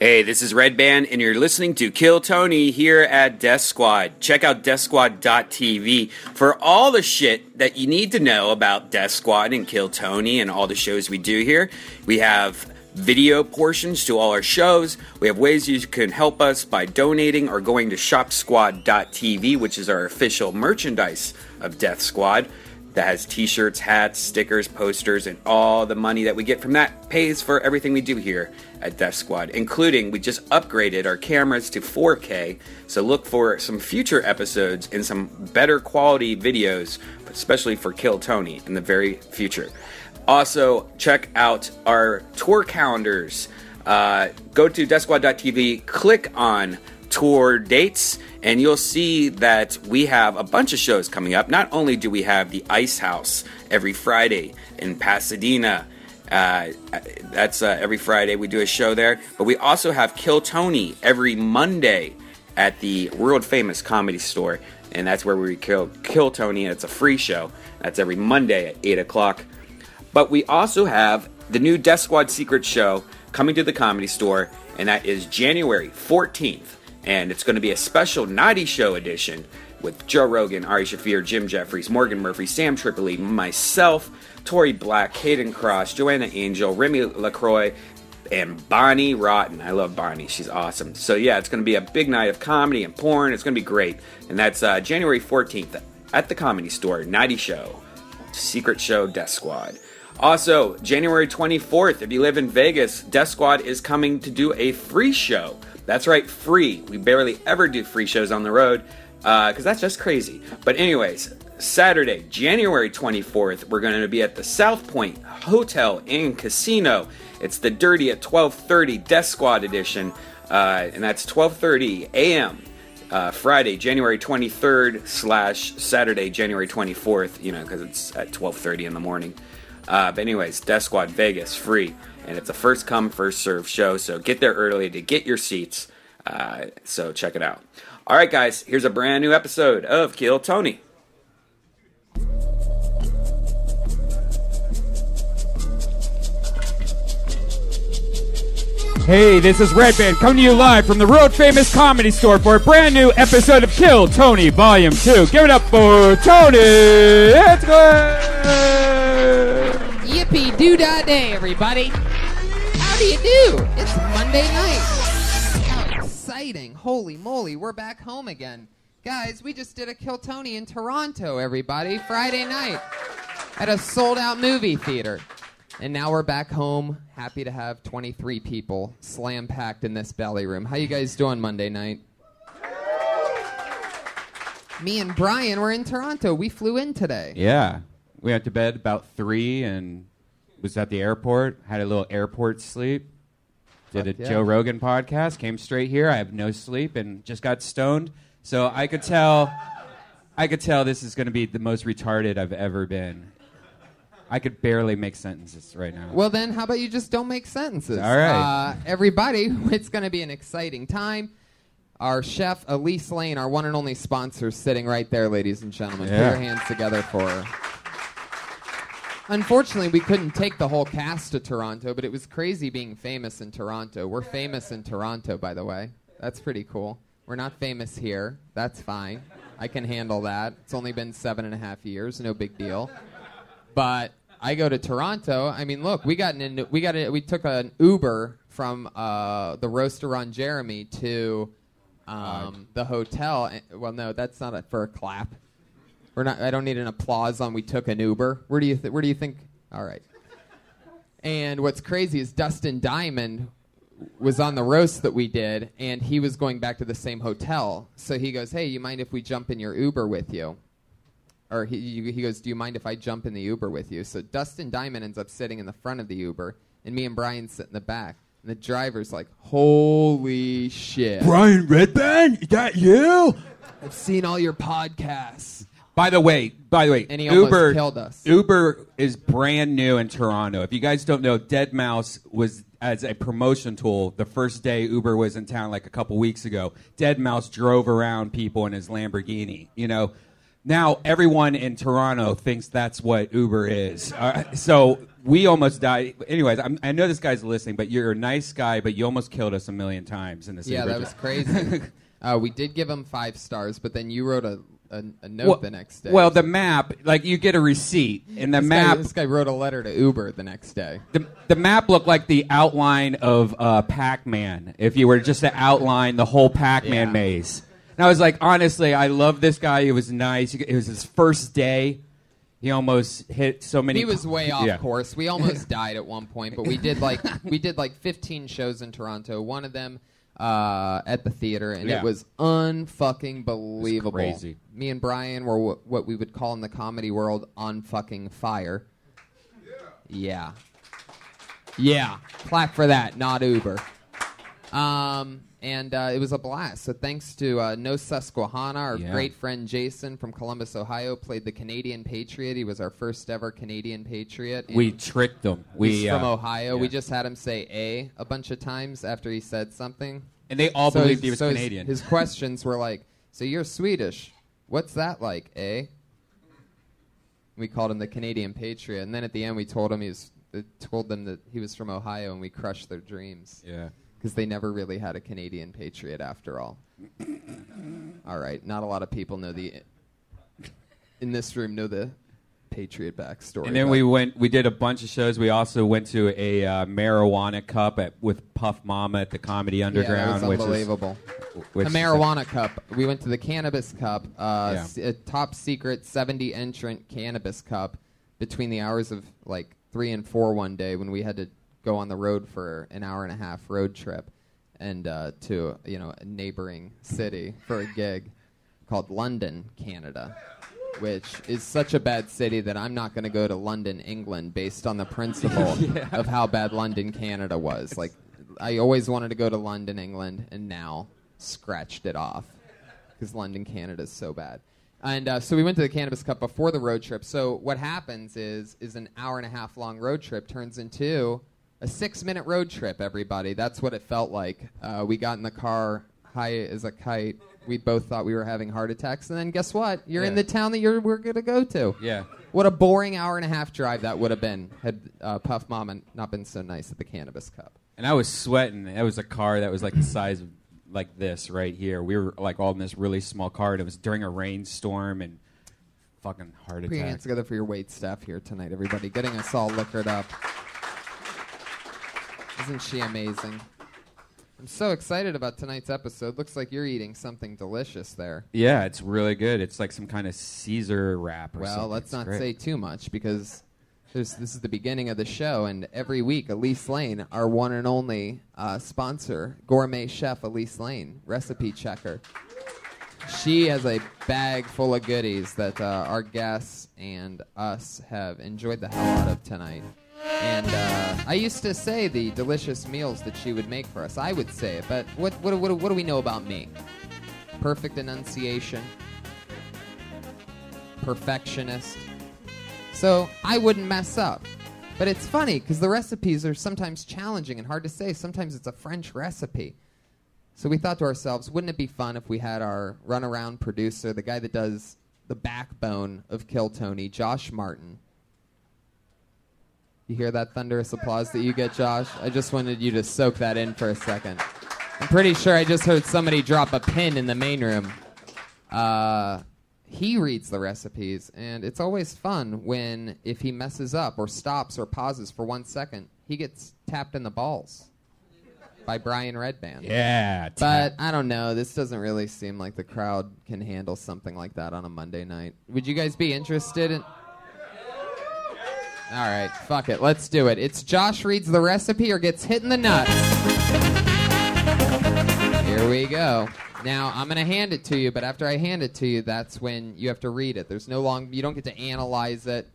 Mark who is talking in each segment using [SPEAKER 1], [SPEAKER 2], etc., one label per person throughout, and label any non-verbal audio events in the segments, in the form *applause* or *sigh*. [SPEAKER 1] Hey, this is Red Band, and you're listening to Kill Tony here at Death Squad. Check out DeathSquad.tv for all the shit that you need to know about Death Squad and Kill Tony and all the shows we do here. We have video portions to all our shows. We have ways you can help us by donating or going to ShopSquad.tv, which is our official merchandise of Death Squad that has t shirts, hats, stickers, posters, and all the money that we get from that pays for everything we do here at Death Squad, including we just upgraded our cameras to 4K. So look for some future episodes and some better quality videos, especially for Kill Tony in the very future. Also, check out our tour calendars. Uh, go to deathsquad.tv, click on tour dates, and you'll see that we have a bunch of shows coming up. Not only do we have the Ice House every Friday in Pasadena, uh, that's uh, every Friday we do a show there, but we also have Kill Tony every Monday at the world famous comedy store, and that's where we kill, kill Tony, and it's a free show. That's every Monday at 8 o'clock. But we also have the new Death Squad Secret Show coming to the comedy store, and that is January 14th. And it's going to be a special Naughty Show edition with Joe Rogan, Ari Shafir, Jim Jeffries, Morgan Murphy, Sam Tripoli, myself, Tori Black, Hayden Cross, Joanna Angel, Remy LaCroix, and Bonnie Rotten. I love Bonnie. She's awesome. So, yeah, it's going to be a big night of comedy and porn. It's going to be great. And that's uh, January 14th at the Comedy Store, Naughty Show, Secret Show, Death Squad. Also, January 24th, if you live in Vegas, Death Squad is coming to do a free show. That's right, free. We barely ever do free shows on the road because that's just crazy. But, anyways, Saturday, January 24th, we're going to be at the South Point Hotel and Casino. It's the Dirty at 12:30 Death Squad edition, uh, and that's 12:30 a.m uh, Friday, January 23rd slash Saturday, January 24th. You know, because it's at 12:30 in the morning. Uh, but anyways, Death Squad Vegas free, and it's a first come first serve show. So get there early to get your seats. Uh, so check it out. All right, guys, here's a brand new episode of Kill Tony.
[SPEAKER 2] Hey, this is Red Band coming to you live from the world famous comedy store for a brand new episode of Kill Tony Volume 2. Give it up for Tony! It's good.
[SPEAKER 3] Yippee doo dah day, everybody. How do you do? It's Monday night. How exciting. Holy moly, we're back home again. Guys, we just did a Kill Tony in Toronto, everybody, Friday night at a sold out movie theater. And now we're back home, happy to have 23 people slam packed in this belly room. How you guys doing Monday night? Me and Brian were in Toronto. We flew in today.
[SPEAKER 4] Yeah. We went to bed about three and was at the airport, had a little airport sleep, did a
[SPEAKER 3] Fuck yeah.
[SPEAKER 4] Joe Rogan podcast, came straight here. I have no sleep and just got stoned. So I could tell I could tell this is gonna be the most retarded I've ever been. I could barely make sentences right now.
[SPEAKER 3] Well, then, how about you just don't make sentences?
[SPEAKER 4] All right.
[SPEAKER 3] Uh, everybody, *laughs* it's going to be an exciting time. Our chef, Elise Lane, our one and only sponsor, is sitting right there, ladies and gentlemen. Put
[SPEAKER 4] Yeah.
[SPEAKER 3] your hands together for her. Unfortunately, we couldn't take the whole cast to Toronto, but it was crazy being famous in Toronto. We're famous in Toronto, by the way. That's pretty cool. We're not famous here. That's fine. I can handle that. It's only been seven and a half years. No big deal. But I go to Toronto. I mean, look, we got an we got a, we took an Uber from uh, the roaster on Jeremy to um, the hotel. And- Well, no, that's not a, for a clap. We're not. I don't need an applause on. We took an Uber. Where do you th- Where do you think? All right. And what's crazy is Dustin Diamond was on the roast that we did, and he was going back to the same hotel. So he goes, "Hey, you mind if we jump in your Uber with you?" Or he you- he goes, "Do you mind if I jump in the Uber with you?" So Dustin Diamond ends up sitting in the front of the Uber, and me and Brian sit in the back. And the driver's like, "Holy shit!"
[SPEAKER 2] Brian Redband, is that you?
[SPEAKER 3] I've seen all your podcasts.
[SPEAKER 4] By the way, by the way,
[SPEAKER 3] And he almost
[SPEAKER 4] Uber
[SPEAKER 3] killed us.
[SPEAKER 4] Uber is brand new in Toronto. If you guys don't know, Dead Mouse was as a promotion tool. The first day Uber was in town, like a couple weeks ago, Dead Mouse drove around people in his Lamborghini. You know, now everyone in Toronto thinks that's what Uber is. Uh, so we almost died. Anyways, I'm, I know this guy's listening, but you're a nice guy, but you almost killed us a million times in this.
[SPEAKER 3] Yeah,
[SPEAKER 4] Uber
[SPEAKER 3] that
[SPEAKER 4] job.
[SPEAKER 3] was
[SPEAKER 4] *laughs*
[SPEAKER 3] crazy. uh, we did give him five stars, but then you wrote a, a, a note
[SPEAKER 4] Well-
[SPEAKER 3] the next day.
[SPEAKER 4] Well, the map, like you get a receipt, and the
[SPEAKER 3] this
[SPEAKER 4] map
[SPEAKER 3] Guy, this guy wrote a letter to Uber the next day.
[SPEAKER 4] The, the map looked like the outline of uh, Pac-Man. If you were just to outline the whole Pac-Man
[SPEAKER 3] Yeah.
[SPEAKER 4] maze, and I was like, honestly, I love this guy. He was nice. It was his first day. He almost hit so many.
[SPEAKER 3] He was way off
[SPEAKER 4] Yeah.
[SPEAKER 3] course. We
[SPEAKER 4] *laughs*
[SPEAKER 3] almost died at one point, but we did like we did like 15 shows in Toronto. One of them uh, at the theater, and
[SPEAKER 4] Yeah.
[SPEAKER 3] it was unfucking believable.
[SPEAKER 4] crazy.
[SPEAKER 3] Me and Brian were w- what we would call in the comedy world on fucking fire. Yeah. Yeah. Clap for that, not Uber. Um, and uh, it was a blast. So thanks to uh, No Susquehanna, our
[SPEAKER 4] Yeah.
[SPEAKER 3] great friend Jason from Columbus, Ohio, played the Canadian Patriot. He was our first ever Canadian Patriot. And
[SPEAKER 4] We tricked them. We
[SPEAKER 3] he's from
[SPEAKER 4] uh,
[SPEAKER 3] Ohio. We
[SPEAKER 4] yeah.
[SPEAKER 3] just had him say "a" a bunch of times after he said something.
[SPEAKER 4] and they all
[SPEAKER 3] So
[SPEAKER 4] believed
[SPEAKER 3] his-
[SPEAKER 4] he was
[SPEAKER 3] so his-
[SPEAKER 4] Canadian.
[SPEAKER 3] His, questions were like, "So you're Swedish? What's that like, eh?" We called him the Canadian Patriot, and then at the end we told him he was uh, told them that he was from Ohio, and we crushed their dreams
[SPEAKER 4] yeah.
[SPEAKER 3] because they never really had a Canadian Patriot after all. *coughs* all right, not a lot of people know the in this room know the Patriot backstory.
[SPEAKER 4] And then
[SPEAKER 3] but-
[SPEAKER 4] we went. We did a bunch of shows. We also went to a uh, marijuana cup at, with Puff Mama at the Comedy
[SPEAKER 3] yeah,
[SPEAKER 4] Underground,
[SPEAKER 3] that was
[SPEAKER 4] which
[SPEAKER 3] unbelievable.
[SPEAKER 4] is which
[SPEAKER 3] the
[SPEAKER 4] is-
[SPEAKER 3] marijuana cup. We went to the cannabis cup, uh,
[SPEAKER 4] Yeah.
[SPEAKER 3] s- a top secret 70 entrant cannabis cup between the hours of like 3 and 4 one day when we had to go on the road for an hour and a half road trip and uh, to, you know, a neighboring city for a gig called London, Canada, which is such a bad city that I'm not going to go to London, England based on the principle of how bad London, Canada was. Like I always wanted to go to London, England, and now scratched it off because London, Canada is so bad. And uh, so we went to the Cannabis Cup before the road trip. So what happens is is an hour and a half long road trip turns into a six minute road trip. Everybody, that's what it felt like. Uh, we got in the car high as a kite. We both thought we were having heart attacks, and then guess what? You're in
[SPEAKER 4] Yeah.
[SPEAKER 3] the town that you're we're gonna go to.
[SPEAKER 4] Yeah.
[SPEAKER 3] What a boring hour and a half drive that would have been had uh, Puff Mama not been so nice at the Cannabis Cup.
[SPEAKER 4] And I was sweating. It was a car that was like the size of like this right here. We were like all in this really small car, and it was during a rainstorm and fucking heart
[SPEAKER 3] Put your
[SPEAKER 4] attack.
[SPEAKER 3] hands together for your wait staff here tonight, everybody, getting us all liquored up. Isn't she amazing? I'm so excited about tonight's episode. Looks like you're eating something delicious there.
[SPEAKER 4] Yeah, it's really good. It's like some kind of Caesar wrap. Or
[SPEAKER 3] Well,
[SPEAKER 4] something.
[SPEAKER 3] let's
[SPEAKER 4] It's
[SPEAKER 3] not
[SPEAKER 4] great.
[SPEAKER 3] say too much because there's, this is the beginning of the show, and every week, Elise Lane, our one and only uh, sponsor, gourmet chef Elise Lane, recipe checker. She has a bag full of goodies that uh, our guests and us have enjoyed the hell out of tonight. And uh, I used to say the delicious meals that she would make for us. I would say it, but what, what, what, what do we know about me? Perfect enunciation perfectionist. So I wouldn't mess up. But it's funny because the recipes are sometimes challenging and hard to say. Sometimes it's a French recipe. So we thought to ourselves, wouldn't it be fun if we had our runaround producer, the guy that does the backbone of Kill Tony, Josh Martin? You hear that thunderous applause that you get, Josh? I just wanted you to soak that in for a second. I'm pretty sure I just heard somebody drop a pin in the main room uh, he reads the recipes, and it's always fun when if he messes up or stops or pauses for one second, he gets tapped in the balls by Brian Redband.
[SPEAKER 4] Yeah,
[SPEAKER 3] But I don't know. This doesn't really seem like the crowd can handle something like that on a Monday night. Would you guys be interested in? All right, fuck it. Let's do it. It's Josh reads the recipe or gets hit in the nuts. Here we go. Now I'm gonna hand it to you, but after I hand it to you, that's when you have to read it. There's no long. You don't get to analyze it.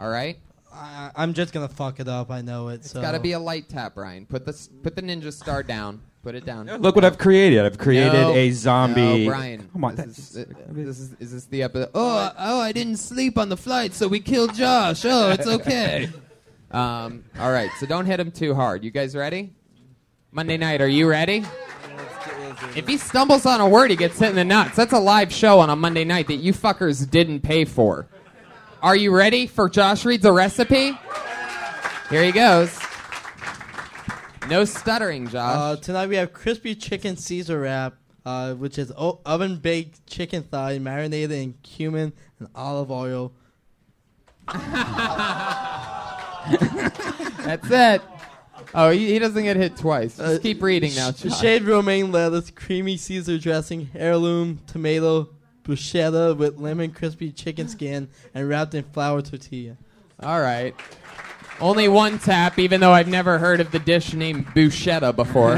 [SPEAKER 3] All right.
[SPEAKER 5] I, I'm just gonna fuck it up. I know it.
[SPEAKER 3] It's got to be a light tap, Brian. Put the s- put the ninja star down. Put it down.
[SPEAKER 4] *laughs* look what I've created. I've created
[SPEAKER 3] No.
[SPEAKER 4] a zombie.
[SPEAKER 3] No, Brian.
[SPEAKER 4] Come on,
[SPEAKER 3] This is,
[SPEAKER 4] that's
[SPEAKER 3] uh, this is, is this the episode? Oh, oh, I didn't sleep on the flight, so we killed Josh. Oh, it's
[SPEAKER 4] *laughs*
[SPEAKER 3] okay. um, all right, so don't hit him too hard. You guys ready? Monday night, are you ready?
[SPEAKER 5] Let's get, let's
[SPEAKER 3] If he stumbles on a word, he gets hit in the nuts. That's a live show on a Monday night that you fuckers didn't pay for. Are you ready for Josh Reads a Recipe? Here he goes. No stuttering, Josh.
[SPEAKER 5] Uh, tonight we have crispy chicken Caesar wrap, uh, which is o- oven baked chicken thigh marinated in cumin and olive oil.
[SPEAKER 3] *laughs* That's it. Oh, he, he doesn't get hit twice. Just keep reading now,
[SPEAKER 5] Uh, Sh-
[SPEAKER 3] Josh.
[SPEAKER 5] Shaved romaine lettuce, creamy Caesar dressing, heirloom tomato bruschetta with lemon crispy chicken skin, and wrapped in flour tortilla.
[SPEAKER 3] All right. Only one tap, even though I've never heard of the dish named bruschetta before.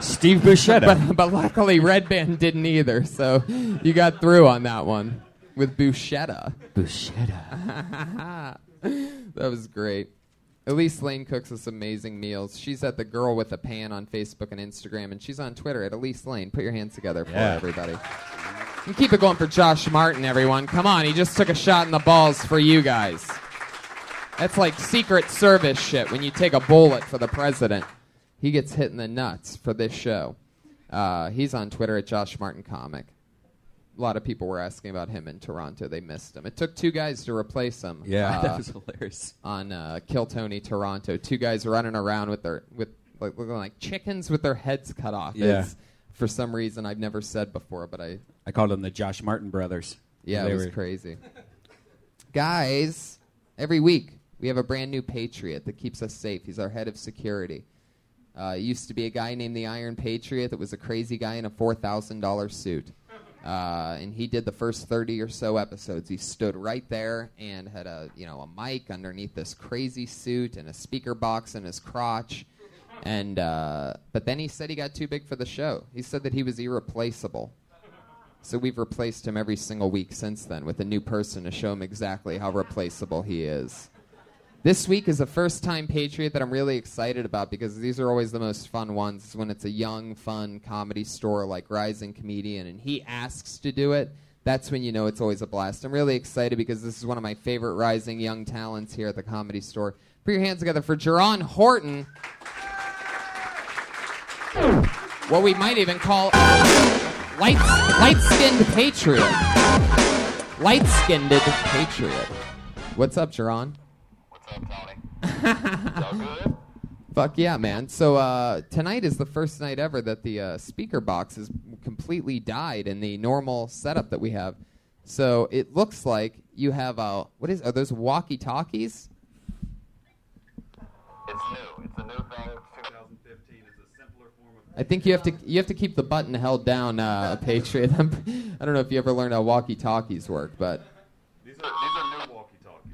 [SPEAKER 4] *laughs* Steve Buscetta.
[SPEAKER 3] but, but luckily, Red Band didn't either, so you got through on that one with bruschetta.
[SPEAKER 4] Buscetta.
[SPEAKER 3] *laughs* that was great. Elise Lane cooks us amazing meals. She's at the Girl with a Pan on Facebook and Instagram, and she's on Twitter at Elise Lane. Put your hands together for
[SPEAKER 4] Yeah.
[SPEAKER 3] everybody. And keep it going for Josh Martin, everyone. Come on, he just took a shot in the balls for you guys. That's like Secret Service shit when you take a bullet for the president. He gets hit in the nuts for this show. Uh, he's on Twitter at Josh Martin Comic. A lot of people were asking about him in Toronto. They missed him. It took two guys to replace him.
[SPEAKER 4] Yeah,
[SPEAKER 3] uh,
[SPEAKER 4] *laughs* that was hilarious.
[SPEAKER 3] on uh, Kill Tony Toronto. Two guys running around with their with like looking like chickens with their heads cut off.
[SPEAKER 4] Yeah.
[SPEAKER 3] It's, for some reason I've never said before, but I
[SPEAKER 4] I called them the Josh Martin brothers.
[SPEAKER 3] yeah,
[SPEAKER 4] They
[SPEAKER 3] it was
[SPEAKER 4] were-
[SPEAKER 3] crazy. Guys, every week we have a brand new patriot that keeps us safe. He's our head of security. Uh, it used to be a guy named the Iron Patriot that was a crazy guy in a four thousand dollar suit, uh, and he did the first thirty or so episodes. He stood right there and had a you know a mic underneath this crazy suit and a speaker box in his crotch, and uh, but then he said he got too big for the show. He said that he was irreplaceable. So we've replaced him every single week since then with a new person to show him exactly how replaceable he is. This week is a first time Patriot that I'm really excited about because these are always the most fun ones It's when it's a young, fun comedy store like Rising Comedian and he asks to do it. That's when you know it's always a blast. I'm really excited because this is one of my favorite rising young talents here at the comedy store. Put your hands together for Jerron Horton. What we might even call light light skinned patriot. Light skinned patriot. What's up, Jerron? *laughs* Fuck yeah, man. So uh, tonight is the first night ever that the uh, speaker box has completely died in the normal setup that we have. So it looks like you have uh, what is are those walkie talkies?
[SPEAKER 6] It's new. It's a new thing. 2015 is a simpler form of.
[SPEAKER 3] I think you have to you have to keep the button held down, uh, Patriot. *laughs* I'm, I don't know if you ever learned how walkie talkies work, but
[SPEAKER 6] These are these are new walkie-talkies.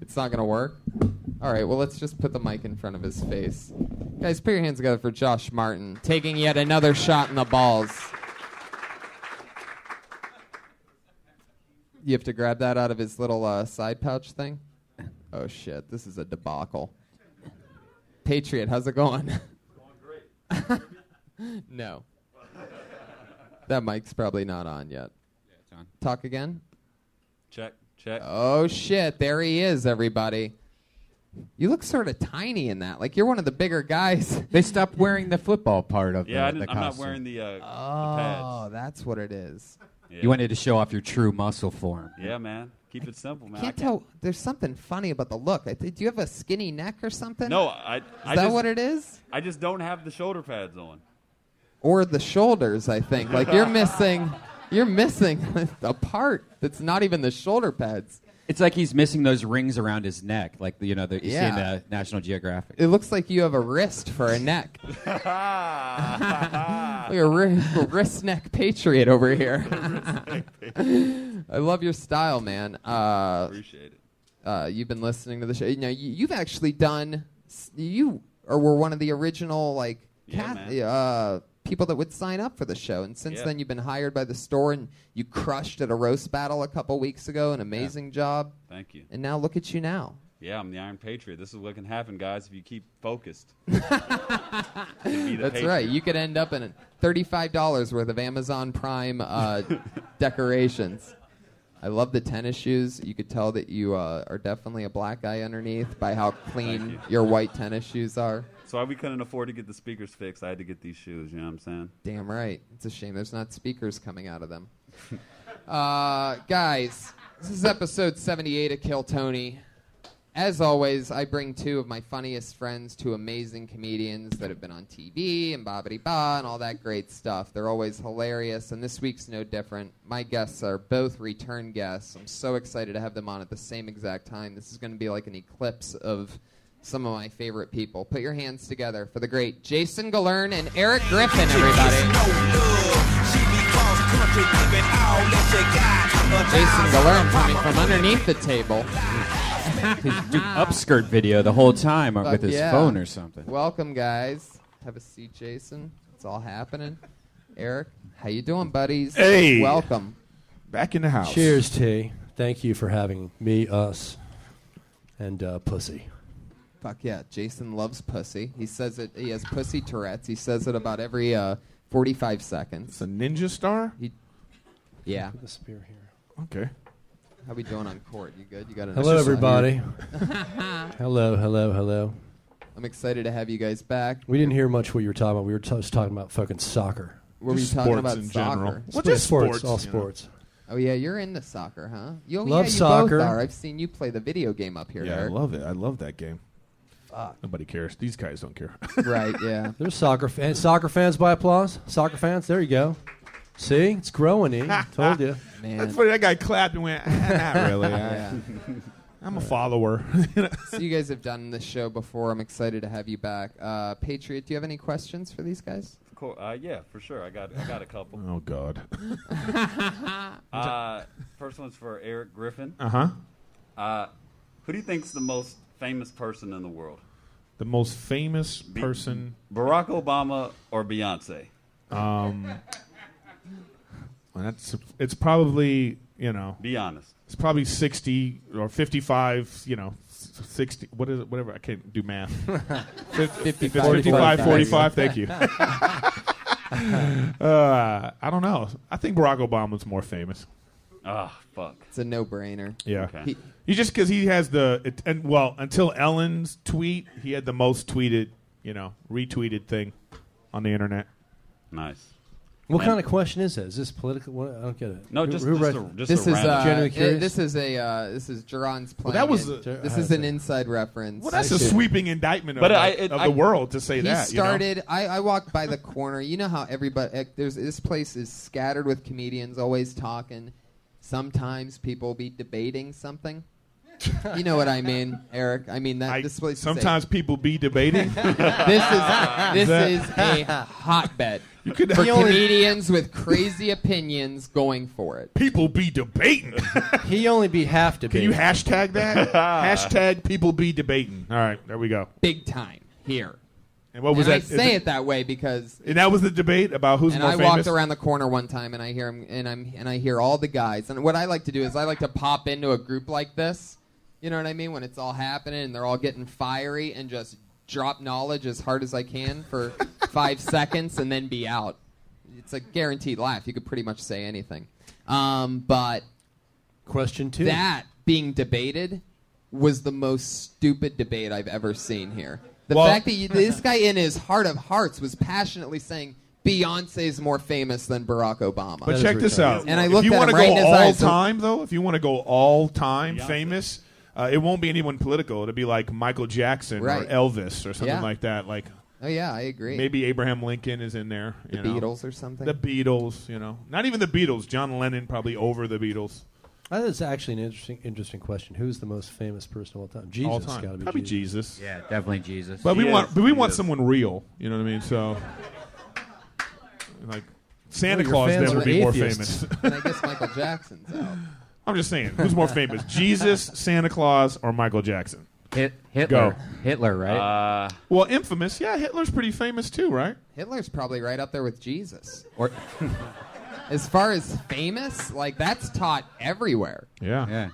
[SPEAKER 3] it's not gonna work. All right, well let's just put the mic in front of his face. Guys, put your hands together for Josh Martin taking yet another shot in the balls. You have to grab that out of his little uh, side pouch thing. Oh shit, this is a debacle. Patriot, how's it going? *laughs* no. That mic's probably not on yet.
[SPEAKER 4] on.
[SPEAKER 3] Talk again.
[SPEAKER 6] Check. Check.
[SPEAKER 3] Oh shit, there he is, everybody. You look sort of tiny in that. Like you're one of the bigger guys.
[SPEAKER 4] *laughs* They stopped wearing the football part of
[SPEAKER 6] yeah, I
[SPEAKER 4] the,
[SPEAKER 6] didn't,
[SPEAKER 4] the
[SPEAKER 6] I'm not
[SPEAKER 4] costume.
[SPEAKER 6] wearing the uh, the
[SPEAKER 3] Oh,
[SPEAKER 6] pads.
[SPEAKER 3] that's what it is.
[SPEAKER 6] Yeah.
[SPEAKER 4] You wanted to show off your true muscle form.
[SPEAKER 6] Yeah, man. Keep it simple, man. I
[SPEAKER 3] Can't tell. There's something funny about the look. I think- do you have a skinny neck or something?
[SPEAKER 6] No,
[SPEAKER 3] Is
[SPEAKER 6] I. I
[SPEAKER 3] that
[SPEAKER 6] just,
[SPEAKER 3] what it is?
[SPEAKER 6] I just don't have the shoulder pads on.
[SPEAKER 3] Or the shoulders? I think. Like
[SPEAKER 6] *laughs*
[SPEAKER 3] you're missing. You're missing *laughs* a part that's not even the shoulder pads.
[SPEAKER 4] It's like he's missing those rings around his neck, like you know, the, you see in
[SPEAKER 3] Yeah.
[SPEAKER 4] the National Geographic.
[SPEAKER 3] It looks like you have a wrist for a
[SPEAKER 6] *laughs*
[SPEAKER 3] neck. *laughs* like a wri- wrist neck patriot
[SPEAKER 6] *laughs*
[SPEAKER 3] over here. *laughs* I love your style, man. Uh,
[SPEAKER 6] Appreciate it.
[SPEAKER 3] uh, you've been listening to the show. Now you, you've actually done. s- You or were one of the original like
[SPEAKER 6] Yeah,
[SPEAKER 3] Cath-
[SPEAKER 6] man.
[SPEAKER 3] uh, people that would sign up for the show, and since
[SPEAKER 6] Yeah.
[SPEAKER 3] then you've been hired by the store, and you crushed at a roast battle a couple weeks ago. An amazing job,
[SPEAKER 6] Thank you.
[SPEAKER 3] and now look at you now.
[SPEAKER 6] Yeah, I'm the Iron Patriot. This is what can happen, guys, if you keep
[SPEAKER 3] *laughs*
[SPEAKER 6] focused. That's
[SPEAKER 3] That's right. You could end up in thirty-five dollars worth of Amazon Prime uh, decorations. I love the tennis shoes. You could tell that you uh, are definitely a black guy underneath by how clean
[SPEAKER 6] you.
[SPEAKER 3] your white tennis shoes are.
[SPEAKER 6] So why we couldn't afford to get the speakers fixed, I had to get these shoes. You know what I'm saying?
[SPEAKER 3] Damn right. It's a shame there's not speakers coming out of them. uh, guys, this is episode 78 of Kill Tony. As always, I bring two of my funniest friends, two amazing comedians that have been on TV and bobbity ba and all that great stuff. They're always hilarious, and this week's no different. My guests are both return guests. I'm so excited to have them on at the same exact time. This is going to be like an eclipse of some of my favorite people. Put your hands together for the great Jason Galern and Eric *laughs* Griffin, everybody. *laughs* Jason Galern coming from underneath the table.
[SPEAKER 4] Dude, upskirt video the whole time uh,
[SPEAKER 3] Fuck
[SPEAKER 4] with his
[SPEAKER 3] yeah.
[SPEAKER 4] phone or something.
[SPEAKER 3] Welcome, guys. Have a seat, Jason. It's all happening. Eric, how you doing, buddies?
[SPEAKER 7] Hey.
[SPEAKER 3] Welcome.
[SPEAKER 7] Back in the house.
[SPEAKER 8] Cheers, T. Thank you for having me, us, and uh, Pussy.
[SPEAKER 3] Fuck yeah, Jason loves pussy. He says it. He has pussy Tourette's. He says it about every uh, 45 seconds.
[SPEAKER 7] It's a ninja star.
[SPEAKER 3] Yeah.
[SPEAKER 8] The spear here.
[SPEAKER 7] Okay.
[SPEAKER 3] How we doing on court? You good? You got an
[SPEAKER 8] Hello, everybody. *laughs* hello, hello, hello.
[SPEAKER 3] *laughs* I'm excited to have you guys back.
[SPEAKER 8] We didn't hear much what you were talking about. We were t- just talking about fucking soccer.
[SPEAKER 3] Were we
[SPEAKER 7] Just
[SPEAKER 3] talking
[SPEAKER 7] sports
[SPEAKER 3] about
[SPEAKER 7] in
[SPEAKER 3] soccer?
[SPEAKER 7] general. Well,
[SPEAKER 8] Sp-
[SPEAKER 7] just sports,
[SPEAKER 8] all
[SPEAKER 7] you know.
[SPEAKER 8] sports.
[SPEAKER 3] Oh yeah, you're into soccer, huh? You,
[SPEAKER 8] Love
[SPEAKER 3] Oh, yeah, you
[SPEAKER 8] soccer.
[SPEAKER 3] Both are. I've seen you play the video game up here.
[SPEAKER 7] Yeah, I
[SPEAKER 3] Eric.
[SPEAKER 7] love it. I love that game. Nobody cares. These guys don't care.
[SPEAKER 3] right. Yeah.
[SPEAKER 8] There's soccer fans. Soccer fans by applause. Soccer fans. There you go. See, it's growing. E.
[SPEAKER 7] *laughs*
[SPEAKER 8] Told you.
[SPEAKER 3] Man.
[SPEAKER 7] That's funny. That guy clapped and went, ah,
[SPEAKER 3] *laughs*
[SPEAKER 7] "Not really.
[SPEAKER 8] *laughs*
[SPEAKER 7] I,
[SPEAKER 3] yeah.
[SPEAKER 7] I'm a follower." *laughs*
[SPEAKER 3] so you guys have done this show before. I'm excited to have you back. Uh, Patriot, do you have any questions for these guys?
[SPEAKER 6] Cool. Uh, yeah, for sure. I got I got a couple.
[SPEAKER 7] oh God.
[SPEAKER 6] Uh, first one's for Eric Griffin.
[SPEAKER 7] Uh huh.
[SPEAKER 6] Uh, who do you think's the most famous person in the world?
[SPEAKER 7] *laughs* The most famous person.
[SPEAKER 6] Barack Obama or Beyonce?
[SPEAKER 7] *laughs* Well, that's. It's probably you know.
[SPEAKER 6] Be honest.
[SPEAKER 7] It's probably sixty or fifty-five. You know, s- sixty. What is it? Whatever. I can't
[SPEAKER 3] *laughs*
[SPEAKER 7] do math. Fif- if it's 55, 45. Thank you.
[SPEAKER 3] *laughs*
[SPEAKER 7] uh, I don't know. I think Barack Obama's more famous.
[SPEAKER 6] Ah, fuck.
[SPEAKER 3] It's a no-brainer.
[SPEAKER 7] Yeah.
[SPEAKER 6] Okay.
[SPEAKER 3] He,
[SPEAKER 7] He just because he has the it, and well until Ellen's tweet, he had the most tweeted, you know, retweeted thing on the internet.
[SPEAKER 6] Nice.
[SPEAKER 8] What kind of question is that? Is this political? What? I don't get it.
[SPEAKER 6] No,
[SPEAKER 8] Who-
[SPEAKER 6] just
[SPEAKER 8] who
[SPEAKER 6] just,
[SPEAKER 8] wrote-
[SPEAKER 6] a, just
[SPEAKER 3] this
[SPEAKER 6] a
[SPEAKER 3] is
[SPEAKER 6] random-
[SPEAKER 3] uh,
[SPEAKER 8] Genuinely
[SPEAKER 3] it-
[SPEAKER 8] curious?
[SPEAKER 3] this is a uh, this is Jerron's plan.
[SPEAKER 7] that was a-
[SPEAKER 3] this is an inside reference.
[SPEAKER 7] Well, that's a sweeping indictment of,
[SPEAKER 6] But
[SPEAKER 7] the-
[SPEAKER 6] I- it-
[SPEAKER 7] of
[SPEAKER 6] I-
[SPEAKER 7] the world to say
[SPEAKER 3] he
[SPEAKER 7] that. you know?
[SPEAKER 3] started. I, I walked by the corner. You know how everybody eh, there's this place is scattered with comedians always talking. Sometimes people be debating something. you know what I mean, Eric? I mean that
[SPEAKER 7] I-
[SPEAKER 3] this place. is a-
[SPEAKER 7] sometimes people be debating.
[SPEAKER 3] *laughs* this is
[SPEAKER 7] That-
[SPEAKER 3] this is a hotbed.
[SPEAKER 7] you could
[SPEAKER 3] for
[SPEAKER 7] the only-
[SPEAKER 3] comedians with crazy opinions going for it.
[SPEAKER 7] people be debating.
[SPEAKER 8] He only be half to
[SPEAKER 7] *laughs* Can
[SPEAKER 8] be.
[SPEAKER 7] you
[SPEAKER 3] *laughs*
[SPEAKER 8] *laughs*
[SPEAKER 7] hashtag that? hashtag people be debating. All right, there we go.
[SPEAKER 3] Big time here.
[SPEAKER 7] And what was
[SPEAKER 3] and I
[SPEAKER 7] that? is
[SPEAKER 3] say it that way because
[SPEAKER 7] And that was the debate about who's
[SPEAKER 3] and
[SPEAKER 7] more
[SPEAKER 3] I
[SPEAKER 7] famous.
[SPEAKER 3] walked around the corner one time and I hear 'em- and I'm and I hear all the guys and what I like to do is I like to pop into a group like this. You know what I mean when it's all happening and they're all getting fiery and just drop knowledge as hard as I can
[SPEAKER 7] *laughs*
[SPEAKER 3] for 5 seconds and then be out. It's a guaranteed laugh. You could pretty much say anything. Um, but
[SPEAKER 8] Question two.
[SPEAKER 3] that being debated was the most stupid debate I've ever seen here. The
[SPEAKER 7] Well-
[SPEAKER 3] fact that you, this guy in his heart of hearts was passionately saying Beyonce's more famous than Barack Obama.
[SPEAKER 7] But
[SPEAKER 8] is
[SPEAKER 7] check this
[SPEAKER 8] retarded.
[SPEAKER 7] out.
[SPEAKER 3] And I
[SPEAKER 7] if
[SPEAKER 3] looked
[SPEAKER 7] you
[SPEAKER 3] at
[SPEAKER 7] wanna
[SPEAKER 3] him right in
[SPEAKER 7] go
[SPEAKER 3] his
[SPEAKER 7] all
[SPEAKER 3] eyes, so-
[SPEAKER 7] time, though, if you want to go all time
[SPEAKER 6] Beyonce.
[SPEAKER 7] famous, uh, it won't be anyone political. It'll be like Michael Jackson
[SPEAKER 3] Right.
[SPEAKER 7] or Elvis or something
[SPEAKER 3] Yeah.
[SPEAKER 7] like that. Like
[SPEAKER 3] oh yeah, I agree.
[SPEAKER 7] maybe Abraham Lincoln is in there. You
[SPEAKER 3] the
[SPEAKER 7] know.
[SPEAKER 3] Beatles or something.
[SPEAKER 7] The Beatles, you know, not even the Beatles. John Lennon probably over the Beatles
[SPEAKER 8] That is actually an interesting, interesting question. Who's the most famous person of all time? Jesus,
[SPEAKER 7] all time.
[SPEAKER 8] gotta be
[SPEAKER 7] probably
[SPEAKER 8] Jesus.
[SPEAKER 7] Jesus.
[SPEAKER 4] Yeah, definitely Jesus.
[SPEAKER 7] But we
[SPEAKER 6] He
[SPEAKER 7] want,
[SPEAKER 6] is.
[SPEAKER 7] but we
[SPEAKER 6] He
[SPEAKER 7] want
[SPEAKER 6] is.
[SPEAKER 7] someone real. You know what I
[SPEAKER 3] *laughs*
[SPEAKER 7] mean? So, like Santa
[SPEAKER 8] Well, your
[SPEAKER 7] Claus
[SPEAKER 8] fans
[SPEAKER 7] never
[SPEAKER 8] are
[SPEAKER 7] be more
[SPEAKER 8] atheists.
[SPEAKER 7] famous.
[SPEAKER 3] and I guess Michael Jackson's out.
[SPEAKER 7] I'm just saying, who's more
[SPEAKER 8] *laughs*
[SPEAKER 9] *laughs*
[SPEAKER 7] famous, Jesus, Santa Claus, or Michael Jackson?
[SPEAKER 4] Hit, Hitler.
[SPEAKER 7] Go.
[SPEAKER 4] Hitler, right?
[SPEAKER 6] Uh,
[SPEAKER 7] Well, infamous. Yeah, Hitler's pretty famous too, right?
[SPEAKER 3] Hitler's probably right up there with Jesus.
[SPEAKER 4] or
[SPEAKER 3] *laughs*
[SPEAKER 4] *laughs*
[SPEAKER 3] As far as famous, like that's taught everywhere.
[SPEAKER 7] Yeah.
[SPEAKER 4] yeah.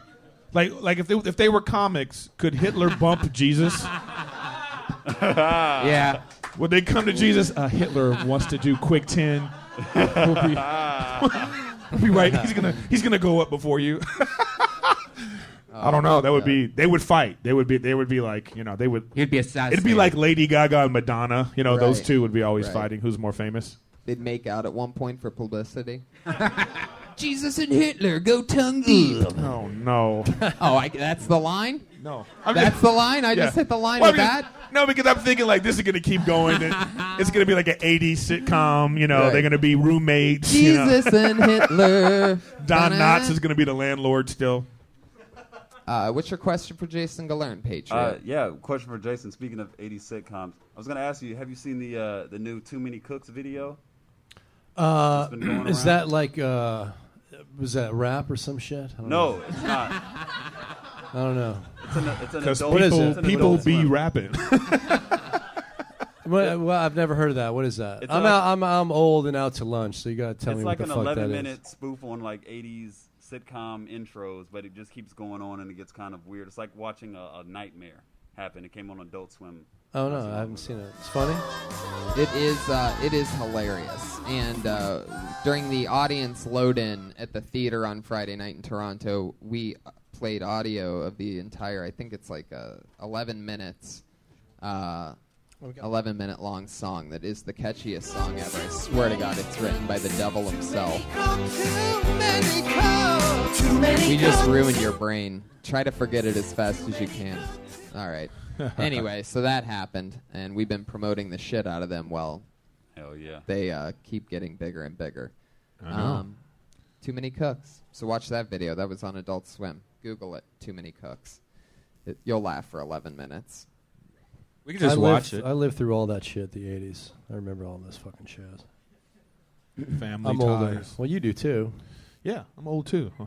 [SPEAKER 7] Like, like if they, if they were comics, could Hitler bump Jesus?
[SPEAKER 4] yeah.
[SPEAKER 7] Would they come to Jesus? Uh, Hitler wants to do quick ten. We'll be,
[SPEAKER 10] *laughs*
[SPEAKER 7] we'll be right. He's gonna he's gonna go up before you. *laughs* I don't know. That would be they would fight. They would be they would be like you know they would.
[SPEAKER 4] You'd be
[SPEAKER 7] It'd
[SPEAKER 4] assassinated.
[SPEAKER 7] be like Lady Gaga and Madonna. You know those
[SPEAKER 3] Right.
[SPEAKER 7] two would be always
[SPEAKER 3] Right.
[SPEAKER 7] fighting. Who's more famous?
[SPEAKER 3] They'd make out at one point for publicity. Jesus and Hitler go tongue deep.
[SPEAKER 7] Oh no.
[SPEAKER 3] *laughs* oh, I, that's the line.
[SPEAKER 7] No. I'm
[SPEAKER 3] that's
[SPEAKER 7] just-
[SPEAKER 3] the line. I just
[SPEAKER 7] Yeah.
[SPEAKER 3] hit the line
[SPEAKER 7] Well,
[SPEAKER 3] with
[SPEAKER 7] I'm
[SPEAKER 3] that.
[SPEAKER 7] just- No, because I'm thinking like this is gonna keep
[SPEAKER 3] *laughs*
[SPEAKER 7] going. It- it's gonna be like an '80s sitcom. You know,
[SPEAKER 3] Right.
[SPEAKER 7] they're gonna be roommates. you know.
[SPEAKER 3] Jesus and Hitler.
[SPEAKER 7] Don
[SPEAKER 3] Da-na-na.
[SPEAKER 7] Knotts is gonna be the landlord still.
[SPEAKER 3] Uh, what's your question for Jason Galern, Patriot?
[SPEAKER 6] Uh, yeah, question for Jason. Speaking of 80s sitcoms, I was going to ask you, have you seen the uh, the new Too Many Cooks video?
[SPEAKER 8] Uh,
[SPEAKER 6] been going
[SPEAKER 8] is
[SPEAKER 6] around.
[SPEAKER 8] that like uh, was that rap or some shit? I don't know.
[SPEAKER 6] No, it's not.
[SPEAKER 8] *laughs* I don't know.
[SPEAKER 6] It's an, it's an
[SPEAKER 7] Because
[SPEAKER 6] adult.
[SPEAKER 8] is
[SPEAKER 7] people
[SPEAKER 8] it?
[SPEAKER 6] it's an
[SPEAKER 7] people
[SPEAKER 6] adult
[SPEAKER 7] be
[SPEAKER 6] swim.
[SPEAKER 7] rapping.
[SPEAKER 8] *laughs*
[SPEAKER 6] *laughs*
[SPEAKER 8] Well, well, I've never heard of that. What is that?
[SPEAKER 6] It's
[SPEAKER 8] I'm,
[SPEAKER 6] a-
[SPEAKER 8] out, I'm I'm old and out to lunch, so you gotta tell
[SPEAKER 6] It's
[SPEAKER 8] me
[SPEAKER 6] like
[SPEAKER 8] what
[SPEAKER 6] an
[SPEAKER 8] the fuck that is.
[SPEAKER 6] 11 minute spoof on like 80s sitcom intros, but it just keeps going on and it gets kind of weird. It's like watching a, a nightmare happen. It came on Adult Swim.
[SPEAKER 8] Oh no, I haven't seen it. It's funny.
[SPEAKER 3] It is uh, it is hilarious. And uh, during the audience load-in at the theater on Friday night in Toronto, we played audio of the entire. I think it's like a 11 minutes, uh, 11 minute long song that is the catchiest song ever. I swear to God, it's written by the devil himself. We just ruined your brain. Try to forget it as fast as you can. All
[SPEAKER 8] *laughs*
[SPEAKER 3] right. Anyway, so that happened, and we've been promoting the shit out of them. Well,
[SPEAKER 6] Hell yeah.
[SPEAKER 3] they uh, keep getting bigger and bigger. Um, too many cooks. So watch that video. That was on Adult Swim. Google it. Too many cooks. It, you'll laugh for 11 minutes.
[SPEAKER 4] we can just
[SPEAKER 8] I
[SPEAKER 4] watch
[SPEAKER 8] lived,
[SPEAKER 4] it.
[SPEAKER 8] I lived through all that shit. The '80s. I remember all those fucking shows.
[SPEAKER 7] *laughs* Family
[SPEAKER 8] I'm older.
[SPEAKER 7] ties.
[SPEAKER 8] Well, you do too.
[SPEAKER 7] Yeah, I'm old too.
[SPEAKER 3] *laughs*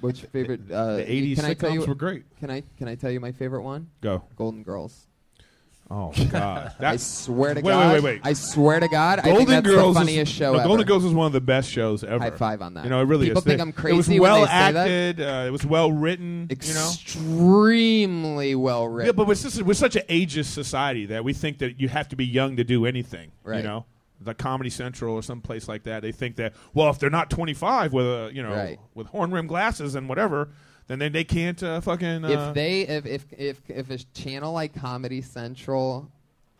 [SPEAKER 3] What's your favorite? Uh,
[SPEAKER 7] The '80s
[SPEAKER 3] can I tell
[SPEAKER 7] sitcoms
[SPEAKER 3] you,
[SPEAKER 7] were great.
[SPEAKER 3] Can I can I tell you my favorite one?
[SPEAKER 7] Go.
[SPEAKER 3] Golden Girls. *laughs*
[SPEAKER 7] Oh God,
[SPEAKER 3] I
[SPEAKER 7] that's
[SPEAKER 3] swear to
[SPEAKER 7] Wait,
[SPEAKER 3] God.
[SPEAKER 7] wait, wait, wait.
[SPEAKER 3] I swear to God. I think
[SPEAKER 7] Golden
[SPEAKER 3] that's
[SPEAKER 7] Girls
[SPEAKER 3] the funniest
[SPEAKER 7] is,
[SPEAKER 3] show
[SPEAKER 7] no,
[SPEAKER 3] ever.
[SPEAKER 7] Golden Girls is one of the best shows ever.
[SPEAKER 3] High five on that.
[SPEAKER 7] You know, it really
[SPEAKER 3] People
[SPEAKER 7] is.
[SPEAKER 3] think
[SPEAKER 7] They-
[SPEAKER 3] I'm
[SPEAKER 7] It was
[SPEAKER 3] crazy when
[SPEAKER 7] well
[SPEAKER 3] they say that.
[SPEAKER 7] acted. Uh, it was well written. You know.
[SPEAKER 3] Extremely well written.
[SPEAKER 7] Yeah, but we're, just, we're such an ageist society that we think that you have to be young to do anything. You
[SPEAKER 3] Right.
[SPEAKER 7] know, the Comedy Central or some place like that. They think that well, if they're not 25 with a you know
[SPEAKER 3] Right.
[SPEAKER 7] with horn rim glasses and whatever, then they, they can't uh, fucking. Uh,
[SPEAKER 3] if they if if if if a channel like Comedy Central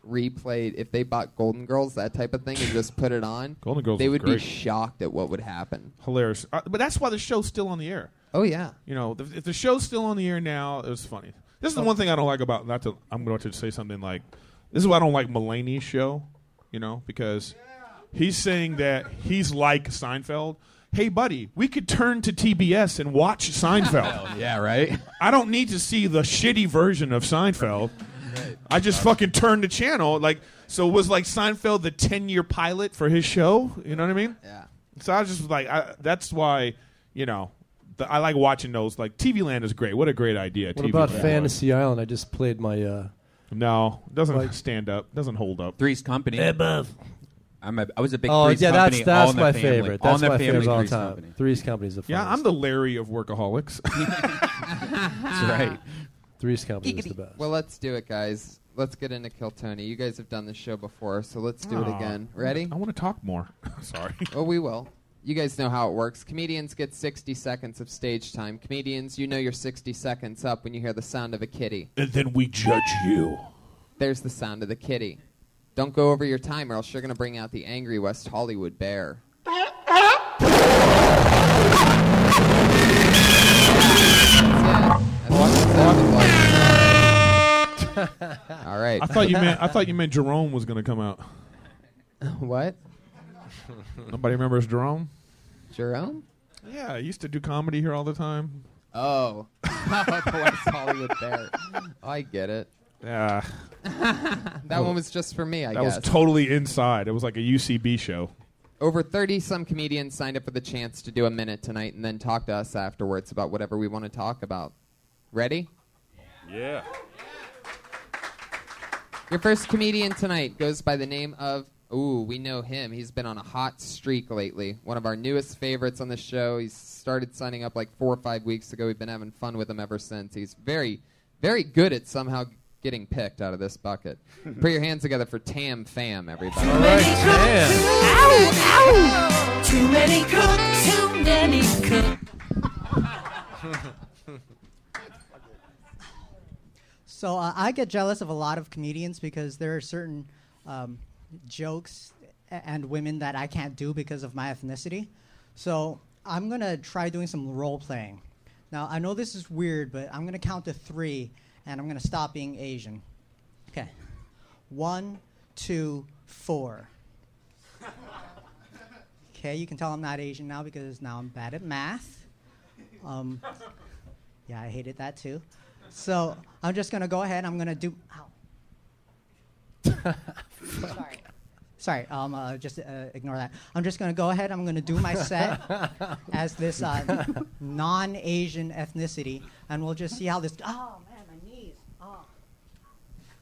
[SPEAKER 3] replayed if they bought Golden Girls that type of thing and just put it on,
[SPEAKER 7] Golden Girls
[SPEAKER 3] they
[SPEAKER 7] was
[SPEAKER 3] would be
[SPEAKER 7] great.
[SPEAKER 3] shocked at what would happen.
[SPEAKER 7] hilarious, uh, but that's why the show's still on the air.
[SPEAKER 3] Oh yeah,
[SPEAKER 7] You know, if, if the show's still on the air now, it was funny. This is
[SPEAKER 3] Oh.
[SPEAKER 7] the one thing I don't like about not to. I'm going to say something like, this is why I don't like Mulaney's show. You know, because he's saying that he's like Seinfeld. Hey, buddy, we could turn to TBS and watch
[SPEAKER 4] *laughs*
[SPEAKER 7] Seinfeld.
[SPEAKER 4] yeah, right.
[SPEAKER 7] I don't need to see the shitty version of Seinfeld. I just fucking turned the channel. Like, so was like Seinfeld the 10 year pilot for his show? You know what I mean?
[SPEAKER 3] yeah.
[SPEAKER 7] So I was just like, I, that's why, you know, the, I like watching those. Like TV Land is great. What a great idea.
[SPEAKER 8] What
[SPEAKER 7] TV
[SPEAKER 8] about
[SPEAKER 7] Land was.
[SPEAKER 8] Fantasy Island? I just played my. Uh,
[SPEAKER 7] No, doesn't
[SPEAKER 8] Like-
[SPEAKER 7] stand up. Doesn't hold up.
[SPEAKER 4] Three's Company. I'm a, I was a big
[SPEAKER 8] oh
[SPEAKER 4] Three's
[SPEAKER 8] yeah,
[SPEAKER 4] Company.
[SPEAKER 8] that's that's
[SPEAKER 4] all in
[SPEAKER 8] my
[SPEAKER 4] the family.
[SPEAKER 8] favorite.
[SPEAKER 4] All
[SPEAKER 8] That's
[SPEAKER 4] in the
[SPEAKER 8] my
[SPEAKER 4] family.
[SPEAKER 8] favorite of all
[SPEAKER 4] Three's
[SPEAKER 8] time.
[SPEAKER 4] Company.
[SPEAKER 8] Three's Company's the
[SPEAKER 7] Yeah, I'm
[SPEAKER 8] funniest.
[SPEAKER 7] the Larry of workaholics.
[SPEAKER 4] *laughs* That's right.
[SPEAKER 8] *laughs* Three's Company is the best.
[SPEAKER 3] Well, let's do it, guys. Let's get into Kill Tony. You guys have done this show before, so let's do it
[SPEAKER 7] Aw.
[SPEAKER 3] again. Ready?
[SPEAKER 7] I want to talk more. *laughs* Sorry.
[SPEAKER 3] Oh, we will. You guys know how it works. Comedians get 60 seconds of stage time. Comedians, you know your 60 seconds up when you hear the sound of a kitty.
[SPEAKER 7] And then we judge you.
[SPEAKER 3] There's the sound of the kitty. Don't go over your time, or else you're going to bring out the angry West Hollywood bear. That's it. That's what it sounded like. *laughs* All right.
[SPEAKER 7] I thought you meant I
[SPEAKER 3] *laughs*
[SPEAKER 7] thought you meant Jerome was going to come out.
[SPEAKER 3] What?
[SPEAKER 7] Nobody remembers Jerome?
[SPEAKER 3] Jerome?
[SPEAKER 7] Yeah, I used to do comedy here all the time.
[SPEAKER 3] Oh. *laughs* the West Hollywood bear. I get it.
[SPEAKER 7] Yeah,
[SPEAKER 3] *laughs* That one was just for me, I
[SPEAKER 7] that
[SPEAKER 3] guess.
[SPEAKER 7] was totally inside. It was like a UCB show.
[SPEAKER 3] Over 30 some comedians signed up for the chance to do a minute tonight and then talk to us afterwards about whatever we want to talk about. Ready?
[SPEAKER 6] Yeah.
[SPEAKER 3] Your first comedian tonight goes by the name of. Ooh, we know him. He's been on a hot streak lately. One of our newest favorites on the show. He's started signing up like four or five weeks ago. We've been having fun with him ever since. He's very, very good at somehow getting picked out of this
[SPEAKER 8] *laughs*
[SPEAKER 3] bucket. Put your hands together for Tam Fam, everybody.
[SPEAKER 8] All right, man.
[SPEAKER 11] Too many cooks, too many cooks. So uh, I get jealous of a lot of comedians because there are certain um, jokes a- and women that I can't do because of my ethnicity. So I'm gonna try doing some role playing. Now I know this is weird, but I'm gonna count to three and I'm gonna stop being Asian. Okay, one, two, four. Okay, you can tell I'm not Asian now because now I'm bad at math. Um, yeah, I hated that too. So I'm just gonna go ahead. I'm gonna do. Ow. Sorry. Sorry. Um, uh, just uh, ignore that. I'm just gonna go ahead. I'm gonna do my set as this uh, non-Asian ethnicity, and we'll just see how this. Oh man, my knees. Oh.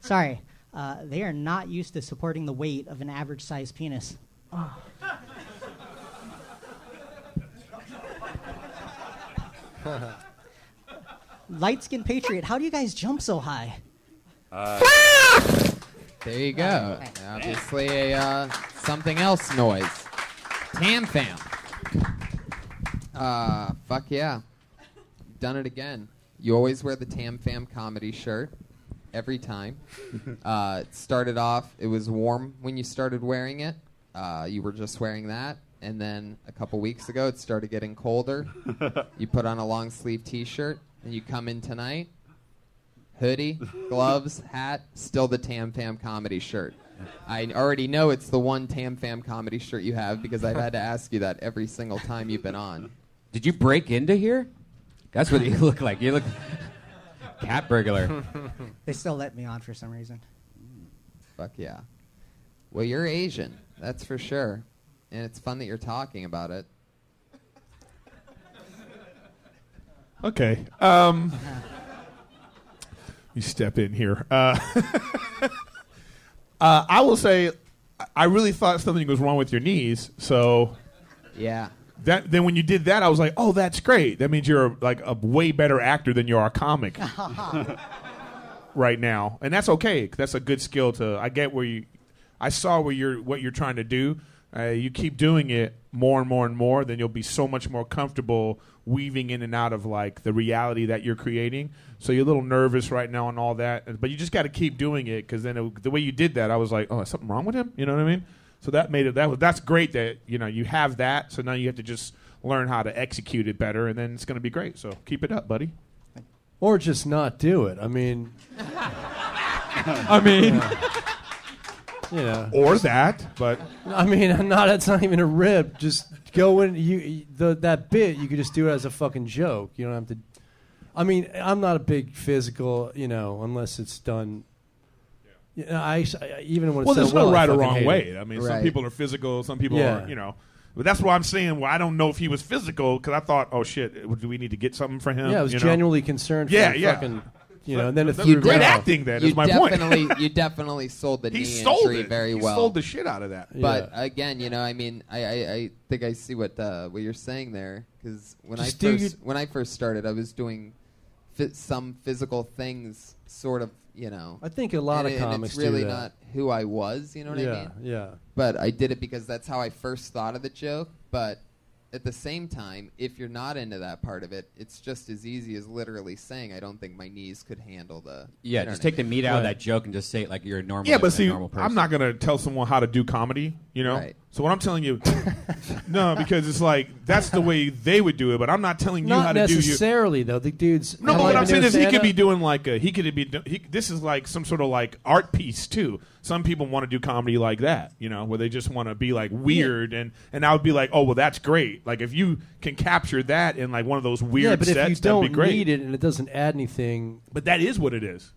[SPEAKER 11] Sorry. Uh, they are not used to supporting the weight of an average-sized penis. Light skinned patriot, how do you guys jump so high?
[SPEAKER 8] Uh,
[SPEAKER 3] There you go.
[SPEAKER 11] Alright, thanks.
[SPEAKER 3] Obviously, a uh, something else noise. Tam fam. Uh, fuck yeah. Done it again. You always wear the Tam fam comedy shirt every time. uh, it started off, it was warm when you started wearing it. Uh, you were just wearing that. And then a couple weeks ago, it started getting colder. you put on a long sleeve t shirt, and you come in tonight hoodie, gloves, hat, still the Tam Fam comedy shirt. I already know it's the one Tam Fam comedy shirt you have because I've had to ask you that every single time you've been on.
[SPEAKER 4] Did you break into here? That's what you look like. You look cat burglar.
[SPEAKER 11] *laughs* They still let me on for some reason.
[SPEAKER 3] Fuck yeah. Well, you're Asian, that's for sure. And it's fun that you're talking about it.
[SPEAKER 7] Okay. Um, *laughs* you step in here. Uh, *laughs* uh, I will say, I- I really thought something was wrong with your knees. So
[SPEAKER 3] Yeah.
[SPEAKER 7] that then when you did that, I was like, oh, that's great. That means you're like a way better actor than you are a comic right now, and that's okay. That's a good skill to. I get where you. I saw where you're what you're trying to do. Uh, you keep doing it more and more and more, then you'll be so much more comfortable weaving in and out of like the reality that you're creating. So you're a little nervous right now and all that, but you just got to keep doing it because then it, the way you did that, I was like, oh, is something wrong with him? You know what I mean? So that made it that was that's great that you know you have that. So now you have to just learn how to execute it better, and then it's going to be great. So keep it up, buddy.
[SPEAKER 8] Or just not do it. I mean, *laughs*
[SPEAKER 2] I mean,
[SPEAKER 8] you know.
[SPEAKER 7] Or that, but
[SPEAKER 8] I mean, *laughs* I'm not. It's not even a rib. Just go in. You the, that bit. You could just do it as a fucking joke. You don't have to. I mean, I'm not a big physical. You know, unless it's done. Yeah. I, s- I- even when
[SPEAKER 7] well,
[SPEAKER 8] it's
[SPEAKER 7] there's
[SPEAKER 8] done
[SPEAKER 7] no
[SPEAKER 8] well, I
[SPEAKER 7] right or
[SPEAKER 8] fucking
[SPEAKER 7] wrong
[SPEAKER 8] hate
[SPEAKER 7] way.
[SPEAKER 8] it.
[SPEAKER 7] I mean, some
[SPEAKER 3] Right.
[SPEAKER 7] people are physical, some people
[SPEAKER 8] Yeah.
[SPEAKER 7] are, you know. But that's why I'm saying, well, I don't know if he was physical because I thought, oh shit, do we need to get something for him?
[SPEAKER 8] Yeah, I was
[SPEAKER 7] you know?
[SPEAKER 8] genuinely concerned. For
[SPEAKER 7] Yeah,
[SPEAKER 8] the
[SPEAKER 7] yeah.
[SPEAKER 8] Fucking, you know, and then it
[SPEAKER 7] That's
[SPEAKER 8] threw
[SPEAKER 7] great
[SPEAKER 8] it out.
[SPEAKER 7] acting. Then
[SPEAKER 3] you
[SPEAKER 7] is my point.
[SPEAKER 3] definitely,
[SPEAKER 7] *laughs*
[SPEAKER 3] you definitely sold the
[SPEAKER 7] He
[SPEAKER 3] knee
[SPEAKER 7] sold
[SPEAKER 3] injury
[SPEAKER 7] it
[SPEAKER 3] very
[SPEAKER 7] he
[SPEAKER 3] well.
[SPEAKER 7] Sold the shit out of that.
[SPEAKER 3] but
[SPEAKER 8] Yeah.
[SPEAKER 3] again, you know, I mean, I, I, I think I see what uh, what you're saying there because when I
[SPEAKER 8] Just do
[SPEAKER 3] first
[SPEAKER 8] your-
[SPEAKER 3] when I first started, I was doing fi- some physical things, sort of, you know.
[SPEAKER 8] I think a lot
[SPEAKER 3] and
[SPEAKER 8] of
[SPEAKER 3] it- and
[SPEAKER 8] comics
[SPEAKER 3] it's really
[SPEAKER 8] do that.
[SPEAKER 3] not who I was, you know what
[SPEAKER 8] yeah,
[SPEAKER 3] I mean?
[SPEAKER 8] yeah.
[SPEAKER 3] But I did it because that's how I first thought of the joke. But at the same time, if you're not into that part of it, it's just as easy as literally saying, "I don't think my knees could handle the."
[SPEAKER 4] Yeah,
[SPEAKER 3] internet."
[SPEAKER 4] just take the meat out of that joke and just say it like *laughs* you're a normal.
[SPEAKER 7] Yeah,
[SPEAKER 4] a
[SPEAKER 7] but see,
[SPEAKER 4] normal person.
[SPEAKER 7] I'm not gonna tell someone how to do comedy, you know.
[SPEAKER 3] Right.
[SPEAKER 7] So what I'm
[SPEAKER 3] *laughs*
[SPEAKER 7] telling you, no, because it's like that's the way they would do it, but I'm not telling you how
[SPEAKER 8] Not
[SPEAKER 7] to do you.
[SPEAKER 8] necessarily though. The dudes.
[SPEAKER 7] No, but
[SPEAKER 8] Like,
[SPEAKER 7] what I'm
[SPEAKER 8] do
[SPEAKER 7] saying is he could
[SPEAKER 8] stand-up-
[SPEAKER 7] be doing like a he could be do- he, this is like some sort of like art piece too. Some people want to do comedy like that, you know, where they just want to be like weird and and I would be like, oh well, that's great. Like if you can capture that in like one of those weird
[SPEAKER 8] Yeah, but
[SPEAKER 7] sets,
[SPEAKER 8] if you
[SPEAKER 7] that'd
[SPEAKER 8] don't
[SPEAKER 7] be great.
[SPEAKER 8] need it and it doesn't add anything,
[SPEAKER 7] But that is what it is.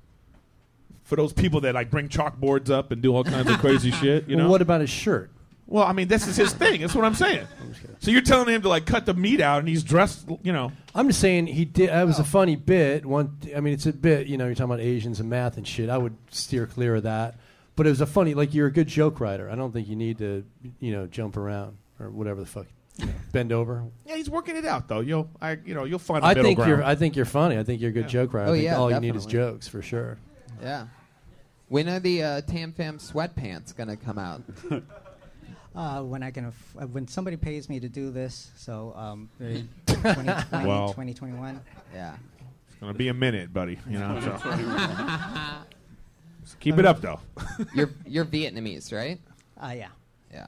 [SPEAKER 7] For those people that like bring chalkboards up and do all kinds of
[SPEAKER 8] *laughs*
[SPEAKER 7] crazy shit, you know.
[SPEAKER 8] well, what about his shirt?
[SPEAKER 7] well, I mean, this is his thing. That's what
[SPEAKER 8] *laughs*
[SPEAKER 7] I'm saying. So you're telling him to like cut the meat out, and he's dressed, you know.
[SPEAKER 8] I'm just saying he did. That was a funny bit. One, I mean, it's a bit. You know, you're talking about Asians and math and shit. I would steer clear of that. But it was a funny. Like you're a good joke writer. I don't think you need to, you know, jump around or whatever the fuck, you know, *laughs* bend over.
[SPEAKER 7] Yeah, he's working it out though. You'll, I, you know, you'll find. A
[SPEAKER 8] I
[SPEAKER 7] middle
[SPEAKER 8] think
[SPEAKER 7] ground.
[SPEAKER 8] you're. I think you're funny. I think you're a good joke writer.
[SPEAKER 3] Oh,
[SPEAKER 8] I think
[SPEAKER 3] yeah,
[SPEAKER 8] all you need is
[SPEAKER 3] definitely.
[SPEAKER 8] jokes for sure.
[SPEAKER 7] *laughs*
[SPEAKER 8] *laughs*
[SPEAKER 3] Yeah. When are the uh, Tam Fam sweatpants gonna come
[SPEAKER 4] *laughs*
[SPEAKER 3] out?
[SPEAKER 11] Uh, when I can, aff- uh, when somebody pays me to do this, so um, 2020,
[SPEAKER 7] Wow.
[SPEAKER 11] 2021.
[SPEAKER 3] Yeah.
[SPEAKER 7] gonna be a minute, buddy. You know. So.
[SPEAKER 11] Uh,
[SPEAKER 7] So keep
[SPEAKER 3] I
[SPEAKER 7] it
[SPEAKER 3] mean-
[SPEAKER 7] up, though.
[SPEAKER 3] *laughs* you're you're Vietnamese, right?
[SPEAKER 11] Uh, yeah.
[SPEAKER 3] Yeah.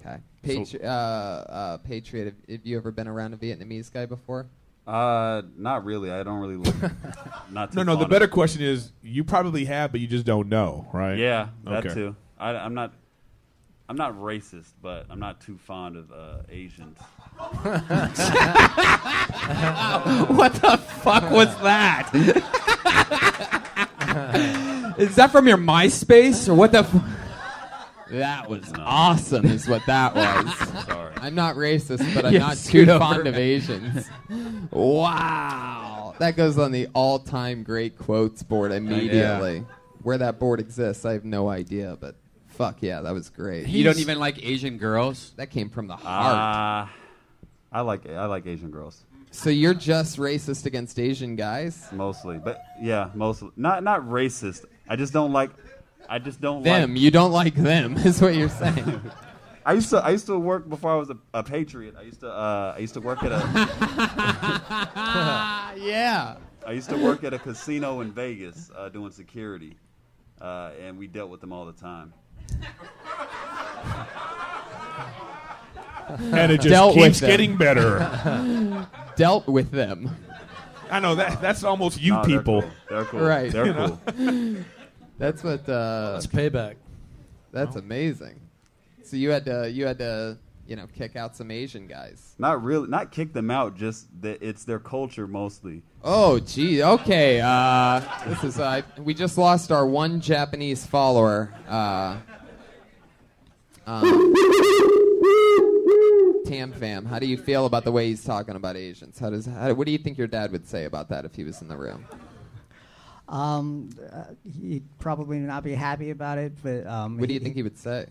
[SPEAKER 3] Okay. Patri- uh, uh, Patriot, have, have you ever been around a Vietnamese guy before?
[SPEAKER 6] Uh, not really. I don't really. *laughs* Look, not
[SPEAKER 7] *laughs*
[SPEAKER 6] too
[SPEAKER 7] No, no.
[SPEAKER 6] fond
[SPEAKER 7] The
[SPEAKER 6] of-
[SPEAKER 7] better question is, you probably have, but you just don't know, right?
[SPEAKER 6] Yeah, that
[SPEAKER 7] Okay.
[SPEAKER 6] too. I, I'm not. I'm not racist, but I'm not too fond of uh, *laughs* Asians.
[SPEAKER 1] What the fuck was
[SPEAKER 4] *laughs*
[SPEAKER 1] that?
[SPEAKER 4] Is that from your MySpace or what the? F-
[SPEAKER 3] That was awesome, is what
[SPEAKER 4] *laughs*
[SPEAKER 3] that was.
[SPEAKER 6] Sorry.
[SPEAKER 3] I'm not racist, but I'm
[SPEAKER 4] Yeah,
[SPEAKER 3] not too
[SPEAKER 4] scoot over.
[SPEAKER 3] fond of Asians. wow. That goes on the all time great quotes board immediately. Where that board exists, I have no idea, but fuck yeah, that was great.
[SPEAKER 4] you don't even like Asian girls.
[SPEAKER 3] That came from the heart.
[SPEAKER 6] Ah, I like I like Asian girls
[SPEAKER 3] so you're just racist against Asian guys?
[SPEAKER 6] mostly, but yeah, mostly not not racist. I just don't like. I just don't
[SPEAKER 3] Them.
[SPEAKER 6] like.
[SPEAKER 3] you don't like them, *laughs* is what you're saying.
[SPEAKER 6] *laughs* I used to I used to work before I was a, a patriot. I used to uh, I used to work at a
[SPEAKER 3] *laughs* *laughs*
[SPEAKER 6] *laughs*
[SPEAKER 3] yeah.
[SPEAKER 6] I used to work at a casino in Vegas uh, doing security, uh, and we dealt with them all the time.
[SPEAKER 7] And it just
[SPEAKER 3] Dealt with
[SPEAKER 7] keeps
[SPEAKER 3] them.
[SPEAKER 7] getting better.
[SPEAKER 3] *laughs* Dealt with them.
[SPEAKER 7] I know that. That's almost you
[SPEAKER 6] Nah, they're
[SPEAKER 7] people.
[SPEAKER 6] cool. They're cool.
[SPEAKER 3] Right.
[SPEAKER 6] They're
[SPEAKER 3] You
[SPEAKER 6] cool.
[SPEAKER 3] That's what uh,
[SPEAKER 8] It's payback.
[SPEAKER 3] That's amazing. So you had to you had to you know kick out some Asian guys.
[SPEAKER 6] Not really. Not kick them out. Just that it's their culture mostly.
[SPEAKER 3] Oh gee, okay. Uh, this is uh, we just lost our one Japanese follower. Uh, um, Tam fam, how do you feel about the way he's talking about Asians? How does how, what do you think your dad would say about that if he was in the room?
[SPEAKER 11] Uh, Um, uh, he'd probably not be happy about it, but um,
[SPEAKER 3] What do you think he would say?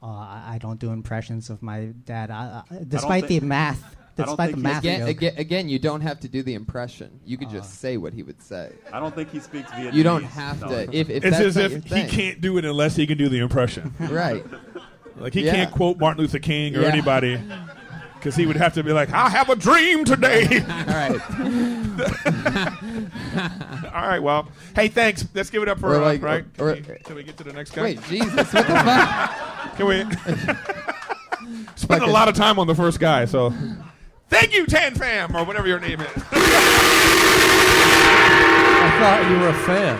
[SPEAKER 11] Uh, I I don't do impressions of my dad, I, I, despite
[SPEAKER 6] think-
[SPEAKER 11] the math.
[SPEAKER 6] don't
[SPEAKER 11] Despite
[SPEAKER 6] think
[SPEAKER 11] the
[SPEAKER 6] he- Uh-huh.
[SPEAKER 11] math.
[SPEAKER 3] Again,
[SPEAKER 11] joke.
[SPEAKER 3] again, again, you don't have to do the impression. You could just say what he would say.
[SPEAKER 6] I don't think he speaks Vietnamese.
[SPEAKER 3] You don't have to.
[SPEAKER 6] No.
[SPEAKER 3] If, if
[SPEAKER 7] It's
[SPEAKER 3] that's
[SPEAKER 7] as
[SPEAKER 3] not
[SPEAKER 7] if
[SPEAKER 3] your
[SPEAKER 7] he
[SPEAKER 3] thing.
[SPEAKER 7] can't do it unless he can do the impression.
[SPEAKER 3] *laughs* Right.
[SPEAKER 7] Like he
[SPEAKER 3] Yeah.
[SPEAKER 7] can't quote Martin Luther King or
[SPEAKER 3] Yeah.
[SPEAKER 7] anybody, because he would have to be like, "I have a dream today."
[SPEAKER 3] All *laughs* right.
[SPEAKER 7] *laughs* All right, well, hey, thanks. Let's give it up for
[SPEAKER 3] Or
[SPEAKER 7] uh,
[SPEAKER 3] like-
[SPEAKER 7] right.
[SPEAKER 3] or-
[SPEAKER 7] can, we, can we get to the next guy?
[SPEAKER 3] Wait, Jesus, what the fuck?
[SPEAKER 7] *laughs* Can
[SPEAKER 3] *laughs*
[SPEAKER 7] we? Spent a
[SPEAKER 3] Fucking-
[SPEAKER 7] lot of time on the first guy, so thank you, Tan Fam, or whatever your name is.
[SPEAKER 8] I thought you were a fan.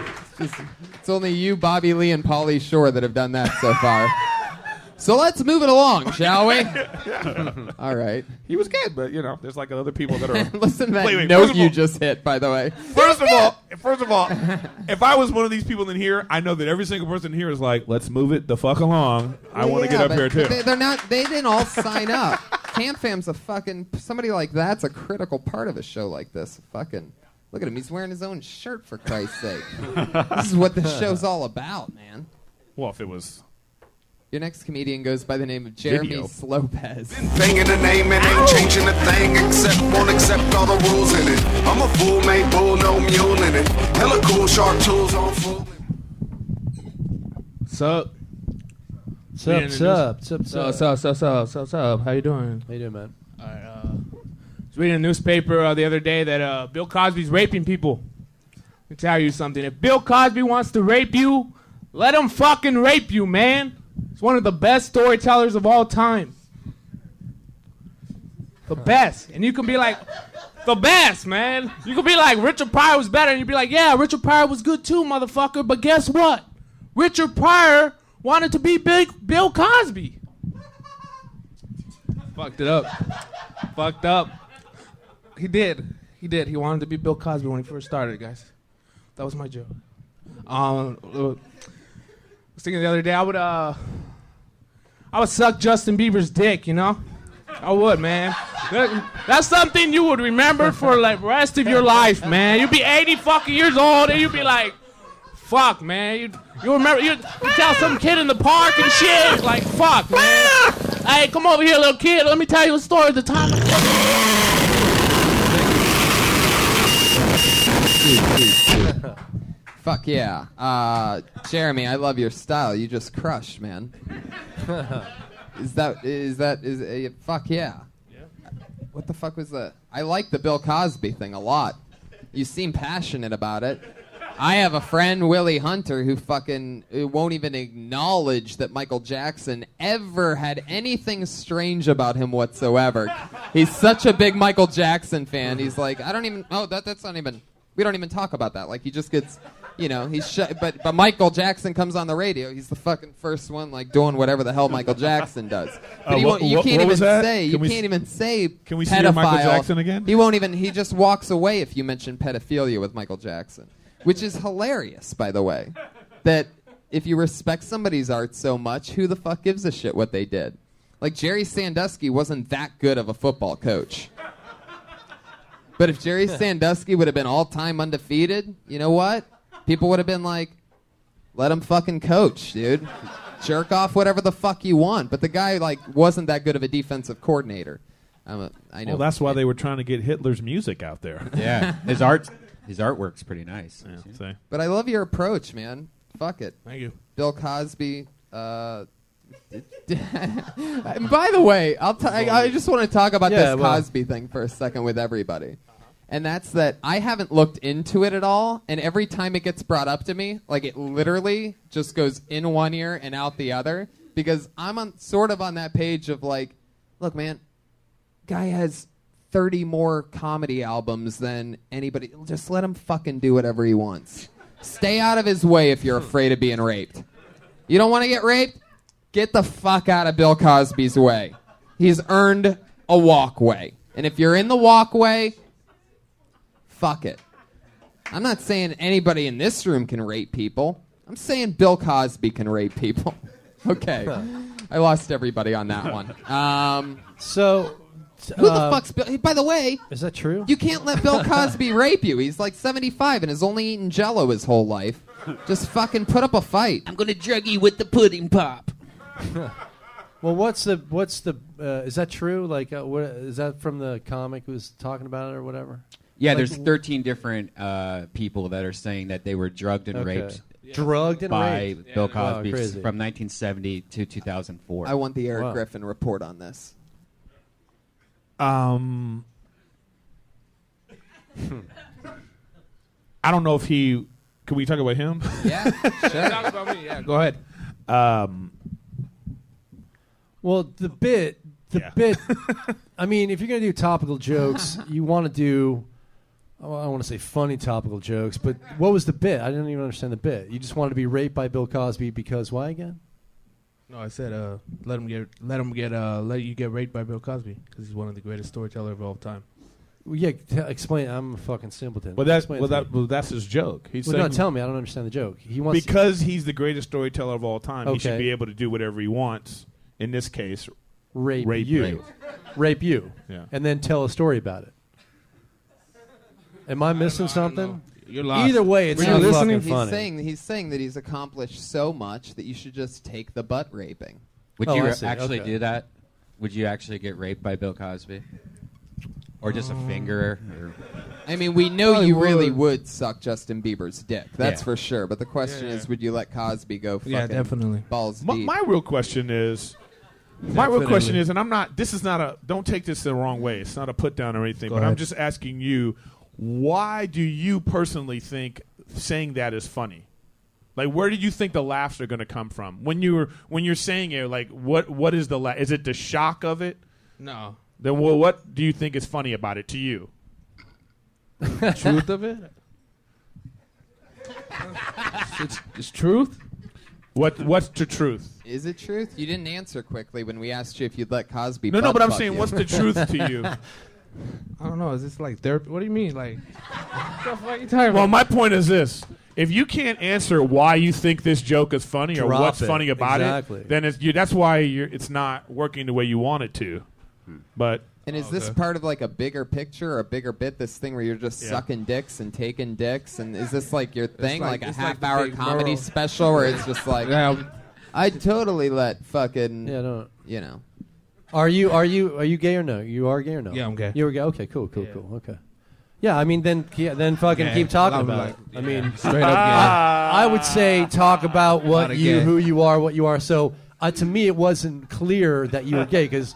[SPEAKER 3] It's only you, Bobby Lee, and Polly Shore that have done that so far. So let's move it along, shall
[SPEAKER 7] *laughs*
[SPEAKER 3] we? All right.
[SPEAKER 7] he was good, but you know, there's like other people that *laughs* are.
[SPEAKER 3] Listen to that
[SPEAKER 7] Wait, wait, first
[SPEAKER 3] note
[SPEAKER 7] of
[SPEAKER 3] you
[SPEAKER 7] all-
[SPEAKER 3] just hit, by the way.
[SPEAKER 7] *laughs* First of all, first
[SPEAKER 3] *laughs*
[SPEAKER 7] of all, if I was one of these people in here, I know that every single person here is like, "Let's move it the fuck along." I want to
[SPEAKER 3] Yeah,
[SPEAKER 7] get up
[SPEAKER 3] but-
[SPEAKER 7] here
[SPEAKER 3] but
[SPEAKER 7] too. *laughs*
[SPEAKER 3] They, they're not. They didn't all sign up. Camp Fam's a fucking somebody like that's a critical part of a show like this. Fucking look at him. He's wearing his own shirt for Christ's sake. this is what this show's
[SPEAKER 12] *laughs*
[SPEAKER 3] all about, man.
[SPEAKER 7] well, if it was
[SPEAKER 3] Your next comedian goes by the name of Jeremy
[SPEAKER 7] Video.
[SPEAKER 3] Slopez.
[SPEAKER 12] Thing in the name and ain't changing a thing except won't accept all the rules in it. I'm a fool made bull, no mule in it. Hella cool sharp tools on full.
[SPEAKER 8] Sup?
[SPEAKER 7] Yeah,
[SPEAKER 8] Sup,
[SPEAKER 7] it is.
[SPEAKER 8] sup, sup,
[SPEAKER 9] So
[SPEAKER 8] sup.
[SPEAKER 9] so so so so so. How you doing?
[SPEAKER 8] How you doing, man?
[SPEAKER 9] I uh, was reading a newspaper uh, the other day that uh, Bill Cosby's raping people. Let me tell you something. If Bill Cosby wants to rape you, let him fucking rape you, man. He's one of the best storytellers of all time. The best. And you can be like, the best, man. You can be like, Richard Pryor was better. And you'd be like, yeah, Richard Pryor was good too, motherfucker. But guess what? Richard Pryor wanted to be big Bill Cosby. Fucked it up. Fucked up. He did. He did. He wanted to be Bill Cosby when he first started, guys. That was my joke. Um, uh, I was thinking the other day, I would uh, I would suck Justin Bieber's dick, you know. I would, man. That- that's something you would remember for like rest of your life, man. You'd be 80 fucking years old, and you'd be like, "Fuck, man." You you remember you tell some kid in the park and shit like, "Fuck, man." Hey, come over here, little kid. Let me tell you a story. The time.
[SPEAKER 3] Fuck yeah. Uh, Jeremy, I love your style. You just crushed, man. *laughs* is that is that is uh, fuck yeah. What the fuck was that? I like the Bill Cosby thing a lot. You seem passionate about it. I have a friend, Willie Hunter, who fucking uh, won't even acknowledge that Michael Jackson ever had anything strange about him whatsoever. He's such a big Michael Jackson fan. He's like, I don't even. Oh, that that's not even. We don't even talk about that. Like he just gets, you know, he's sh- but but Michael Jackson comes on the radio. He's the fucking first one like doing whatever the hell Michael Jackson does. But
[SPEAKER 7] Uh,
[SPEAKER 3] he
[SPEAKER 7] wha-
[SPEAKER 3] won't, you
[SPEAKER 7] wha-
[SPEAKER 3] can't
[SPEAKER 7] what
[SPEAKER 3] even
[SPEAKER 7] was that?
[SPEAKER 3] say. you
[SPEAKER 7] Can we s-
[SPEAKER 3] can't even say.
[SPEAKER 7] Can we see your Michael
[SPEAKER 3] pedophile.
[SPEAKER 7] Jackson again?
[SPEAKER 3] He won't even. He just walks away if you mention pedophilia with Michael Jackson, which is hilarious, by the way. That if you respect somebody's art so much, who the fuck gives a shit what they did? Like Jerry Sandusky wasn't that good of a football coach. But if
[SPEAKER 7] *laughs*
[SPEAKER 3] Jerry Sandusky would have been all time undefeated, you know what? People would have been like, let him fucking coach, dude. Jerk off whatever the fuck you want. But the guy like wasn't that good of a defensive coordinator. I'm a, I know.
[SPEAKER 7] Well, that's why they were trying to get Hitler's music out
[SPEAKER 3] *laughs*
[SPEAKER 7] there.
[SPEAKER 4] Yeah, his art, his artwork's pretty nice.
[SPEAKER 3] But I love your approach, man. Fuck it.
[SPEAKER 7] Thank you.
[SPEAKER 3] Bill Cosby. Uh, *laughs* and by the way, I'll t- I, I just want to talk about
[SPEAKER 8] Yeah,
[SPEAKER 3] this
[SPEAKER 8] well-
[SPEAKER 3] Cosby thing for a second with everybody. And that's that I haven't looked into it at all. And every time it gets brought up to me, like it literally just goes in one ear and out the other. Because I'm on, sort of on that page of like, look, man, guy has 30 more comedy albums than anybody. Just let him fucking do whatever he wants. Stay out of his way if you're afraid of being raped. You don't want to get raped? Get the fuck out of Bill Cosby's way. He's earned a walkway. And if you're in the walkway, fuck it. I'm not saying anybody in this room can rape people. I'm saying Bill Cosby can rape people. *laughs* okay. I lost everybody on that one. Um,
[SPEAKER 8] so,
[SPEAKER 3] who the
[SPEAKER 8] uh,
[SPEAKER 3] fuck's Bill? hey, By the way,
[SPEAKER 8] Is that true?
[SPEAKER 3] you can't let Bill Cosby rape you. He's like 75 and has only eaten Jello his whole life. Just fucking put up a fight. I'm gonna drug you with the pudding pop.
[SPEAKER 8] Well, what's the what's the uh, is that true? Like, uh, what is that from the comic who was talking about it or whatever?
[SPEAKER 4] Yeah,
[SPEAKER 8] Like,
[SPEAKER 4] there's 13 different uh, people that are saying that they were drugged and
[SPEAKER 8] Okay.
[SPEAKER 4] raped.
[SPEAKER 8] Yeah. Drugged and
[SPEAKER 4] by
[SPEAKER 8] raped.
[SPEAKER 4] Bill
[SPEAKER 8] Yeah, wow,
[SPEAKER 4] Cosby
[SPEAKER 8] crazy.
[SPEAKER 4] from 1970 to 2004.
[SPEAKER 3] I want the Eric Griffin report on this.
[SPEAKER 7] Um, I don't know if he. Can we talk about him?
[SPEAKER 3] Yeah,
[SPEAKER 7] *laughs*
[SPEAKER 9] sure. Talk about me, yeah,
[SPEAKER 7] go ahead. Um,
[SPEAKER 8] Well, the bit, the bit. I mean, if you're gonna do topical jokes, you want to do. Oh, I don't want to say funny topical jokes, but what was the bit? I didn't even understand the bit. You just wanted to be raped by Bill Cosby because why again?
[SPEAKER 9] No, I said uh, let him get let him get uh, let you get raped by Bill Cosby because he's one of the greatest storytellers of all time.
[SPEAKER 8] Well, yeah, t- explain. I'm a fucking simpleton.
[SPEAKER 7] well, that's
[SPEAKER 8] Explain
[SPEAKER 7] well,
[SPEAKER 8] it to
[SPEAKER 7] that, well, that's his joke.
[SPEAKER 8] me.
[SPEAKER 7] He's
[SPEAKER 8] Well, no,
[SPEAKER 7] saying-
[SPEAKER 8] tell me. I don't understand the joke. He wants
[SPEAKER 7] because he's the greatest storyteller of all time. He should
[SPEAKER 8] Okay.
[SPEAKER 7] be able to do whatever he wants. In this case,
[SPEAKER 8] rape, you, rape you,
[SPEAKER 7] Yeah.
[SPEAKER 8] and then tell a story about it. Am I missing something?
[SPEAKER 9] You're lost.
[SPEAKER 8] Either way, it's
[SPEAKER 9] Were you
[SPEAKER 8] not
[SPEAKER 9] listening?
[SPEAKER 8] fucking
[SPEAKER 3] He's
[SPEAKER 8] funny.
[SPEAKER 3] saying he's saying that he's accomplished so much that you should just take the butt raping.
[SPEAKER 8] Oh,
[SPEAKER 4] Would you actually do that? Would you actually get raped by Bill Cosby? Or just a finger? Or...
[SPEAKER 3] I mean, we know
[SPEAKER 4] Probably
[SPEAKER 3] you really
[SPEAKER 4] would.
[SPEAKER 3] would suck Justin Bieber's dick. That's
[SPEAKER 4] Yeah.
[SPEAKER 3] for sure. But the question
[SPEAKER 7] Yeah, yeah.
[SPEAKER 3] is, would you let Cosby go? Fucking
[SPEAKER 7] Yeah, definitely.
[SPEAKER 3] Balls
[SPEAKER 7] My,
[SPEAKER 3] deep.
[SPEAKER 7] my real question is, my
[SPEAKER 3] Definitely.
[SPEAKER 7] real question is, and I'm not. This is not a. Don't take this the wrong way. It's not a put down or anything.
[SPEAKER 9] Go
[SPEAKER 7] but I'm
[SPEAKER 9] ahead.
[SPEAKER 7] just asking you, why do you personally think saying that is funny? Like, where do you think the laughs are going to come from when you're when you're saying it? Like, what what is the la- is it the shock of it?
[SPEAKER 9] No.
[SPEAKER 7] Then well, what do you think is funny about it to you?
[SPEAKER 9] *laughs* truth of it.
[SPEAKER 7] It's, it's truth. What what's the truth?
[SPEAKER 3] Is it truth? You didn't answer quickly when we asked you if you'd let Cosby.
[SPEAKER 7] No, no,
[SPEAKER 3] butt
[SPEAKER 7] but I'm
[SPEAKER 3] fuck
[SPEAKER 7] saying,
[SPEAKER 3] you.
[SPEAKER 7] what's the truth to you?
[SPEAKER 9] I don't know. Is this like therapy? What do you mean? Like
[SPEAKER 7] Well, my point is this: if you can't answer why you think this joke is funny or
[SPEAKER 9] Drop
[SPEAKER 7] what's
[SPEAKER 9] it.
[SPEAKER 7] funny about
[SPEAKER 9] Exactly.
[SPEAKER 7] it, then it's you, that's why you're, it's not working the way you want it to. But
[SPEAKER 3] *laughs* And is this part of like a bigger picture or a bigger bit? This thing where you're just
[SPEAKER 7] Yeah.
[SPEAKER 3] sucking dicks and taking dicks, and is this like your thing, like,
[SPEAKER 9] like-
[SPEAKER 3] a
[SPEAKER 9] it's like
[SPEAKER 3] half
[SPEAKER 9] the
[SPEAKER 3] hour
[SPEAKER 9] big
[SPEAKER 3] comedy
[SPEAKER 9] moral.
[SPEAKER 3] special where it's just
[SPEAKER 7] *laughs*
[SPEAKER 3] like,
[SPEAKER 9] Yeah.
[SPEAKER 3] I totally let fucking,
[SPEAKER 8] Yeah, no.
[SPEAKER 3] you know,
[SPEAKER 8] Are you are you are you gay or no? You are gay or no?
[SPEAKER 9] Yeah, I'm gay.
[SPEAKER 8] You're gay. Okay, cool, cool, cool. Okay. Yeah, I mean, then yeah, then fucking
[SPEAKER 9] Yeah,
[SPEAKER 8] keep talking
[SPEAKER 9] I'm
[SPEAKER 8] about
[SPEAKER 9] like-
[SPEAKER 8] it. I mean,
[SPEAKER 9] Straight
[SPEAKER 8] *laughs*
[SPEAKER 9] up gay.
[SPEAKER 8] I, I would say talk about what
[SPEAKER 9] Not a
[SPEAKER 8] you,
[SPEAKER 9] gay.
[SPEAKER 8] who you are, what you are. So uh, to me, it
[SPEAKER 3] *laughs*
[SPEAKER 8] wasn't clear that you were gay because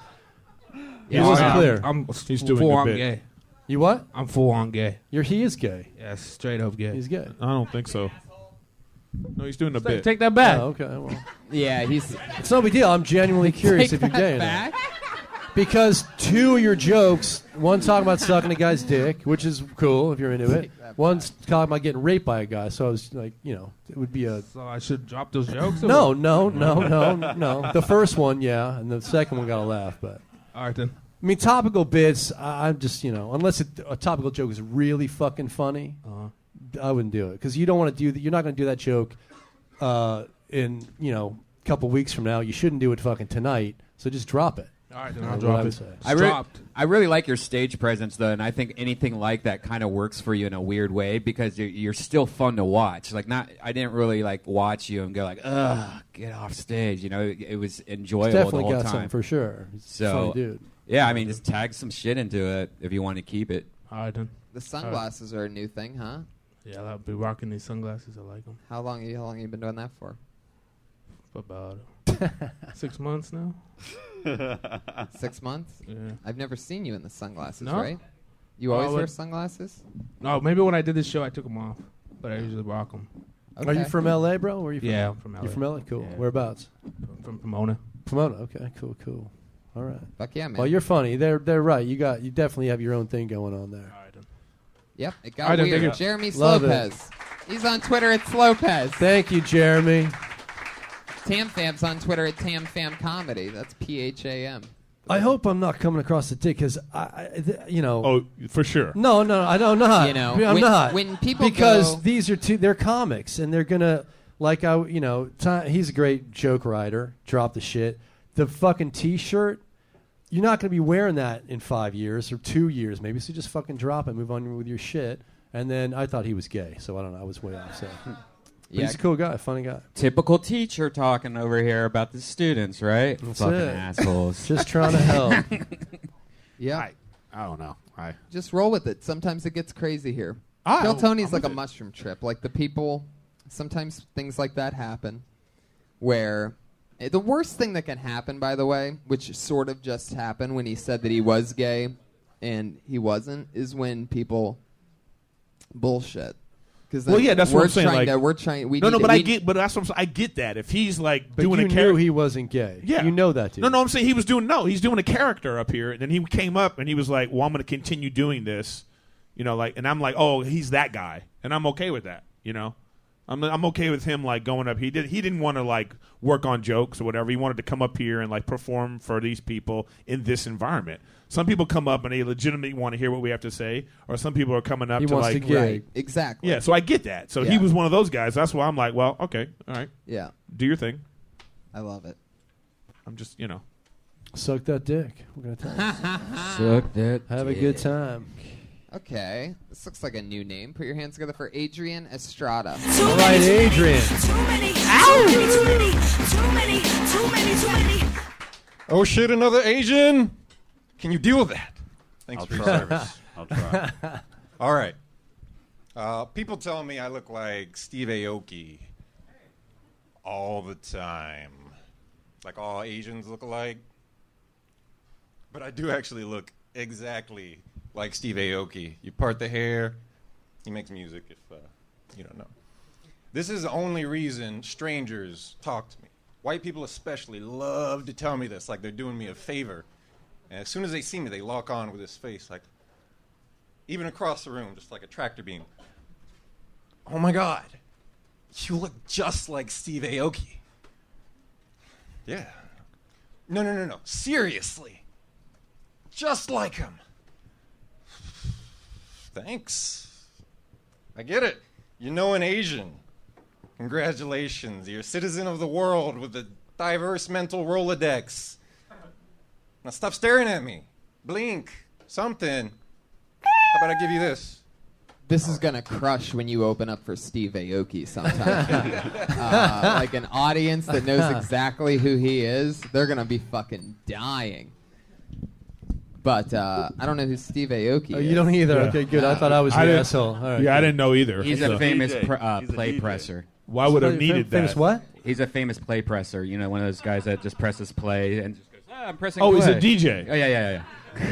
[SPEAKER 8] it wasn't clear.
[SPEAKER 9] I'm, I'm
[SPEAKER 7] He's doing
[SPEAKER 9] for
[SPEAKER 7] a
[SPEAKER 9] I'm
[SPEAKER 7] bit.
[SPEAKER 9] gay.
[SPEAKER 8] You what?
[SPEAKER 9] I'm full on gay.
[SPEAKER 8] Your he is gay.
[SPEAKER 9] Yes, straight up gay.
[SPEAKER 8] He's gay.
[SPEAKER 7] I don't think so. No, he's doing a
[SPEAKER 9] Take-
[SPEAKER 7] bit.
[SPEAKER 9] take that back.
[SPEAKER 8] Oh, okay. Well.
[SPEAKER 3] *laughs* Yeah, he's.
[SPEAKER 8] It's no big deal.
[SPEAKER 3] *laughs*
[SPEAKER 8] I'm genuinely curious
[SPEAKER 3] Take
[SPEAKER 8] if you're
[SPEAKER 3] that
[SPEAKER 8] gay. or not. Because two of your jokes, one talking about sucking a guy's dick, which is cool if you're into it. One's talking about getting raped by a guy. So I was like, you know, it would be a.
[SPEAKER 9] So I should drop those jokes. or
[SPEAKER 8] No,
[SPEAKER 9] what?
[SPEAKER 8] no,
[SPEAKER 9] *laughs*
[SPEAKER 8] no, no, no. The first one, yeah, and the second one got a laugh, but.
[SPEAKER 9] All right then.
[SPEAKER 8] I mean, topical bits. I, I'm just you know, unless it, a topical joke is really fucking funny,
[SPEAKER 9] Uh-huh.
[SPEAKER 8] I wouldn't do it because you don't want to do that. You're not going to do that joke uh, in you know a couple weeks from now. You shouldn't do it fucking tonight. So just drop it.
[SPEAKER 9] All right, then
[SPEAKER 8] That's
[SPEAKER 9] I'll
[SPEAKER 8] what
[SPEAKER 9] drop
[SPEAKER 8] I would
[SPEAKER 9] it.
[SPEAKER 8] say.
[SPEAKER 4] I, re- I really like your stage presence though, and I think anything like that kind of works for you in a weird way because you're, you're still fun to watch. Like, not I didn't really like watch you and go like, ugh, get off stage. You know, it, it was enjoyable
[SPEAKER 8] definitely
[SPEAKER 4] the whole
[SPEAKER 8] got
[SPEAKER 4] time
[SPEAKER 8] something for sure. He's a
[SPEAKER 4] So,
[SPEAKER 8] funny dude.
[SPEAKER 4] yeah, I mean, just tag some shit into it if you want to keep it.
[SPEAKER 9] All right then.
[SPEAKER 3] The sunglasses are a new thing, huh?
[SPEAKER 9] Yeah, I'll be rocking these sunglasses. I like them.
[SPEAKER 3] How long? How long you been doing that for? *laughs*
[SPEAKER 9] About six months now.
[SPEAKER 3] Six months.
[SPEAKER 9] Yeah.
[SPEAKER 3] I've never seen you in the sunglasses,
[SPEAKER 9] No?
[SPEAKER 3] right? You
[SPEAKER 9] Oh,
[SPEAKER 3] always
[SPEAKER 9] I
[SPEAKER 3] wear
[SPEAKER 9] would-
[SPEAKER 3] sunglasses.
[SPEAKER 9] No, maybe when I did this show, I took them off, but I usually rock them.
[SPEAKER 8] Are you
[SPEAKER 3] Okay.
[SPEAKER 8] from LA, bro? Where are you from?
[SPEAKER 9] Yeah, I'm from LA.
[SPEAKER 8] You're from LA. Cool.
[SPEAKER 9] Yeah.
[SPEAKER 8] Whereabouts?
[SPEAKER 9] From Pomona.
[SPEAKER 8] Pomona. Okay. Cool. Cool. All right.
[SPEAKER 3] Fuck yeah, man.
[SPEAKER 8] Well, you're funny. They're they're right. You got you definitely have your own thing going on there.
[SPEAKER 3] Yep, it
[SPEAKER 9] I
[SPEAKER 3] got
[SPEAKER 9] don't
[SPEAKER 3] weird.
[SPEAKER 9] think it-
[SPEAKER 3] Jeremy
[SPEAKER 8] Love it.
[SPEAKER 3] Lopez. He's on Twitter at Slopez.
[SPEAKER 8] Thank you, Jeremy.
[SPEAKER 3] Tamfam's on Twitter at Tamfam Comedy. That's P H A M.
[SPEAKER 8] I hope I'm not coming across the dick because I, I th- you know.
[SPEAKER 7] Oh, for sure.
[SPEAKER 8] No, no, I don't not.
[SPEAKER 3] You know,
[SPEAKER 8] I'm
[SPEAKER 3] when-
[SPEAKER 8] not.
[SPEAKER 3] when people
[SPEAKER 8] because
[SPEAKER 3] go-
[SPEAKER 8] these are two, they're comics and they're gonna like I, you know, ti he's a great joke writer. Drop the shit. The fucking t-shirt. You're not gonna be wearing that in five years or two years, maybe. So just fucking drop it, move on with your shit. And then I thought he was gay, so I don't know. I was way off. So, but
[SPEAKER 4] Yeah.
[SPEAKER 8] he's a cool guy, funny guy.
[SPEAKER 4] Typical teacher talking over here about the students, right? Fucking
[SPEAKER 8] it.
[SPEAKER 4] assholes.
[SPEAKER 8] *laughs* Just trying to help.
[SPEAKER 3] *laughs*
[SPEAKER 4] *laughs*
[SPEAKER 3] Yeah,
[SPEAKER 7] I don't know. I
[SPEAKER 3] just roll with it. Sometimes it gets crazy here.
[SPEAKER 7] I-
[SPEAKER 3] Kill Tony's
[SPEAKER 7] I'm
[SPEAKER 3] like a
[SPEAKER 7] with it.
[SPEAKER 3] mushroom trip. Like the people, sometimes things like that happen. Where eh, the worst thing that can happen, by the way, which sort of just happened when he said that he was gay and he wasn't, is when people bullshit. Because
[SPEAKER 7] Well, yeah, that's
[SPEAKER 3] we're
[SPEAKER 7] what I'm saying,
[SPEAKER 3] trying
[SPEAKER 7] like-
[SPEAKER 3] to, we're trying. We
[SPEAKER 7] no,
[SPEAKER 3] need
[SPEAKER 7] no,
[SPEAKER 3] to-
[SPEAKER 7] but I
[SPEAKER 3] we-
[SPEAKER 7] get, but that's what I'm saying. I get that if he's like
[SPEAKER 8] But
[SPEAKER 7] doing
[SPEAKER 8] you
[SPEAKER 7] a
[SPEAKER 8] knew
[SPEAKER 7] character.
[SPEAKER 8] he wasn't gay.
[SPEAKER 7] Yeah.
[SPEAKER 8] you know that, dude.
[SPEAKER 7] no, no, I'm saying he was doing no, he's doing a character up here, and then he came up and he was like, "Well, I'm going to continue doing this," you know, like, and I'm like, "Oh, he's that guy," and I'm okay with that, you know, I'm I'm okay with him like going up. He did he didn't want to like work on jokes or whatever. He wanted to come up here and like perform for these people in this environment. Some people come up and they legitimately want to hear what we have to say, or some people are coming up
[SPEAKER 8] He
[SPEAKER 7] to
[SPEAKER 8] wants to
[SPEAKER 7] like,
[SPEAKER 8] gig.
[SPEAKER 3] right, exactly.
[SPEAKER 7] yeah. So I get that. So he
[SPEAKER 3] Yeah.
[SPEAKER 7] was one of those guys. That's why I'm like, well, okay, all right,
[SPEAKER 3] yeah,
[SPEAKER 7] do your thing.
[SPEAKER 3] I love it.
[SPEAKER 7] I'm just you know.
[SPEAKER 8] Suck that dick. We're gonna
[SPEAKER 3] *laughs*
[SPEAKER 8] tell you.
[SPEAKER 4] Suck that.
[SPEAKER 8] Have a good time.
[SPEAKER 3] Okay, this looks like a new name. Put your hands together for Adrian Estrada.
[SPEAKER 8] All right, Adrian.
[SPEAKER 13] *laughs*
[SPEAKER 3] *laughs*
[SPEAKER 13] Oh shit, another Asian? Can you deal with that? Thanks for your service.
[SPEAKER 6] I'll try.
[SPEAKER 13] *laughs* All right. Uh, people tell me I look like Steve Aoki all the time. Like all Asians look alike. But I do actually look exactly like Steve Aoki. You part the hair, he makes music if uh, you don't know. This is the only reason strangers talk to me. White people especially love to tell me this, like they're doing me a favor. And as soon as they see me, they lock on with this face, like, even across the room, just like a tractor beam. Oh my God, you look just like Steve Aoki. Yeah. No, no, no, no. Seriously. Just like him. Thanks. I get it. You know an Asian. Congratulations. You're a citizen of the world with a diverse mental Rolodex. Now stop staring at me. Blink. Something. How about I give you this?
[SPEAKER 3] This is gonna crush when you open up for Steve Aoki sometime.
[SPEAKER 8] *laughs*
[SPEAKER 3] uh, like an audience that knows exactly who he is, they're gonna be fucking dying. But uh, I don't know who Steve Aoki
[SPEAKER 8] Oh,
[SPEAKER 3] is.
[SPEAKER 8] you don't either.
[SPEAKER 7] Yeah.
[SPEAKER 8] Okay, good. I thought I was
[SPEAKER 7] I
[SPEAKER 8] the
[SPEAKER 7] didn't-
[SPEAKER 8] asshole. All right,
[SPEAKER 7] yeah, I
[SPEAKER 8] good.
[SPEAKER 7] didn't know either.
[SPEAKER 4] He's
[SPEAKER 7] So
[SPEAKER 4] a famous
[SPEAKER 6] DJ.
[SPEAKER 4] pr- uh,
[SPEAKER 6] He's a
[SPEAKER 4] play
[SPEAKER 6] DJ.
[SPEAKER 4] presser.
[SPEAKER 7] why would I have
[SPEAKER 8] Fam-
[SPEAKER 7] needed
[SPEAKER 8] famous
[SPEAKER 7] that?
[SPEAKER 8] what?
[SPEAKER 4] He's a famous play presser. You know, one of those guys that just presses play and just goes, ah, I'm pressing.
[SPEAKER 7] Oh, he's a
[SPEAKER 4] play.
[SPEAKER 7] DJ.
[SPEAKER 4] Oh yeah, yeah, yeah.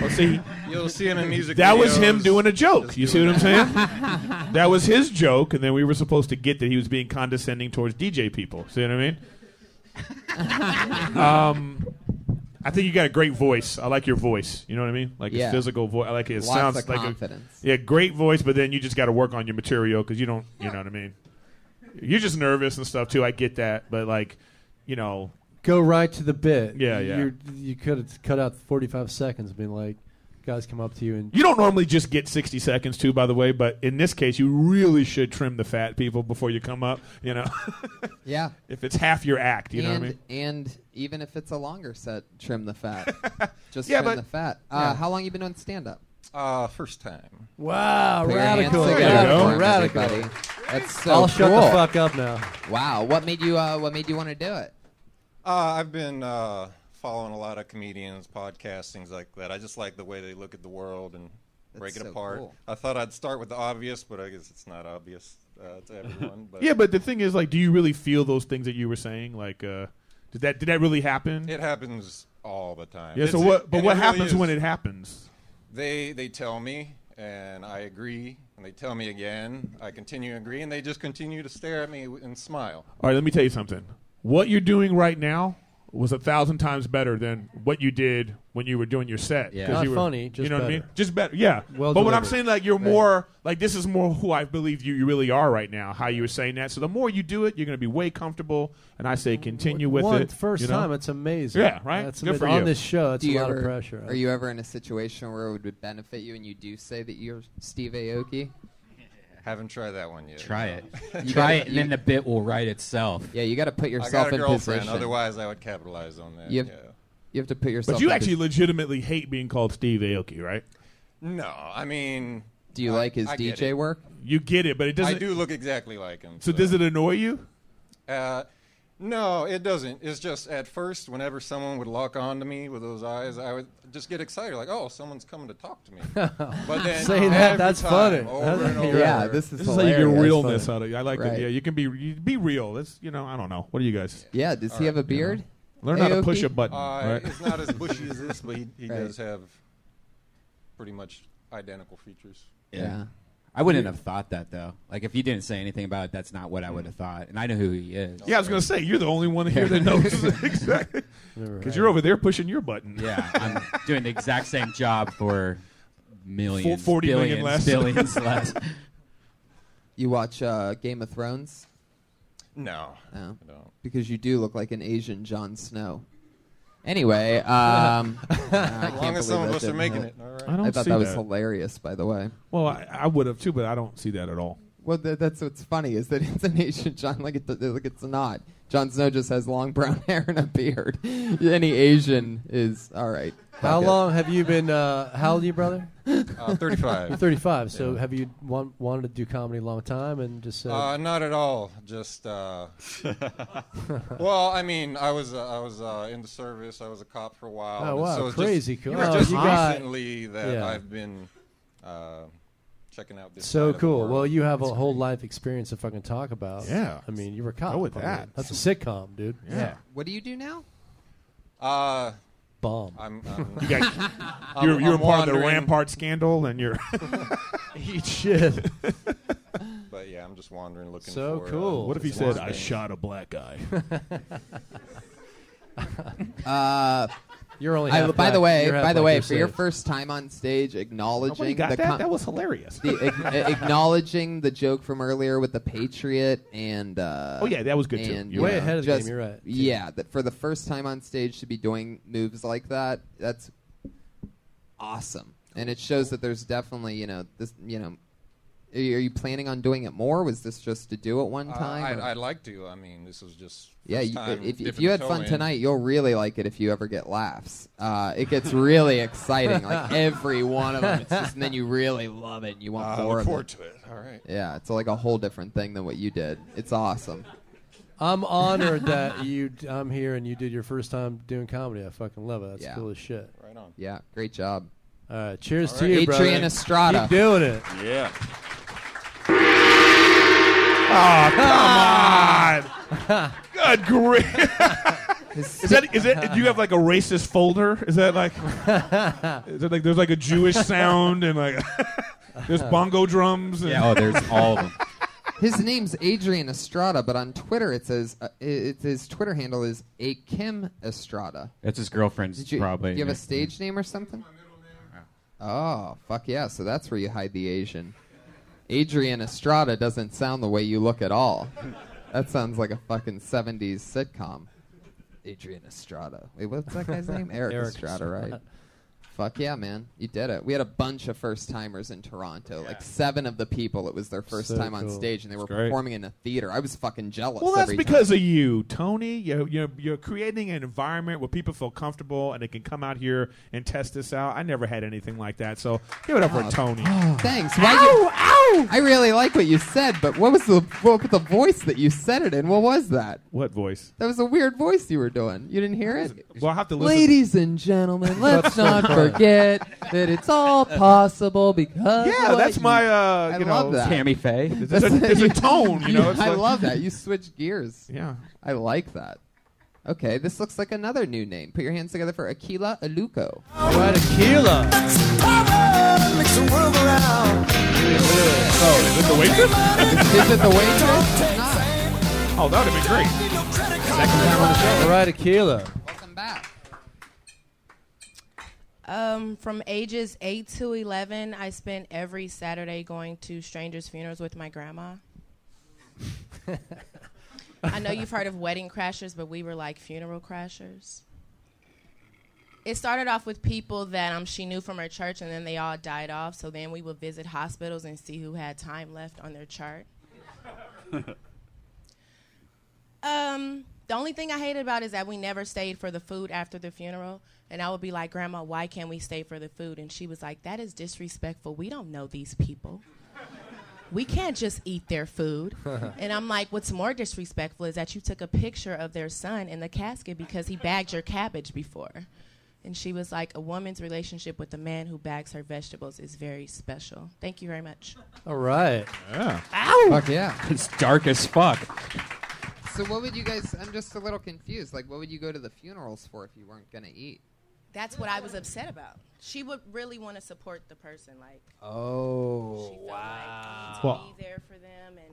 [SPEAKER 7] Well,
[SPEAKER 4] *laughs*
[SPEAKER 7] see,
[SPEAKER 13] *laughs* You'll see him in music.
[SPEAKER 7] that was him
[SPEAKER 13] videos.
[SPEAKER 7] doing a joke.
[SPEAKER 13] Just
[SPEAKER 7] You see
[SPEAKER 13] doing
[SPEAKER 7] what I'm saying?
[SPEAKER 13] that. *laughs*
[SPEAKER 7] that was his joke, and then we were supposed to get that he was being condescending towards DJ people. See what I mean? um, I think you got a great voice. I like your voice. You know what I mean? Like
[SPEAKER 3] Yeah.
[SPEAKER 7] his physical voice. I like it. it
[SPEAKER 3] Lots
[SPEAKER 7] sounds
[SPEAKER 3] of
[SPEAKER 7] like
[SPEAKER 3] confidence.
[SPEAKER 7] A, yeah, great voice, but then you just got to work on your material because you don't. You know what I mean? You're just nervous and stuff too. I get that, but like, you know,
[SPEAKER 8] Go right to the bit.
[SPEAKER 7] Yeah, yeah.
[SPEAKER 8] You're, you could have cut out 45 seconds, being like, guys come up to you and
[SPEAKER 7] You don't normally just get 60 seconds too, by the way, but in this case, you really should trim the fat people before you come up, you know? *laughs*
[SPEAKER 3] Yeah.
[SPEAKER 7] if it's half your act, you
[SPEAKER 3] and,
[SPEAKER 7] know what I mean?
[SPEAKER 3] And even if it's a longer set, trim the
[SPEAKER 7] *laughs*
[SPEAKER 3] fat. Just
[SPEAKER 13] Yeah,
[SPEAKER 3] trim
[SPEAKER 13] but-
[SPEAKER 3] the fat. Uh,
[SPEAKER 13] yeah.
[SPEAKER 3] How long you been doing stand up?
[SPEAKER 13] Uh, first time.
[SPEAKER 8] Wow,
[SPEAKER 3] Put your hands
[SPEAKER 8] radical,
[SPEAKER 3] together
[SPEAKER 8] radical,
[SPEAKER 3] for him,
[SPEAKER 8] radical.
[SPEAKER 3] everybody. That's so
[SPEAKER 8] I'll shut the
[SPEAKER 3] cool.
[SPEAKER 8] fuck up now.
[SPEAKER 3] Wow, what made you uh, what made you want to do it?
[SPEAKER 13] Uh, I've been uh, following a lot of comedians, podcasts, things like that. I just like the way they look at the world and break it
[SPEAKER 3] so
[SPEAKER 13] apart.
[SPEAKER 3] cool.
[SPEAKER 13] I thought I'd start with the obvious, but I guess it's not obvious uh, to
[SPEAKER 7] *laughs*
[SPEAKER 13] everyone. But
[SPEAKER 7] yeah, but the thing is, like, do you really feel those things that you were saying? Like, uh, did that did that really happen?
[SPEAKER 13] it happens all the time.
[SPEAKER 7] Yeah, so
[SPEAKER 13] It's-
[SPEAKER 7] what- but
[SPEAKER 13] and
[SPEAKER 7] what
[SPEAKER 13] really
[SPEAKER 7] happens when it happens?
[SPEAKER 13] They they tell me, and I agree, and they tell me again. I continue to agree, and they just continue to stare at me w- and smile.
[SPEAKER 7] All right, let me tell you something. What you're doing right now was a thousand times better than what you did when you were doing your set.
[SPEAKER 8] Yeah.
[SPEAKER 7] 'Cause
[SPEAKER 8] Not
[SPEAKER 7] you were-
[SPEAKER 8] funny, just
[SPEAKER 7] you know what I
[SPEAKER 8] better.
[SPEAKER 7] mean? Just better, yeah.
[SPEAKER 8] Well
[SPEAKER 7] but what I'm
[SPEAKER 8] delivered.
[SPEAKER 7] saying, like, you're
[SPEAKER 8] Right.
[SPEAKER 7] more like this is more who I believe you, you really are right now. How you were saying that. So the more you do it, you're going to be way comfortable. And I say continue with
[SPEAKER 8] One
[SPEAKER 7] it.
[SPEAKER 8] first
[SPEAKER 7] you know?
[SPEAKER 8] time, it's amazing.
[SPEAKER 7] Yeah, right.
[SPEAKER 8] That's
[SPEAKER 7] Good
[SPEAKER 8] ama-
[SPEAKER 7] for
[SPEAKER 8] on
[SPEAKER 7] you.
[SPEAKER 8] this show. It's
[SPEAKER 3] Do
[SPEAKER 8] a
[SPEAKER 3] you
[SPEAKER 8] lot
[SPEAKER 3] ever-
[SPEAKER 8] of pressure.
[SPEAKER 3] Are you ever in a situation where it would benefit you and you do say that you're Steve Aoki?
[SPEAKER 13] Haven't tried that one yet. *laughs*
[SPEAKER 4] Try it.
[SPEAKER 3] You gotta-
[SPEAKER 4] Try it, and then
[SPEAKER 3] you-
[SPEAKER 4] the bit will write itself.
[SPEAKER 3] Yeah, you got to put
[SPEAKER 13] I
[SPEAKER 3] yourself
[SPEAKER 13] got a
[SPEAKER 3] in
[SPEAKER 13] girlfriend.
[SPEAKER 3] position.
[SPEAKER 13] Otherwise, I would capitalize on that.
[SPEAKER 3] you have,
[SPEAKER 13] yeah.
[SPEAKER 3] you have to put yourself.
[SPEAKER 7] But you
[SPEAKER 3] in
[SPEAKER 7] actually
[SPEAKER 3] posi-
[SPEAKER 7] legitimately hate being called Steve Aoki, right?
[SPEAKER 13] No, I mean.
[SPEAKER 3] Do you
[SPEAKER 13] I-
[SPEAKER 3] like his
[SPEAKER 13] I get
[SPEAKER 3] DJ
[SPEAKER 13] it.
[SPEAKER 3] work?
[SPEAKER 7] You get it, but it doesn't.
[SPEAKER 13] I do look exactly like him.
[SPEAKER 7] So does it annoy you?
[SPEAKER 13] Uh, no, it doesn't. It's just at first, whenever someone would lock onto me with those eyes, I would just get excited, like, "Oh, someone's coming to talk
[SPEAKER 3] *laughs*
[SPEAKER 13] to me." But then
[SPEAKER 8] Say that,
[SPEAKER 13] every
[SPEAKER 8] that's
[SPEAKER 13] time,
[SPEAKER 8] funny.
[SPEAKER 13] over
[SPEAKER 8] That's-
[SPEAKER 13] and over.
[SPEAKER 8] Yeah, this
[SPEAKER 7] This is like your
[SPEAKER 8] hilarious.
[SPEAKER 7] realness
[SPEAKER 8] That's
[SPEAKER 7] out
[SPEAKER 8] funny.
[SPEAKER 7] of. I like
[SPEAKER 8] Right.
[SPEAKER 7] that. Yeah, you can be you be real. That's you know. I don't know. What do you guys?
[SPEAKER 3] Yeah. Does
[SPEAKER 13] All
[SPEAKER 3] he have a
[SPEAKER 13] right, you know.
[SPEAKER 3] beard?
[SPEAKER 7] Learn how to push
[SPEAKER 3] Aoki?
[SPEAKER 7] a button.
[SPEAKER 13] Uh,
[SPEAKER 7] right?
[SPEAKER 13] It's not as bushy as this, but he, he
[SPEAKER 3] Right.
[SPEAKER 13] does have pretty much identical features.
[SPEAKER 4] I wouldn't have thought that though. Like if you didn't say anything about it, that's not what I would have thought. And I know who he is.
[SPEAKER 7] *laughs* Yeah, I was gonna say you're the only one here that knows *laughs*
[SPEAKER 3] *laughs*
[SPEAKER 4] *laughs*
[SPEAKER 7] exactly because you're over there pushing your button. *laughs*
[SPEAKER 4] Yeah, I'm doing the exact same job for millions,
[SPEAKER 7] Fo- 40 million
[SPEAKER 4] billions,
[SPEAKER 7] less. *laughs*
[SPEAKER 4] billions less.
[SPEAKER 3] You watch uh, Game of Thrones?
[SPEAKER 13] No,
[SPEAKER 3] No.
[SPEAKER 13] I don't.
[SPEAKER 3] Because you do look like an Asian Jon Snow.
[SPEAKER 13] *laughs*
[SPEAKER 3] Anyway, um, I can't
[SPEAKER 13] long *laughs*
[SPEAKER 3] believe
[SPEAKER 13] as some of
[SPEAKER 3] that
[SPEAKER 13] us are
[SPEAKER 3] didn't
[SPEAKER 13] making
[SPEAKER 3] hit.
[SPEAKER 13] it, all right.
[SPEAKER 7] I don't
[SPEAKER 3] thought
[SPEAKER 7] see
[SPEAKER 3] that was
[SPEAKER 7] that.
[SPEAKER 3] hilarious, by the way.
[SPEAKER 7] Well, I, I would have too, but I don't see that at all.
[SPEAKER 3] Well, th- that's what's funny is that *laughs* it's an Asian John. Like, it, like it's not. Jon Snow just has long brown *laughs* hair and a beard. Any Asian is all right.
[SPEAKER 8] How
[SPEAKER 3] Fuck it.
[SPEAKER 8] long have you been? Uh, how old are you,
[SPEAKER 7] *laughs*
[SPEAKER 8] brother?
[SPEAKER 13] Uh,
[SPEAKER 8] You're
[SPEAKER 13] 35.
[SPEAKER 8] 35. So have you want, wanted to do comedy a long time and just said,
[SPEAKER 13] Uh, not at all.
[SPEAKER 8] *laughs*
[SPEAKER 13] Just uh, well, I mean, I was uh, I was uh, in the service. I was a cop for a while.
[SPEAKER 8] Oh,
[SPEAKER 13] and
[SPEAKER 8] wow,
[SPEAKER 13] so it's
[SPEAKER 8] crazy
[SPEAKER 13] Just,
[SPEAKER 8] cool.
[SPEAKER 13] it's
[SPEAKER 8] Oh,
[SPEAKER 13] just
[SPEAKER 8] you got-
[SPEAKER 13] recently that
[SPEAKER 8] Yeah.
[SPEAKER 13] I've been uh, checking out this. side
[SPEAKER 8] so
[SPEAKER 13] of the
[SPEAKER 8] cool.
[SPEAKER 13] world.
[SPEAKER 8] Well, you have a whole life experience to fucking talk about.
[SPEAKER 7] Yeah.
[SPEAKER 8] I mean, you were a cop.
[SPEAKER 7] Go with
[SPEAKER 8] I mean,
[SPEAKER 7] that.
[SPEAKER 8] That's a sitcom, dude.
[SPEAKER 7] Yeah.
[SPEAKER 3] What do you do now?
[SPEAKER 13] Uh,
[SPEAKER 8] Bomb.
[SPEAKER 13] I'm. I'm
[SPEAKER 7] *laughs* You got,
[SPEAKER 13] I'm-
[SPEAKER 7] you're you're
[SPEAKER 13] I'm
[SPEAKER 7] a part of the
[SPEAKER 13] wandering,
[SPEAKER 7] Rampart scandal,
[SPEAKER 13] *laughs*
[SPEAKER 7] and you're
[SPEAKER 8] *laughs* Eat shit.
[SPEAKER 13] But yeah, I'm just wandering looking.
[SPEAKER 8] So
[SPEAKER 13] for, uh,
[SPEAKER 8] cool.
[SPEAKER 7] What if he
[SPEAKER 13] this
[SPEAKER 7] said,
[SPEAKER 13] one
[SPEAKER 7] "I
[SPEAKER 13] thing."
[SPEAKER 7] shot a
[SPEAKER 3] *laughs*
[SPEAKER 13] *laughs*
[SPEAKER 7] black guy"?
[SPEAKER 3] Uh,
[SPEAKER 8] You're only.
[SPEAKER 3] I,
[SPEAKER 8] half
[SPEAKER 3] by
[SPEAKER 8] black.
[SPEAKER 3] the way,
[SPEAKER 8] You're half
[SPEAKER 3] by the
[SPEAKER 8] black.
[SPEAKER 3] way,
[SPEAKER 8] You're
[SPEAKER 3] for your
[SPEAKER 8] safe.
[SPEAKER 3] first time on stage,
[SPEAKER 7] Nobody
[SPEAKER 3] acknowledging
[SPEAKER 7] got
[SPEAKER 3] the
[SPEAKER 7] that.
[SPEAKER 3] com-
[SPEAKER 7] that was hilarious.
[SPEAKER 3] the,
[SPEAKER 7] *laughs*
[SPEAKER 3] ag- acknowledging the joke from earlier with the Patriot and uh,
[SPEAKER 7] Oh, yeah, that was good, too.
[SPEAKER 3] and,
[SPEAKER 7] You're
[SPEAKER 3] you
[SPEAKER 7] right.
[SPEAKER 8] Way ahead of the
[SPEAKER 3] just-
[SPEAKER 8] game, you're right.
[SPEAKER 3] Yeah, that for the first time on stage to be doing moves like that, that's awesome, and it shows that there's definitely you know this you know. Are you planning on doing it more? Was this just to do it one
[SPEAKER 13] Uh,
[SPEAKER 3] time?
[SPEAKER 13] I'd,
[SPEAKER 3] or-
[SPEAKER 13] I'd like to. I mean, this was just.
[SPEAKER 3] yeah,
[SPEAKER 13] first
[SPEAKER 3] you,
[SPEAKER 13] time
[SPEAKER 3] if, if
[SPEAKER 13] dipping
[SPEAKER 3] you
[SPEAKER 13] the
[SPEAKER 3] had
[SPEAKER 13] toe
[SPEAKER 3] fun
[SPEAKER 13] in.
[SPEAKER 3] tonight, you'll really like it if you ever get laughs. Uh, it gets really exciting,
[SPEAKER 13] *laughs*
[SPEAKER 3] like every one of them. It's just, and then you really love it and you want
[SPEAKER 13] I
[SPEAKER 3] more
[SPEAKER 13] look
[SPEAKER 3] of it.
[SPEAKER 13] forward to it. All right.
[SPEAKER 3] Yeah, it's like a whole different thing than what you did. It's awesome. *laughs*
[SPEAKER 8] I'm honored that you. I'm here and you did your first time doing comedy. I fucking love it. That's
[SPEAKER 3] Yeah.
[SPEAKER 8] cool as shit.
[SPEAKER 13] Right on.
[SPEAKER 3] Yeah, great job.
[SPEAKER 8] All right. Cheers
[SPEAKER 13] All
[SPEAKER 8] to
[SPEAKER 13] right.
[SPEAKER 8] you, brother.
[SPEAKER 3] Adrian Estrada.
[SPEAKER 8] Keep doing it.
[SPEAKER 6] Yeah.
[SPEAKER 7] Ah,
[SPEAKER 8] *laughs*
[SPEAKER 7] Oh, come on! Good grief! Is that is that? Do you have like a racist folder? Is that like? Is it like there's like
[SPEAKER 8] *laughs*
[SPEAKER 7] a Jewish sound and like *laughs* there's bongo drums? And
[SPEAKER 4] oh,
[SPEAKER 13] oh,
[SPEAKER 3] *laughs* His name's Adrian Estrada, but on Twitter it says uh, i- it, his Twitter handle is a Kim Estrada.
[SPEAKER 4] That's his girlfriend's
[SPEAKER 3] Did you,
[SPEAKER 4] probably.
[SPEAKER 3] Do you have a stage name or something? Oh fuck yeah! So that's where you hide the Asian. Adrian Estrada doesn't sound the way you look at
[SPEAKER 4] *laughs*
[SPEAKER 3] all. That sounds like a fucking '70s sitcom. Adrian Estrada. Wait, what's that guy's
[SPEAKER 7] *laughs*
[SPEAKER 3] name? Eric,
[SPEAKER 8] Eric
[SPEAKER 3] Estrada,
[SPEAKER 8] Estrada.
[SPEAKER 3] right? Fuck yeah, man. You did it. We had a bunch of first timers in Toronto. Like seven of the people, it was their first
[SPEAKER 7] So
[SPEAKER 3] time on
[SPEAKER 7] cool.
[SPEAKER 3] stage, and they
[SPEAKER 7] That's
[SPEAKER 3] were
[SPEAKER 7] great.
[SPEAKER 3] performing in a theater. I was fucking jealous.
[SPEAKER 7] Well, that's
[SPEAKER 3] every
[SPEAKER 7] because
[SPEAKER 3] time.
[SPEAKER 7] of you, Tony. You're, you're, you're creating an environment where people feel comfortable and they can come out here and test this out. I never had anything like that, so give it up for
[SPEAKER 3] Oh.
[SPEAKER 7] Tony.
[SPEAKER 3] Thanks. Why you- I really like what you said, but what was the what was the voice that you said it in? What was that?
[SPEAKER 7] What voice?
[SPEAKER 3] That was a weird voice you were doing. You didn't hear it?
[SPEAKER 7] Well, I have to listen.
[SPEAKER 3] Ladies and gentlemen, let's not forget that it's all possible because
[SPEAKER 7] Yeah, that's my. Uh,
[SPEAKER 3] I
[SPEAKER 7] you
[SPEAKER 3] love
[SPEAKER 7] know,
[SPEAKER 3] that.
[SPEAKER 4] Tammy Faye.
[SPEAKER 7] It's a, it's a tone, you know. It's
[SPEAKER 3] I
[SPEAKER 7] like-
[SPEAKER 3] love that. You switch gears.
[SPEAKER 7] Yeah.
[SPEAKER 3] I like that. Okay, this looks like another new name. Put your hands together for Akila Aluko. What Akila?
[SPEAKER 12] Makes the world go round.
[SPEAKER 7] Oh, is it the waitress?
[SPEAKER 3] is it the waitress?
[SPEAKER 7] Oh, that would have been great.
[SPEAKER 8] Second time on the show. All right, Akila.
[SPEAKER 14] Um, from ages 8 to 11, I spent every Saturday going to strangers' funerals with my grandma. I know you've heard of wedding crashers, but we were like funeral crashers. It started off with people that um, she knew from her church, and then they all died off. So then we would visit hospitals and see who had time left on their chart. Um, the only thing I hated about is that we never stayed for the food after the funeral. And I would be like, Grandma, why can't we stay for the food? And she was like, That is disrespectful. We don't know these people. *laughs* We can't just eat their
[SPEAKER 3] *laughs*
[SPEAKER 14] food. and I'm like, What's more disrespectful is that you took a picture of their son in the casket because he bagged your cabbage before. And she was like, A woman's relationship with a man who bags her vegetables is very special. Thank you very much.
[SPEAKER 8] All right.
[SPEAKER 7] Yeah.
[SPEAKER 14] Ow!
[SPEAKER 3] Fuck yeah.
[SPEAKER 4] It's dark as fuck.
[SPEAKER 3] So what would you guys? I'm just a little confused. Like, what would you go to the funerals for if you weren't gonna eat?
[SPEAKER 14] That's what I was upset about. She would really want to support the person. Like,
[SPEAKER 8] Oh
[SPEAKER 14] wow!
[SPEAKER 8] Well-
[SPEAKER 14] be there for them and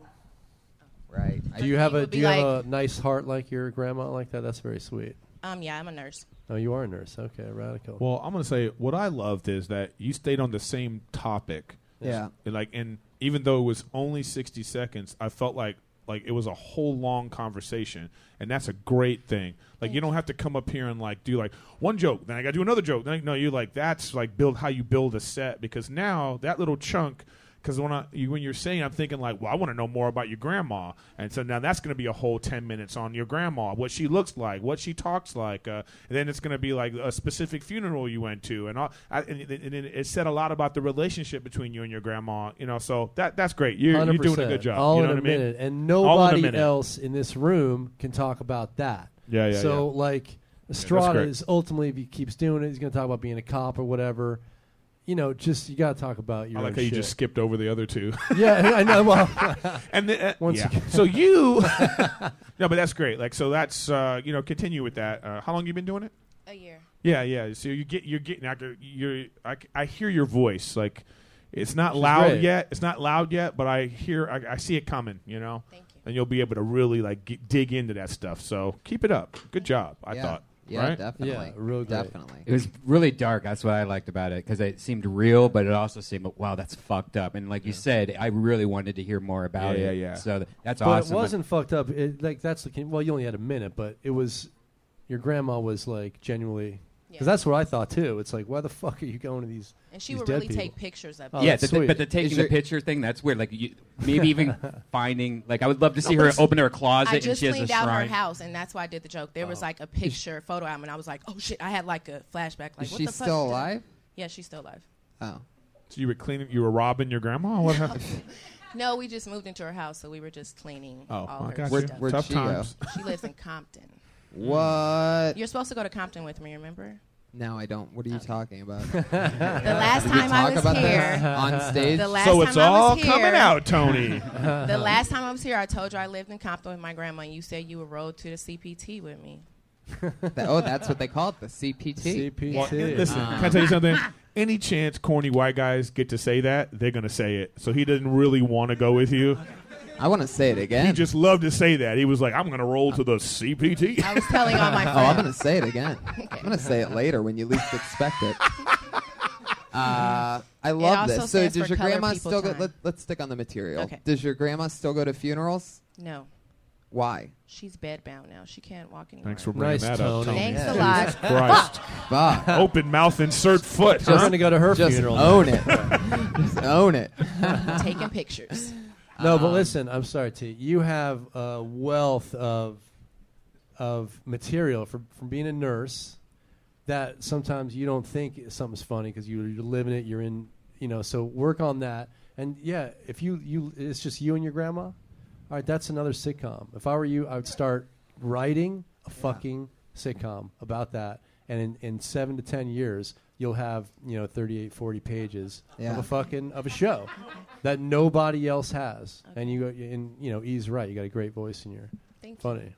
[SPEAKER 3] right.
[SPEAKER 8] Do you have a
[SPEAKER 14] would
[SPEAKER 8] Do
[SPEAKER 14] be
[SPEAKER 8] you
[SPEAKER 14] like-
[SPEAKER 8] have a nice heart like your grandma like that? That's very sweet.
[SPEAKER 14] um yeah, I'm a nurse.
[SPEAKER 8] Oh, you are a nurse. Okay, radical.
[SPEAKER 7] Well, I'm gonna say what I loved is that you stayed on the same topic.
[SPEAKER 8] Yeah.
[SPEAKER 7] And like, and even though it was only 60 seconds, I felt like like it was a whole long conversation, and that's a great thing. Like, you don't have to come up here and like do like one joke, then I got to do another joke. Then I, no, you like that's like build how you build a set because now that little chunk. Because when I you, when you're saying, I'm thinking like, well, I want to know more about your grandma, and so now that's going to be a whole ten minutes on your grandma, what she looks like, what she talks like, uh, and then it's going to be like a specific funeral you went to, and all, I, and, and it it said a lot about the relationship between you and your grandma, you know. So that that's great. You're, you're doing a
[SPEAKER 8] 100%.
[SPEAKER 7] good job.
[SPEAKER 8] All
[SPEAKER 7] you know
[SPEAKER 8] in
[SPEAKER 7] what
[SPEAKER 8] a
[SPEAKER 7] I mean?
[SPEAKER 8] minute, and
[SPEAKER 7] All in a
[SPEAKER 8] nobody
[SPEAKER 7] minute.
[SPEAKER 8] else in this room can talk about that.
[SPEAKER 7] Yeah, yeah,
[SPEAKER 8] So like Estrada
[SPEAKER 7] great.
[SPEAKER 8] is ultimately, if he keeps doing it, he's going to talk about being a cop or whatever. You know, just you got to talk about your.
[SPEAKER 7] I
[SPEAKER 8] own
[SPEAKER 7] like how you
[SPEAKER 8] shit.
[SPEAKER 7] just skipped over the other two.
[SPEAKER 8] *laughs* Yeah, I know. Well,
[SPEAKER 7] *laughs* and the, uh,
[SPEAKER 8] Once
[SPEAKER 7] yeah.
[SPEAKER 8] again. *laughs*
[SPEAKER 7] so you, no, but that's great. Like, so that's uh, you know, continue with that. Uh, how long you been doing it?
[SPEAKER 14] A year.
[SPEAKER 7] Yeah, yeah. So you get you're getting out there. You're I, c- I hear your voice. Like it's not
[SPEAKER 8] She's
[SPEAKER 7] loud
[SPEAKER 8] great.
[SPEAKER 7] yet. It's not loud yet, but I hear I, I see it coming. You know. Thank you. And you'll be able to really like get, dig into that stuff. So keep it up. Good job. I
[SPEAKER 3] Yeah.
[SPEAKER 7] thought.
[SPEAKER 3] Yeah,
[SPEAKER 7] right?
[SPEAKER 3] definitely. Yeah, real great. Definitely.
[SPEAKER 4] It was really dark. That's what I liked about it because it seemed real, but it also seemed wow, that's fucked up. And like you said, I really wanted to hear more about
[SPEAKER 8] Yeah,
[SPEAKER 4] it.
[SPEAKER 8] yeah, yeah.
[SPEAKER 4] So th- that's
[SPEAKER 8] but it
[SPEAKER 4] awesome.
[SPEAKER 8] wasn't fucked up. It, like that's the well, you only had a minute, but it was your grandma was like genuinely because that's what I thought too. It's like why the fuck are you going to these?
[SPEAKER 14] And she
[SPEAKER 8] these
[SPEAKER 14] would
[SPEAKER 8] dead
[SPEAKER 14] really
[SPEAKER 8] people?
[SPEAKER 14] take pictures of
[SPEAKER 8] Oh,
[SPEAKER 14] it.
[SPEAKER 4] yeah,
[SPEAKER 8] that's
[SPEAKER 4] the, the-
[SPEAKER 8] sweet.
[SPEAKER 4] but the taking
[SPEAKER 8] Is
[SPEAKER 4] the
[SPEAKER 8] there-
[SPEAKER 4] picture thing—that's weird. Like, you,
[SPEAKER 15] *laughs*
[SPEAKER 4] maybe even finding like I would love to see her open her closet
[SPEAKER 14] I just
[SPEAKER 4] and she has
[SPEAKER 14] cleaned
[SPEAKER 4] a
[SPEAKER 14] out
[SPEAKER 4] shrine. Oh.
[SPEAKER 14] her house, and that's why I did the joke. There was like a picture, photo album, and I was like, "Oh shit!" I had like a flashback. Like,
[SPEAKER 3] Is
[SPEAKER 14] what
[SPEAKER 3] she
[SPEAKER 14] the fuck
[SPEAKER 3] still
[SPEAKER 14] did I-
[SPEAKER 3] alive?
[SPEAKER 14] Yeah, she's still alive.
[SPEAKER 3] Oh.
[SPEAKER 7] So you were cleaning. You were robbing your grandma. What happened?
[SPEAKER 14] No, we just moved into her house, so we were just cleaning
[SPEAKER 7] Oh,
[SPEAKER 14] all her
[SPEAKER 7] I got you.
[SPEAKER 14] stuff.
[SPEAKER 7] Where'd Tough she go? times.
[SPEAKER 14] *laughs* She lives in Compton.
[SPEAKER 3] What?
[SPEAKER 14] You're supposed to go to Compton with me, remember?
[SPEAKER 3] No, I don't. What are you talking about?
[SPEAKER 14] *laughs* The last
[SPEAKER 3] Did we
[SPEAKER 14] time I
[SPEAKER 3] talk
[SPEAKER 14] was
[SPEAKER 3] about
[SPEAKER 14] here-
[SPEAKER 3] this *laughs* on stage.
[SPEAKER 14] The last So it's time I was all here- coming out,
[SPEAKER 3] *laughs*
[SPEAKER 7] Tony.
[SPEAKER 14] the last time I was here, I told you I lived in Compton with my grandma, and you said you would roll to the CPT with me.
[SPEAKER 3] The- oh, that's what they call it, the CPT.
[SPEAKER 7] Well, listen,
[SPEAKER 14] uh,
[SPEAKER 7] can I tell you something? Any chance corny white guys get to say that, they're gonna say it. So he didn't really want to go with you.
[SPEAKER 3] I want to say it again.
[SPEAKER 7] He just loved to say that. He was like, "I'm gonna roll to the CPT."
[SPEAKER 14] I was telling all my
[SPEAKER 3] *laughs* Oh, I'm going to say it again. I'm going to say it later when you least expect
[SPEAKER 14] *laughs*
[SPEAKER 3] it. Uh, I love
[SPEAKER 14] also
[SPEAKER 3] this. So,
[SPEAKER 14] stands
[SPEAKER 3] does
[SPEAKER 14] for
[SPEAKER 3] your
[SPEAKER 14] color,
[SPEAKER 3] grandma
[SPEAKER 14] people,
[SPEAKER 3] still go?
[SPEAKER 14] time.
[SPEAKER 3] Let, let's stick on the material.
[SPEAKER 14] Okay.
[SPEAKER 3] Does your grandma still go to funerals?
[SPEAKER 14] No,
[SPEAKER 3] Why?
[SPEAKER 14] she's bedbound now. She can't walk anymore.
[SPEAKER 7] Thanks for bringing
[SPEAKER 8] Nice,
[SPEAKER 7] that up.
[SPEAKER 8] Tony.
[SPEAKER 7] Tony.
[SPEAKER 14] Thanks a
[SPEAKER 7] Jesus
[SPEAKER 14] lot.
[SPEAKER 7] *laughs* Christ.
[SPEAKER 3] Fuck.
[SPEAKER 7] *laughs* Open mouth, insert foot.
[SPEAKER 8] Just- I'm gonna go to her
[SPEAKER 3] just
[SPEAKER 8] funeral.
[SPEAKER 3] Own it. just own it.
[SPEAKER 14] Taking pictures.
[SPEAKER 8] No, but
[SPEAKER 14] Um,
[SPEAKER 8] listen, I'm sorry, T. You have a wealth of of material from from being a nurse that sometimes you don't think something's funny because you, you're living it. You're in, you know. So work on that. And yeah, if you you it's just you and your grandma. All right, that's another sitcom. If I were you, I would start writing a fucking sitcom about that. And in, in seven to ten years, you'll have you know 38, 40 pages of
[SPEAKER 3] Yeah.
[SPEAKER 8] a fucking of a show that nobody else has. And you go and you know, E's right. You got a great voice and you're
[SPEAKER 14] Thank you.
[SPEAKER 8] funny.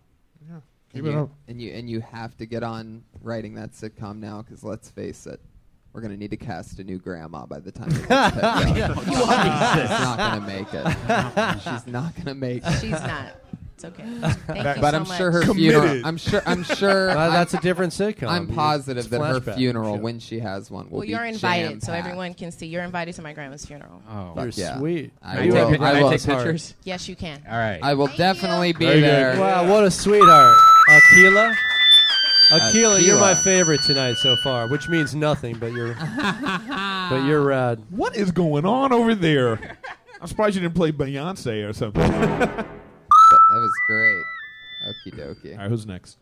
[SPEAKER 9] Yeah.
[SPEAKER 3] And you, and you and you have to get on writing that sitcom now because let's face it, we're gonna need to cast a new grandma by the time it
[SPEAKER 8] *laughs*
[SPEAKER 3] gets picked up.
[SPEAKER 8] Yeah.
[SPEAKER 3] She's
[SPEAKER 8] You are.
[SPEAKER 3] not gonna make it. She's not gonna make it.
[SPEAKER 14] She's not. It's
[SPEAKER 8] *laughs*
[SPEAKER 14] okay. Thank you
[SPEAKER 3] but
[SPEAKER 14] so
[SPEAKER 3] I'm
[SPEAKER 14] much.
[SPEAKER 3] sure her funeral. I'm sure. I'm sure.
[SPEAKER 8] *laughs* Well,
[SPEAKER 3] I'm-
[SPEAKER 8] that's a different sitcom.
[SPEAKER 3] I'm
[SPEAKER 8] It's
[SPEAKER 3] positive that her
[SPEAKER 8] flashback.
[SPEAKER 3] funeral, when she has one, will
[SPEAKER 14] Well,
[SPEAKER 3] be
[SPEAKER 14] you're invited, so
[SPEAKER 3] jam-packed.
[SPEAKER 14] everyone can see. You're invited to my grandma's funeral.
[SPEAKER 3] Oh,
[SPEAKER 8] You're
[SPEAKER 3] fuck yeah.
[SPEAKER 8] sweet.
[SPEAKER 3] I
[SPEAKER 8] Can I
[SPEAKER 3] will.
[SPEAKER 8] take-
[SPEAKER 3] I
[SPEAKER 8] can I
[SPEAKER 3] will.
[SPEAKER 8] take pictures?
[SPEAKER 14] Yes, you can.
[SPEAKER 4] All right.
[SPEAKER 3] I will definitely be
[SPEAKER 8] Very good.
[SPEAKER 3] there.
[SPEAKER 8] Wow, what a sweetheart. Akila? Akila, you're
[SPEAKER 3] Akila.
[SPEAKER 8] my favorite tonight so far, which means nothing,
[SPEAKER 14] *laughs*
[SPEAKER 8] but you're *laughs*
[SPEAKER 14] Uh-huh.
[SPEAKER 8] but you're rad.
[SPEAKER 7] What is going on over there? I'm surprised you didn't play Beyonce or something.
[SPEAKER 3] *laughs* That was great. Okie dokie. All
[SPEAKER 7] right, who's next?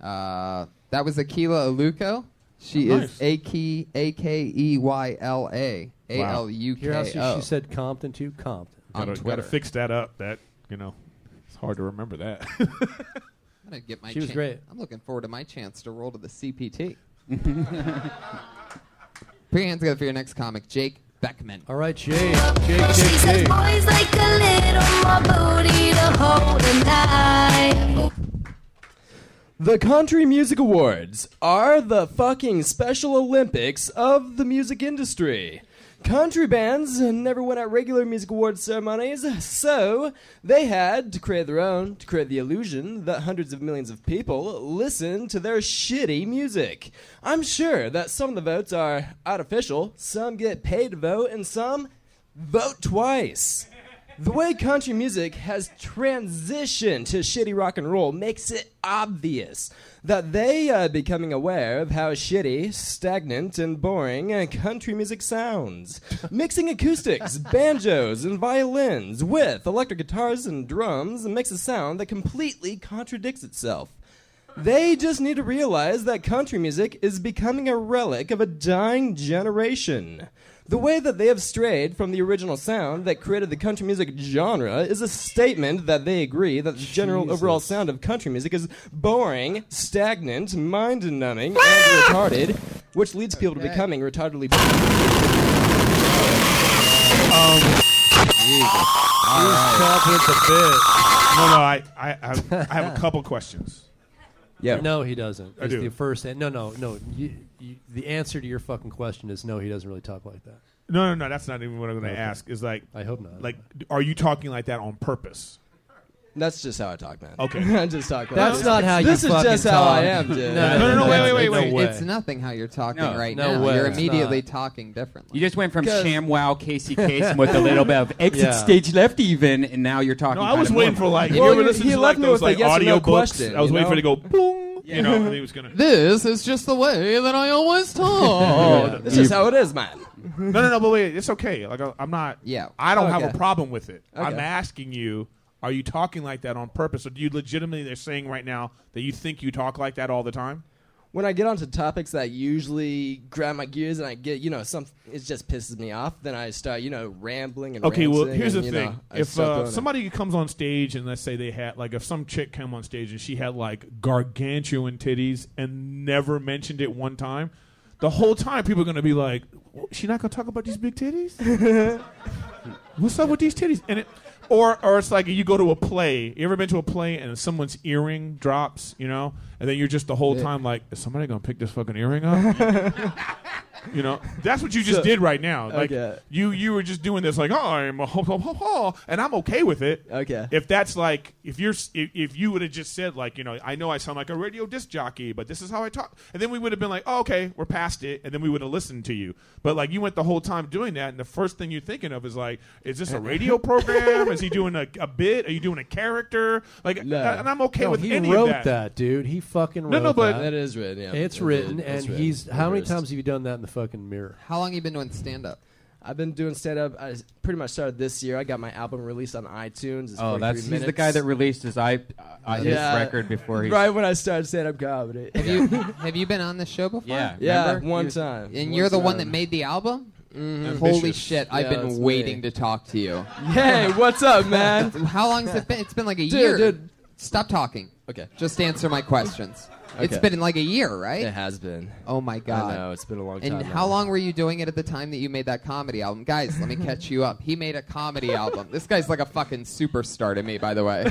[SPEAKER 3] Uh, that was Akila Aluko. She
[SPEAKER 8] Oh,
[SPEAKER 3] is A K A K E Y L A A L U
[SPEAKER 8] Hear how
[SPEAKER 3] K
[SPEAKER 8] she-
[SPEAKER 3] O.
[SPEAKER 8] She said Compton too? Compton.
[SPEAKER 3] On
[SPEAKER 7] gotta,
[SPEAKER 3] Twitter.
[SPEAKER 7] gotta fix that up. That you know, it's hard to
[SPEAKER 3] *laughs*
[SPEAKER 7] remember that.
[SPEAKER 3] I'm gonna get my.
[SPEAKER 8] She was
[SPEAKER 3] chan-
[SPEAKER 8] great.
[SPEAKER 3] I'm looking forward to my chance to roll to the
[SPEAKER 8] *laughs*
[SPEAKER 3] CPT. Put your hands together for your next comic, Jake Beckman.
[SPEAKER 8] All right, Jake. Jake, Jake, Jake.
[SPEAKER 16] Boys like a little more booty to hold and I.
[SPEAKER 15] The Country Music Awards are the fucking Special Olympics of the music industry. Country bands never went at regular music award ceremonies, so they had to create their own to create the illusion that hundreds of millions of people listen to their shitty music. I'm sure that some of the votes are artificial, some get paid to vote, and some vote twice. The way country music has transitioned to shitty rock and roll makes it obvious that they are becoming aware of how shitty, stagnant, and boring uh, country music sounds. Mixing acoustics, banjos, and violins with electric guitars and drums makes a sound that completely contradicts itself. They just need to realize that country music is becoming a relic of a dying generation. The way that they have strayed from the original sound that created the country music genre is a statement that they agree that the general overall sound of country music is boring, stagnant, mind numbing, and retarded, which leads people to becoming retardedly.
[SPEAKER 7] No, no, I, I, I,
[SPEAKER 8] *laughs*
[SPEAKER 7] I have a couple questions.
[SPEAKER 15] Yeah.
[SPEAKER 8] No, he doesn't.
[SPEAKER 7] I
[SPEAKER 8] It's
[SPEAKER 7] do.
[SPEAKER 8] the first. No, no, no. You, you, the answer to your fucking question is no. He doesn't really talk like that.
[SPEAKER 7] No, no, no. That's not even what I'm going to
[SPEAKER 8] Okay.
[SPEAKER 7] ask. Is like,
[SPEAKER 8] I hope not.
[SPEAKER 7] Like, d- are you talking like that on purpose?
[SPEAKER 15] That's just how I talk, man. *laughs*
[SPEAKER 7] Okay.
[SPEAKER 15] I just talk. Like
[SPEAKER 8] That's
[SPEAKER 15] this.
[SPEAKER 8] not how you
[SPEAKER 15] This is
[SPEAKER 8] fucking
[SPEAKER 15] just how I
[SPEAKER 8] talk.
[SPEAKER 15] am, dude.
[SPEAKER 8] No, no, no, wait, wait, wait, wait.
[SPEAKER 3] It's nothing how you're talking
[SPEAKER 4] No,
[SPEAKER 3] right
[SPEAKER 4] no
[SPEAKER 3] now.
[SPEAKER 4] way.
[SPEAKER 3] You're
[SPEAKER 4] It's
[SPEAKER 3] immediately
[SPEAKER 4] not.
[SPEAKER 3] talking differently.
[SPEAKER 4] You just went from
[SPEAKER 3] 'Cause-
[SPEAKER 4] ShamWow, Casey
[SPEAKER 15] *laughs*
[SPEAKER 4] Kasem with a little bit of exit
[SPEAKER 3] Yeah.
[SPEAKER 4] stage left, even, and now you're talking.
[SPEAKER 7] No, I
[SPEAKER 4] kind
[SPEAKER 7] was
[SPEAKER 4] of
[SPEAKER 7] waiting
[SPEAKER 4] normal.
[SPEAKER 7] for like.
[SPEAKER 15] Well,
[SPEAKER 7] you ever
[SPEAKER 15] you-
[SPEAKER 7] listen
[SPEAKER 15] he
[SPEAKER 7] to
[SPEAKER 15] left
[SPEAKER 7] like
[SPEAKER 15] me
[SPEAKER 7] those
[SPEAKER 15] with a
[SPEAKER 7] like
[SPEAKER 15] yes or no
[SPEAKER 7] audio books?
[SPEAKER 15] question,
[SPEAKER 7] I was
[SPEAKER 15] you
[SPEAKER 7] waiting for
[SPEAKER 15] know?
[SPEAKER 7] it to go boom. You know, and he
[SPEAKER 15] *laughs*
[SPEAKER 7] was going to.
[SPEAKER 3] This is just the way that I
[SPEAKER 7] *laughs*
[SPEAKER 3] always
[SPEAKER 15] *laughs*
[SPEAKER 3] talk.
[SPEAKER 15] This is how it is, man.
[SPEAKER 7] No, no, no. But wait, it's okay. Like, I- I'm not.
[SPEAKER 3] Yeah.
[SPEAKER 7] I don't have
[SPEAKER 15] Okay.
[SPEAKER 7] a problem with it. I'm
[SPEAKER 15] Okay.
[SPEAKER 7] asking you. Are you talking like that on purpose, or do you legitimately? They're saying right now that you think you talk like that all the time.
[SPEAKER 15] when I get onto topics that usually grab my gears and I get, you know, some it just pisses me off, then I start, you know, rambling and
[SPEAKER 7] Okay, well,
[SPEAKER 15] ranting
[SPEAKER 7] here's
[SPEAKER 15] and,
[SPEAKER 7] the
[SPEAKER 15] you
[SPEAKER 7] thing.
[SPEAKER 15] know, I
[SPEAKER 7] if
[SPEAKER 15] start
[SPEAKER 7] uh,
[SPEAKER 15] doing it.
[SPEAKER 7] somebody comes on stage and let's say they had, like, if some chick came on stage and she had, like, gargantuan titties and never mentioned it one time, the whole time people are going to
[SPEAKER 15] *laughs*
[SPEAKER 7] be like, "Well, she not going to talk about these big titties? What's up with these titties? And it, Or, or it's like you go to a play. You ever been to a play and someone's earring drops, you know, and then you're just the whole
[SPEAKER 9] Yeah.
[SPEAKER 7] time like, is somebody gonna pick this fucking
[SPEAKER 15] *laughs*
[SPEAKER 7] earring up? you know, that's what you just
[SPEAKER 9] So-
[SPEAKER 7] did right now. Like
[SPEAKER 9] Okay.
[SPEAKER 7] you, you were just doing this like, oh, I'm a ho ho ho ho, and I'm okay with it.
[SPEAKER 9] Okay.
[SPEAKER 7] If that's like, if you're, s- if, if you would have just said like, you know, I know I sound like a radio disc jockey, but this is how I talk, and then we would have been like, oh, okay, we're past it, and then we would have listened to you. But like, you went the whole time doing that, and the first thing you're thinking of is like, is this a radio program? is he doing a, a bit? Are you doing a character? Like, and I'm okay
[SPEAKER 8] No,
[SPEAKER 7] with
[SPEAKER 8] he
[SPEAKER 7] any
[SPEAKER 8] wrote
[SPEAKER 7] of that.
[SPEAKER 8] dude. He fucking
[SPEAKER 7] No,
[SPEAKER 8] wrote
[SPEAKER 7] no, but-
[SPEAKER 8] that.
[SPEAKER 7] That is written, yeah.
[SPEAKER 8] It's
[SPEAKER 7] It-
[SPEAKER 8] written,
[SPEAKER 7] it's
[SPEAKER 8] and
[SPEAKER 7] written.
[SPEAKER 8] he's how many
[SPEAKER 15] Reversed.
[SPEAKER 8] times have you done that in the fucking
[SPEAKER 7] *laughs*
[SPEAKER 8] mirror?
[SPEAKER 15] How long you been doing stand up? I've been doing stand up. I s- pretty much started this year. I got my album released on iTunes. It's
[SPEAKER 4] Oh,
[SPEAKER 15] 43
[SPEAKER 4] that's he's
[SPEAKER 15] minutes.
[SPEAKER 4] the guy that released his i uh, his
[SPEAKER 15] Yeah.
[SPEAKER 4] record before he
[SPEAKER 15] Right when I started stand up comedy.
[SPEAKER 3] Have
[SPEAKER 7] *laughs*
[SPEAKER 3] you have you been on this show before?
[SPEAKER 4] Yeah,
[SPEAKER 15] Yeah, remember? one time.
[SPEAKER 3] And
[SPEAKER 15] One
[SPEAKER 3] you're the one
[SPEAKER 15] time.
[SPEAKER 3] that made the album.
[SPEAKER 15] Mhm.
[SPEAKER 3] Holy
[SPEAKER 15] Ambitious.
[SPEAKER 3] shit! I've
[SPEAKER 15] Yeah,
[SPEAKER 3] been
[SPEAKER 15] it's
[SPEAKER 3] waiting
[SPEAKER 15] me.
[SPEAKER 3] to talk
[SPEAKER 15] *laughs*
[SPEAKER 3] to you.
[SPEAKER 15] Hey, what's up, man?
[SPEAKER 3] *laughs* How long has it been? It's been like a
[SPEAKER 15] Dude,
[SPEAKER 3] year.
[SPEAKER 15] dude.
[SPEAKER 3] Stop talking.
[SPEAKER 15] Okay.
[SPEAKER 3] Just answer my questions. It's
[SPEAKER 15] Okay.
[SPEAKER 3] been like a year, right?
[SPEAKER 15] It has been.
[SPEAKER 3] Oh my god.
[SPEAKER 15] I know it's been a long
[SPEAKER 3] and
[SPEAKER 15] time.
[SPEAKER 3] how long were you doing it at the time that you made that comedy album? Guys, let me catch you up. He made a comedy album. This guy's like a fucking superstar to me, by the way.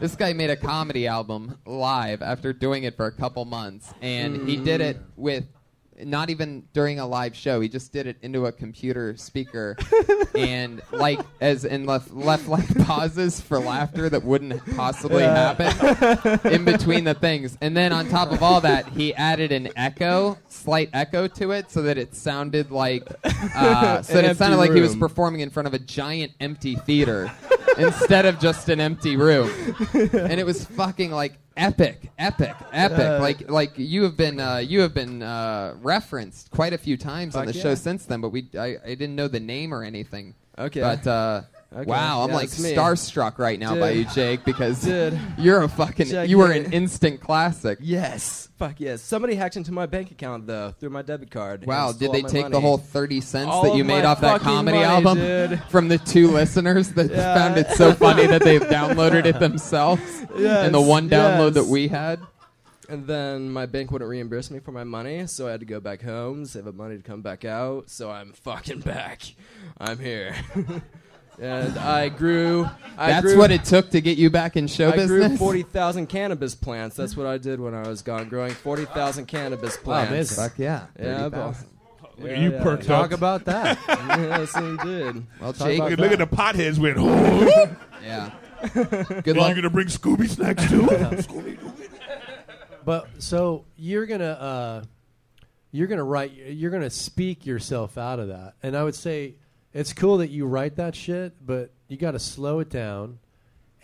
[SPEAKER 3] this guy made a comedy album live after doing it for a couple months, and he did it with not even during a live show. He just did it into a computer speaker, and like as and left left like pauses for laughter that wouldn't possibly
[SPEAKER 15] Yeah.
[SPEAKER 3] happen in between the things. And then on top of all that, he added an echo, slight echo to it, so that it sounded like
[SPEAKER 15] *laughs*
[SPEAKER 3] uh, so
[SPEAKER 15] An
[SPEAKER 3] that it
[SPEAKER 15] empty
[SPEAKER 3] sounded like he was
[SPEAKER 15] room.
[SPEAKER 3] performing in front of a giant empty theater instead of just an
[SPEAKER 15] *laughs*
[SPEAKER 3] empty room. And it was fucking like epic, epic, epic.
[SPEAKER 15] Uh,
[SPEAKER 3] like like you have been uh, you have been uh, referenced quite a few times on the
[SPEAKER 15] Fuck
[SPEAKER 3] show
[SPEAKER 15] yeah.
[SPEAKER 3] since then, but we I, I didn't know the name or anything.
[SPEAKER 15] Okay.
[SPEAKER 3] But uh,
[SPEAKER 15] Okay.
[SPEAKER 3] wow, I'm
[SPEAKER 15] Yeah,
[SPEAKER 3] like
[SPEAKER 15] it's me.
[SPEAKER 3] starstruck right now by
[SPEAKER 15] Dude.
[SPEAKER 3] you, Jake, because
[SPEAKER 15] Dude.
[SPEAKER 3] *laughs* you're a fucking
[SPEAKER 15] Check
[SPEAKER 3] you were
[SPEAKER 15] it.
[SPEAKER 3] an instant classic.
[SPEAKER 15] Yes. Fuck yes. Somebody hacked into my bank account though through my debit card. and
[SPEAKER 3] Wow,
[SPEAKER 15] stole
[SPEAKER 3] did
[SPEAKER 15] all
[SPEAKER 3] they
[SPEAKER 15] my
[SPEAKER 3] take the
[SPEAKER 15] money.
[SPEAKER 3] whole 30 cents
[SPEAKER 15] All
[SPEAKER 3] that
[SPEAKER 15] of
[SPEAKER 3] you made
[SPEAKER 15] my
[SPEAKER 3] off that
[SPEAKER 15] fucking
[SPEAKER 3] comedy
[SPEAKER 15] money,
[SPEAKER 3] album *laughs*
[SPEAKER 15] dude.
[SPEAKER 3] from the two listeners that
[SPEAKER 15] Yeah.
[SPEAKER 3] found it so funny that
[SPEAKER 15] *laughs*
[SPEAKER 3] they downloaded it themselves? and the
[SPEAKER 15] Yes,
[SPEAKER 3] one download that
[SPEAKER 15] yes.
[SPEAKER 3] we had?
[SPEAKER 15] And then my bank wouldn't reimburse me for my money, so I had to go back home, save up money to come back out. So I'm fucking back. I'm here. *laughs* and I grew. I
[SPEAKER 3] That's
[SPEAKER 15] grew-
[SPEAKER 3] what it took to get you back in show
[SPEAKER 15] I
[SPEAKER 3] business?
[SPEAKER 15] grew
[SPEAKER 3] *laughs*
[SPEAKER 15] 40,000 cannabis plants. That's what I did when I was gone, growing 40,000 cannabis plants.
[SPEAKER 3] amazing. Oh, Fuck yeah,
[SPEAKER 15] Yeah,
[SPEAKER 3] 30,000.
[SPEAKER 15] but-
[SPEAKER 7] Look at you perked Talk up.
[SPEAKER 15] about that. *laughs* yes, indeed.
[SPEAKER 3] Well,
[SPEAKER 15] Talk
[SPEAKER 3] Jake-
[SPEAKER 15] about
[SPEAKER 7] Look at
[SPEAKER 15] that.
[SPEAKER 7] the
[SPEAKER 15] *laughs*
[SPEAKER 7] potheads went. "Oh."
[SPEAKER 3] Yeah.
[SPEAKER 7] Good luck. You gonna bring Scooby snacks too? Scooby Doo.
[SPEAKER 8] But so you're gonna uh, you're gonna write you're gonna speak yourself out of that, and I would say it's cool that you write that shit, but you got to slow it down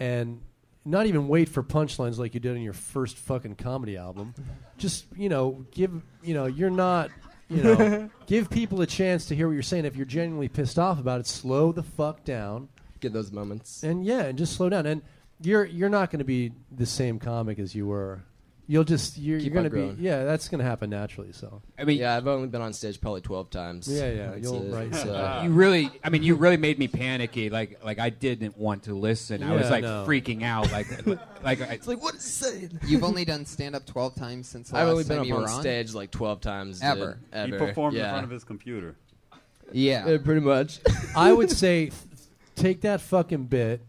[SPEAKER 8] and not even wait for punchlines like you did in your first fucking comedy album. Just you know, give you know you're not you
[SPEAKER 7] *laughs*
[SPEAKER 8] know *laughs* give people a chance to hear what you're saying. If you're genuinely pissed off about it, slow the fuck down.
[SPEAKER 15] Get those moments.
[SPEAKER 8] And yeah, and just slow down. And you're you're not going to be the same comic as you were. You'll just you're,
[SPEAKER 15] Keep
[SPEAKER 8] you're going
[SPEAKER 15] on
[SPEAKER 8] to
[SPEAKER 15] growing.
[SPEAKER 8] be yeah. That's going to happen naturally. So
[SPEAKER 15] I mean, yeah, I've only been on stage probably 12 times.
[SPEAKER 8] Yeah, yeah,
[SPEAKER 15] That's
[SPEAKER 8] you'll
[SPEAKER 15] it.
[SPEAKER 4] *laughs*
[SPEAKER 8] write-
[SPEAKER 7] *laughs*
[SPEAKER 15] So-
[SPEAKER 4] you really i mean you really made me panicky like like i didn't want to listen i was
[SPEAKER 8] Yeah,
[SPEAKER 4] like
[SPEAKER 8] no.
[SPEAKER 4] freaking out like like I,
[SPEAKER 15] like what is he saying? *laughs*
[SPEAKER 3] You've only done stand up 12 times since the
[SPEAKER 15] I've
[SPEAKER 3] last
[SPEAKER 15] only been
[SPEAKER 3] time
[SPEAKER 15] up
[SPEAKER 3] you
[SPEAKER 15] on
[SPEAKER 3] were on
[SPEAKER 15] stage like 12 times. dude.
[SPEAKER 3] Ever.
[SPEAKER 15] Ever.
[SPEAKER 6] He performed
[SPEAKER 15] yeah.
[SPEAKER 6] in front of his computer.
[SPEAKER 3] Yeah.
[SPEAKER 15] *laughs* pretty much.
[SPEAKER 8] I would say th- take that fucking bit.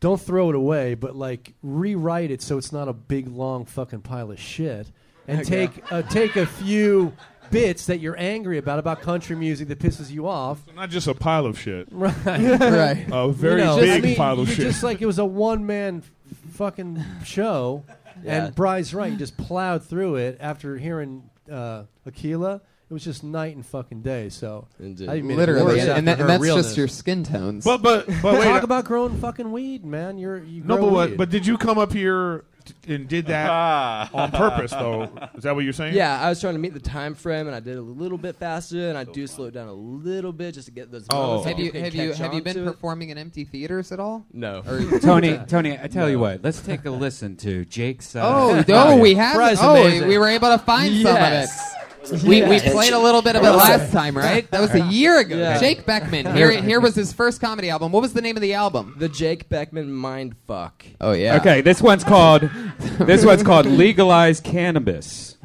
[SPEAKER 8] Don't throw it away, but like rewrite it so it's not a big long fucking pile of shit. And
[SPEAKER 15] Okay.
[SPEAKER 8] take uh, take a few bits that you're angry about about country music that pisses you off.
[SPEAKER 7] Not just a pile of shit.
[SPEAKER 8] *laughs* Right.
[SPEAKER 7] Right. A very
[SPEAKER 8] You know,
[SPEAKER 7] big
[SPEAKER 8] I mean,
[SPEAKER 7] pile of
[SPEAKER 8] you
[SPEAKER 7] shit.
[SPEAKER 8] Just like it was a one man fucking show,
[SPEAKER 15] Yeah.
[SPEAKER 8] and Bry's right. You just plowed through it after hearing uh, Aquila. It was just night and fucking day. So
[SPEAKER 15] Indeed.
[SPEAKER 8] I made it
[SPEAKER 3] Literally,
[SPEAKER 8] worse
[SPEAKER 3] and-
[SPEAKER 8] after
[SPEAKER 3] and that-
[SPEAKER 8] her
[SPEAKER 3] and that's
[SPEAKER 8] realness.
[SPEAKER 3] just your skin tones.
[SPEAKER 7] But
[SPEAKER 8] *laughs*
[SPEAKER 7] but but wait.
[SPEAKER 8] Talk about growing fucking weed, man. You're you
[SPEAKER 7] No,
[SPEAKER 8] grow
[SPEAKER 7] but what?
[SPEAKER 8] weed.
[SPEAKER 7] But did you come up here t- and did that
[SPEAKER 15] Ah.
[SPEAKER 7] on purpose, though? Is that what you're saying?
[SPEAKER 15] Yeah, I was trying to meet the time frame, and I did it a little bit faster, and I do slow it down a little bit just to get those. moments that
[SPEAKER 3] Oh. have you
[SPEAKER 15] can
[SPEAKER 3] have you
[SPEAKER 15] catch
[SPEAKER 3] have you
[SPEAKER 15] on
[SPEAKER 3] been
[SPEAKER 15] to it.
[SPEAKER 3] performing in empty theaters at all?
[SPEAKER 15] No.
[SPEAKER 3] Or- *laughs*
[SPEAKER 4] tony tony i tell you what let's take a listen to jake's uh,
[SPEAKER 3] Oh,
[SPEAKER 4] Oh, *laughs*
[SPEAKER 3] no,
[SPEAKER 4] yeah.
[SPEAKER 3] we have it.
[SPEAKER 4] Fry's
[SPEAKER 3] Oh,
[SPEAKER 4] amazing.
[SPEAKER 3] we were able to find
[SPEAKER 15] Yes.
[SPEAKER 3] some of it. We, we
[SPEAKER 15] Yes.
[SPEAKER 3] played a little bit of it
[SPEAKER 15] Okay.
[SPEAKER 3] last time, right? That was a year ago.
[SPEAKER 15] Yeah.
[SPEAKER 3] Jake Beckman. Here, here was his first comedy album. What was the name of the album?
[SPEAKER 15] The Jake Beckman mind fuck.
[SPEAKER 3] Oh yeah.
[SPEAKER 4] okay this one's called this one's called legalize cannabis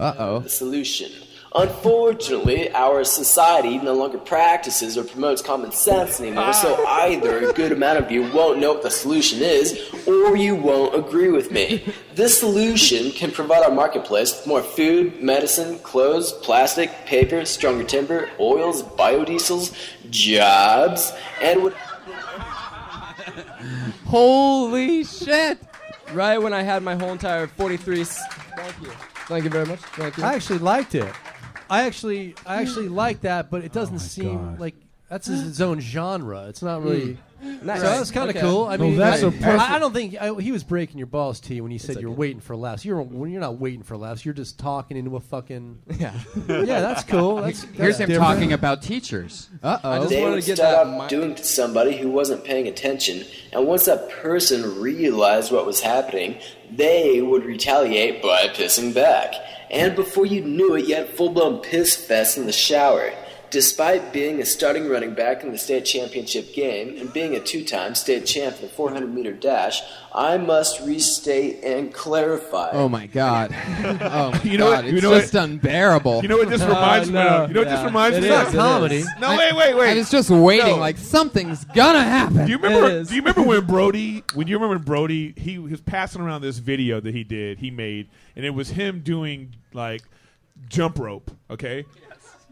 [SPEAKER 3] uh-oh
[SPEAKER 17] The solution Unfortunately, our society no longer practices or promotes common sense anymore, so
[SPEAKER 3] Ah.
[SPEAKER 17] either a good amount of you won't know what the solution is, or you won't agree with me. This solution can provide our marketplace with more food, medicine, clothes, plastic, paper, stronger timber, oils, biodiesels, jobs, and what
[SPEAKER 15] Holy shit! Right when I had my whole entire 43. S- Thank you. Thank you very much. Thank you.
[SPEAKER 8] I actually liked it. I actually, I actually like that, but it
[SPEAKER 15] Oh
[SPEAKER 8] doesn't seem like that's his, his own genre. It's
[SPEAKER 4] Hmm.
[SPEAKER 8] not really.
[SPEAKER 15] Mm.
[SPEAKER 8] So
[SPEAKER 15] Nice.
[SPEAKER 8] that's kind of
[SPEAKER 15] Okay.
[SPEAKER 8] cool. I
[SPEAKER 15] Well,
[SPEAKER 8] mean,
[SPEAKER 15] that's
[SPEAKER 8] I,
[SPEAKER 15] a perfect-
[SPEAKER 8] I- I don't think I, he was breaking your balls, T, when you said you're waiting for laughs. You're when you're not waiting for laughs. You're just talking into a fucking. Yeah. *laughs* yeah, that's cool. That's,
[SPEAKER 4] Here's
[SPEAKER 8] that's
[SPEAKER 4] him
[SPEAKER 8] different.
[SPEAKER 4] talking about teachers.
[SPEAKER 8] Uh-oh.
[SPEAKER 4] I just
[SPEAKER 17] they
[SPEAKER 4] wanted
[SPEAKER 17] would
[SPEAKER 4] to get
[SPEAKER 17] stop
[SPEAKER 4] that mi-
[SPEAKER 17] doing to somebody who wasn't paying attention. And once that person realized what was happening, they would retaliate by pissing back. And before you knew it, you had full blown piss fest in the shower. Despite being a starting running back in the state championship game and being a two time state champ in the 400 meter dash, I must restate and clarify.
[SPEAKER 3] Oh my god. Oh my
[SPEAKER 17] You know what-
[SPEAKER 3] god.
[SPEAKER 17] you
[SPEAKER 3] it's
[SPEAKER 17] know what-
[SPEAKER 3] just unbearable.
[SPEAKER 17] you know what this reminds
[SPEAKER 3] Oh,
[SPEAKER 17] me of? You know what this
[SPEAKER 3] Yeah.
[SPEAKER 17] reminds
[SPEAKER 3] It
[SPEAKER 17] me of?
[SPEAKER 3] is,
[SPEAKER 17] It's
[SPEAKER 3] it
[SPEAKER 17] not comedy.
[SPEAKER 3] is.
[SPEAKER 7] No, wait, wait, wait.
[SPEAKER 3] I was just waiting,
[SPEAKER 7] No.
[SPEAKER 3] like something's gonna happen.
[SPEAKER 7] Do you remember? Do you remember when Brody? When you remember when Brody? He was passing around this video that he did, he made, and it was him doing like jump rope. Okay.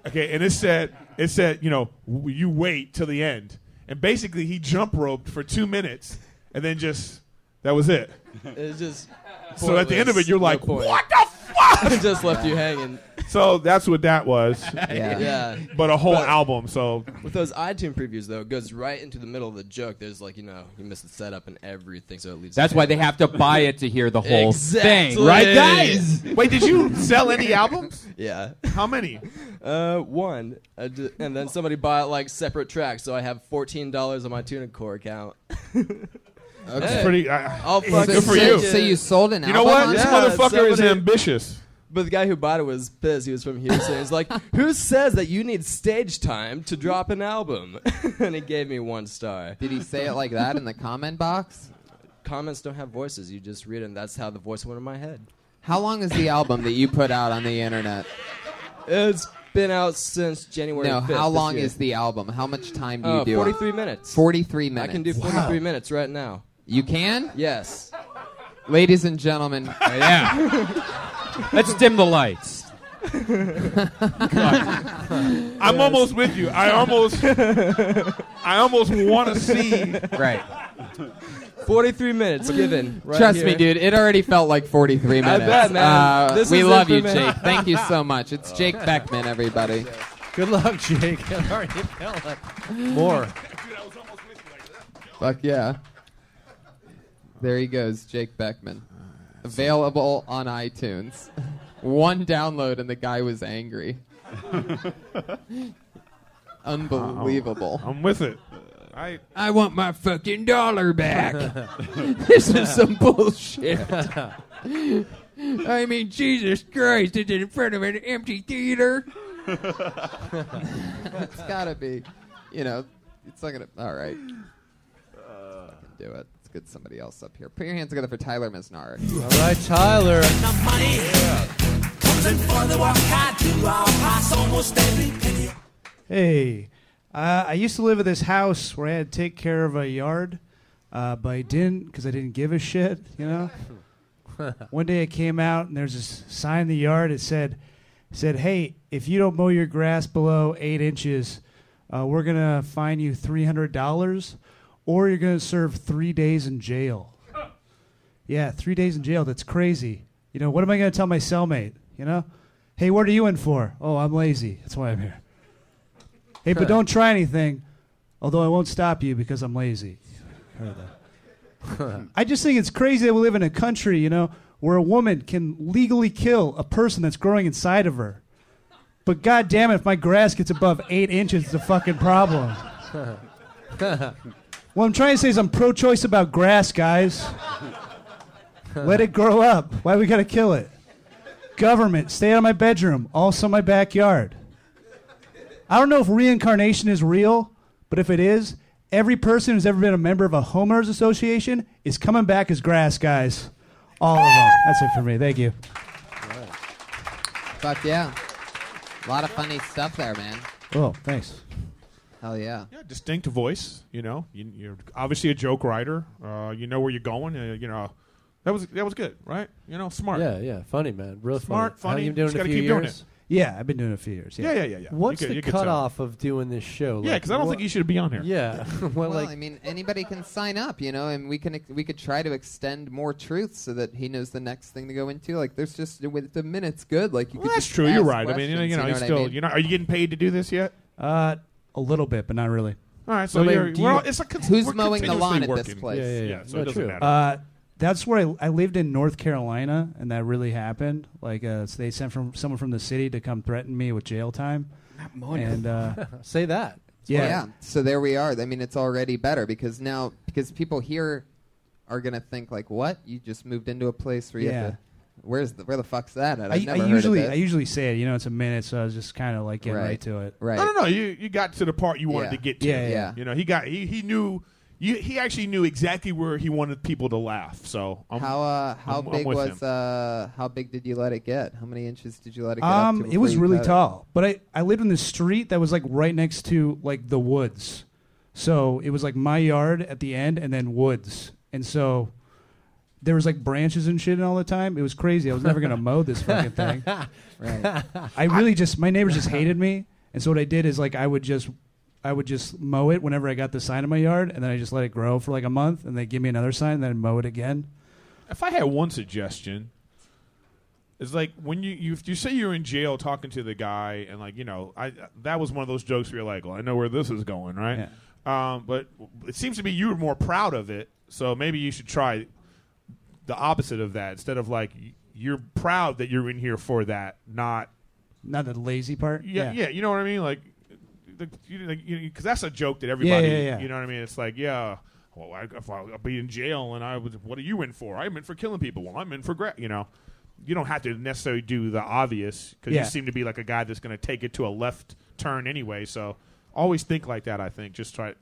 [SPEAKER 7] Okay, and it said it said you know w- you wait till the end, and basically he jump roped for two minutes, and then just that was it.
[SPEAKER 15] It's just.
[SPEAKER 7] So at the end of it,
[SPEAKER 15] pointless.
[SPEAKER 7] you're
[SPEAKER 15] No
[SPEAKER 7] like,
[SPEAKER 15] point.
[SPEAKER 7] what the fuck?
[SPEAKER 15] It *laughs* just left you hanging.
[SPEAKER 7] So that's what that *laughs* was.
[SPEAKER 15] Yeah. Yeah.
[SPEAKER 7] But a whole
[SPEAKER 15] But-
[SPEAKER 7] album. So
[SPEAKER 15] With those iTunes previews, though, it goes right into the middle of the joke. There's like, you know, you miss the setup and everything, so it leaves.
[SPEAKER 4] That's why they have to buy it to hear the whole thing,
[SPEAKER 15] Exactly.
[SPEAKER 4] right, guys?
[SPEAKER 7] Wait, did you sell any albums?
[SPEAKER 15] *laughs* Yeah.
[SPEAKER 7] How many?
[SPEAKER 15] *laughs* Uh, one. I d- and then somebody bought like separate tracks, so I have fourteen dollars on my Tunicore
[SPEAKER 3] *laughs*
[SPEAKER 15] account.
[SPEAKER 7] That's pretty. I,
[SPEAKER 15] I'll
[SPEAKER 7] hey,
[SPEAKER 15] fucking
[SPEAKER 7] good for
[SPEAKER 15] send
[SPEAKER 7] you.
[SPEAKER 15] it.
[SPEAKER 7] So you sold an You know album what? on This it? motherfucker is ambitious.
[SPEAKER 15] But the guy who bought it was pissed. He was from Houston. He's
[SPEAKER 7] *laughs*
[SPEAKER 15] like, "Who says that you need stage time to drop an album?" *laughs* and he gave me one star.
[SPEAKER 3] Did he say it like that in the comment box?
[SPEAKER 15] Comments don't have voices. You just read, it, and that's how the voice went in my head.
[SPEAKER 3] *laughs* How long is the album that you put out on the internet?
[SPEAKER 15] It's been out since January.
[SPEAKER 3] No,
[SPEAKER 15] 5th
[SPEAKER 3] how
[SPEAKER 15] this
[SPEAKER 3] long
[SPEAKER 15] year.
[SPEAKER 3] is the album? How much time do
[SPEAKER 15] Uh,
[SPEAKER 3] you do?
[SPEAKER 15] 43 minutes.
[SPEAKER 3] 43 minutes.
[SPEAKER 15] I can do 43 minutes right now.
[SPEAKER 3] You can?
[SPEAKER 15] Yes.
[SPEAKER 3] Ladies and
[SPEAKER 4] *laughs*
[SPEAKER 3] gentlemen.
[SPEAKER 4] Oh, yeah. Let's dim the lights.
[SPEAKER 7] *laughs* *laughs* I'm almost with you. I almost, I almost want to see.
[SPEAKER 15] *laughs*
[SPEAKER 4] Right.
[SPEAKER 15] 43 minutes given. Right
[SPEAKER 3] Trust me,
[SPEAKER 15] here.
[SPEAKER 3] dude. It already felt like 43
[SPEAKER 15] I
[SPEAKER 3] minutes.
[SPEAKER 15] bet, man.
[SPEAKER 3] Uh,
[SPEAKER 15] This
[SPEAKER 3] we
[SPEAKER 15] is
[SPEAKER 3] love you,
[SPEAKER 15] information.
[SPEAKER 3] Jake. Thank you
[SPEAKER 15] *laughs*
[SPEAKER 3] so much. It's Jake Beckman, everybody.
[SPEAKER 8] Good luck, Jake. *laughs* I already felt like more. *laughs*
[SPEAKER 3] Fuck yeah. There he goes, Jake Beckman. Available on iTunes. *laughs* One download, and the guy was
[SPEAKER 7] *laughs*
[SPEAKER 3] angry. Unbelievable.
[SPEAKER 7] I'm with it. I
[SPEAKER 2] I want my fucking dollar
[SPEAKER 7] *laughs*
[SPEAKER 2] back.
[SPEAKER 3] this is some bullshit.
[SPEAKER 2] *laughs* I mean, Jesus Christ, it's in front of an empty theater.
[SPEAKER 3] it's gotta be, you know, it's not gonna. All right, Fucking do it. Let's get somebody else up here. Put your hands together for Tyler Misnard.
[SPEAKER 8] All right, Tyler.
[SPEAKER 18] Hey, uh, I used to live at this house where I had to take care of a yard, uh, but I didn't because I didn't give a shit, you know? One day I came out and there's this sign in the yard. It said, said, hey, if you don't mow your grass below eight inches, uh, we're going to fine you $300 or you're going to serve three days in jail. Yeah, three days in jail. That's crazy. You know, what am I going to tell my cellmate? You know? Hey, what are you in for? Oh, I'm lazy. That's why I'm here. Hey, but don't try anything, although I won't stop you because I'm lazy. I just think it's crazy that we live in a country, you know, where a woman can legally kill a person that's growing inside of her. But god damn it, if my grass gets above eight inches, it's a fucking problem. What I'm trying to say is I'm pro choice about grass, guys. Let it grow up. Why we gotta kill it? Government, stay out of my bedroom, also my backyard. I don't know if reincarnation is real, but if it is, every person who's ever been a member of a homeowners association is coming back as grass, guys. All of them. That's it for me. Thank you.
[SPEAKER 3] Fuck yeah. A lot of funny stuff there, man.
[SPEAKER 18] Oh, thanks.
[SPEAKER 3] Hell yeah.
[SPEAKER 7] Yeah, distinct voice. You know, you, you're obviously a joke writer. Uh, you know where you're going. Uh, you know, that was that was good, right? You know, smart.
[SPEAKER 8] Yeah, yeah, funny man, real
[SPEAKER 7] Smart, funny.
[SPEAKER 8] How you been doing
[SPEAKER 7] Just
[SPEAKER 8] it a
[SPEAKER 7] gotta
[SPEAKER 8] few
[SPEAKER 7] keep doing
[SPEAKER 8] years?
[SPEAKER 7] it.
[SPEAKER 18] Yeah, I've been doing it for years. Yeah,
[SPEAKER 7] Yeah, yeah, yeah, yeah.
[SPEAKER 8] What's
[SPEAKER 7] You could-
[SPEAKER 8] the
[SPEAKER 7] you could tell.
[SPEAKER 8] cutoff of doing this show?
[SPEAKER 7] Yeah, 'cause I don't think you should be on here. *laughs*
[SPEAKER 8] Yeah,
[SPEAKER 3] Well,
[SPEAKER 8] well, like
[SPEAKER 3] I mean, anybody can sign up, you know, and we can we could try to extend more truth so that he knows the next thing to go into. Like, there's just with the minute's good. Like, you could
[SPEAKER 7] That's
[SPEAKER 3] just
[SPEAKER 7] true. You're
[SPEAKER 3] ask
[SPEAKER 7] right. I mean, you know,
[SPEAKER 3] questions,
[SPEAKER 7] you know,
[SPEAKER 3] what
[SPEAKER 7] he's
[SPEAKER 3] I
[SPEAKER 7] still.
[SPEAKER 3] mean?
[SPEAKER 7] You know, are you getting paid to do this yet?
[SPEAKER 18] Uh, a little bit, but not really.
[SPEAKER 7] All right, so
[SPEAKER 18] Somebody-
[SPEAKER 7] you're,
[SPEAKER 18] do
[SPEAKER 7] we're
[SPEAKER 18] you-
[SPEAKER 7] all, it's a con-
[SPEAKER 3] Who's
[SPEAKER 7] we're
[SPEAKER 3] mowing the lawn
[SPEAKER 7] continuously
[SPEAKER 3] at this
[SPEAKER 7] working.
[SPEAKER 3] place?
[SPEAKER 7] Yeah, yeah, yeah. so it
[SPEAKER 8] No,
[SPEAKER 7] doesn't
[SPEAKER 8] true.
[SPEAKER 7] matter.
[SPEAKER 18] Uh, that's where I, I lived in North Carolina, and that really happened. Like, uh, so they sent from someone from the city to come threaten me with jail time. And uh,
[SPEAKER 7] *laughs*
[SPEAKER 8] say that.
[SPEAKER 18] Yeah.
[SPEAKER 3] yeah. So there we are. I mean, it's already better because now because people here are gonna think like, what? You just moved into a place where you
[SPEAKER 18] Yeah.
[SPEAKER 3] have to. Where's the, where the fuck's that at?
[SPEAKER 18] I,
[SPEAKER 3] I've never
[SPEAKER 18] I
[SPEAKER 3] heard
[SPEAKER 18] usually
[SPEAKER 3] of
[SPEAKER 18] I
[SPEAKER 3] this.
[SPEAKER 18] usually say it. You know, it's a minute, so I was just kind of like getting right.
[SPEAKER 3] Right.
[SPEAKER 18] to it.
[SPEAKER 3] Right.
[SPEAKER 7] No, no, no. You you got to the part you wanted
[SPEAKER 18] Yeah.
[SPEAKER 7] to get to.
[SPEAKER 18] Yeah, yeah, yeah.
[SPEAKER 7] You know, he got he he knew. You, he actually knew exactly where he wanted people to laugh. So I'm,
[SPEAKER 3] how uh, how
[SPEAKER 7] I'm- I'm
[SPEAKER 3] big
[SPEAKER 7] with him.
[SPEAKER 3] was uh, how big did you let it get? How many inches did you let it get? up
[SPEAKER 18] Um,
[SPEAKER 3] to
[SPEAKER 18] it was
[SPEAKER 3] before you
[SPEAKER 18] really
[SPEAKER 3] cut
[SPEAKER 18] tall, but I I lived in the street that was like right next to like the woods, so it was like my yard at the end and then woods, and so there was like branches and shit all the time. It was crazy. I was never gonna mow
[SPEAKER 3] *laughs*
[SPEAKER 18] this fucking thing.
[SPEAKER 8] Right.
[SPEAKER 18] I really just my neighbors just hated me, and so what I did is like I would just. I would just mow it whenever I got the sign in my yard, and then I just let it grow for like a month, and they give me another sign, and then I'd mow it again.
[SPEAKER 7] If I had one suggestion, it's like when you, you you say you're in jail talking to the guy, and like you know, I that was one of those jokes where you're like, well, I know where this is going, right? Um, but it seems to me you were more proud of it, so maybe you should try the opposite of that. Instead of like y- you're proud that you're in here for that, not
[SPEAKER 18] Not the lazy part.
[SPEAKER 7] yeah, yeah, you know what I mean, like because you, like, you- 'cause that's a joke that
[SPEAKER 18] yeah,
[SPEAKER 7] everybody,
[SPEAKER 18] yeah.
[SPEAKER 7] you know what I mean. It's like yeah. Well, I, if I, I'll be in jail, and I was. What are you in for? I'm in for killing people. Well, I'm in for gra-, you know. You don't have to necessarily do the obvious because
[SPEAKER 18] Yeah.
[SPEAKER 7] you seem to be like a guy that's going to take it to a left turn anyway. So always think like that. I think just try.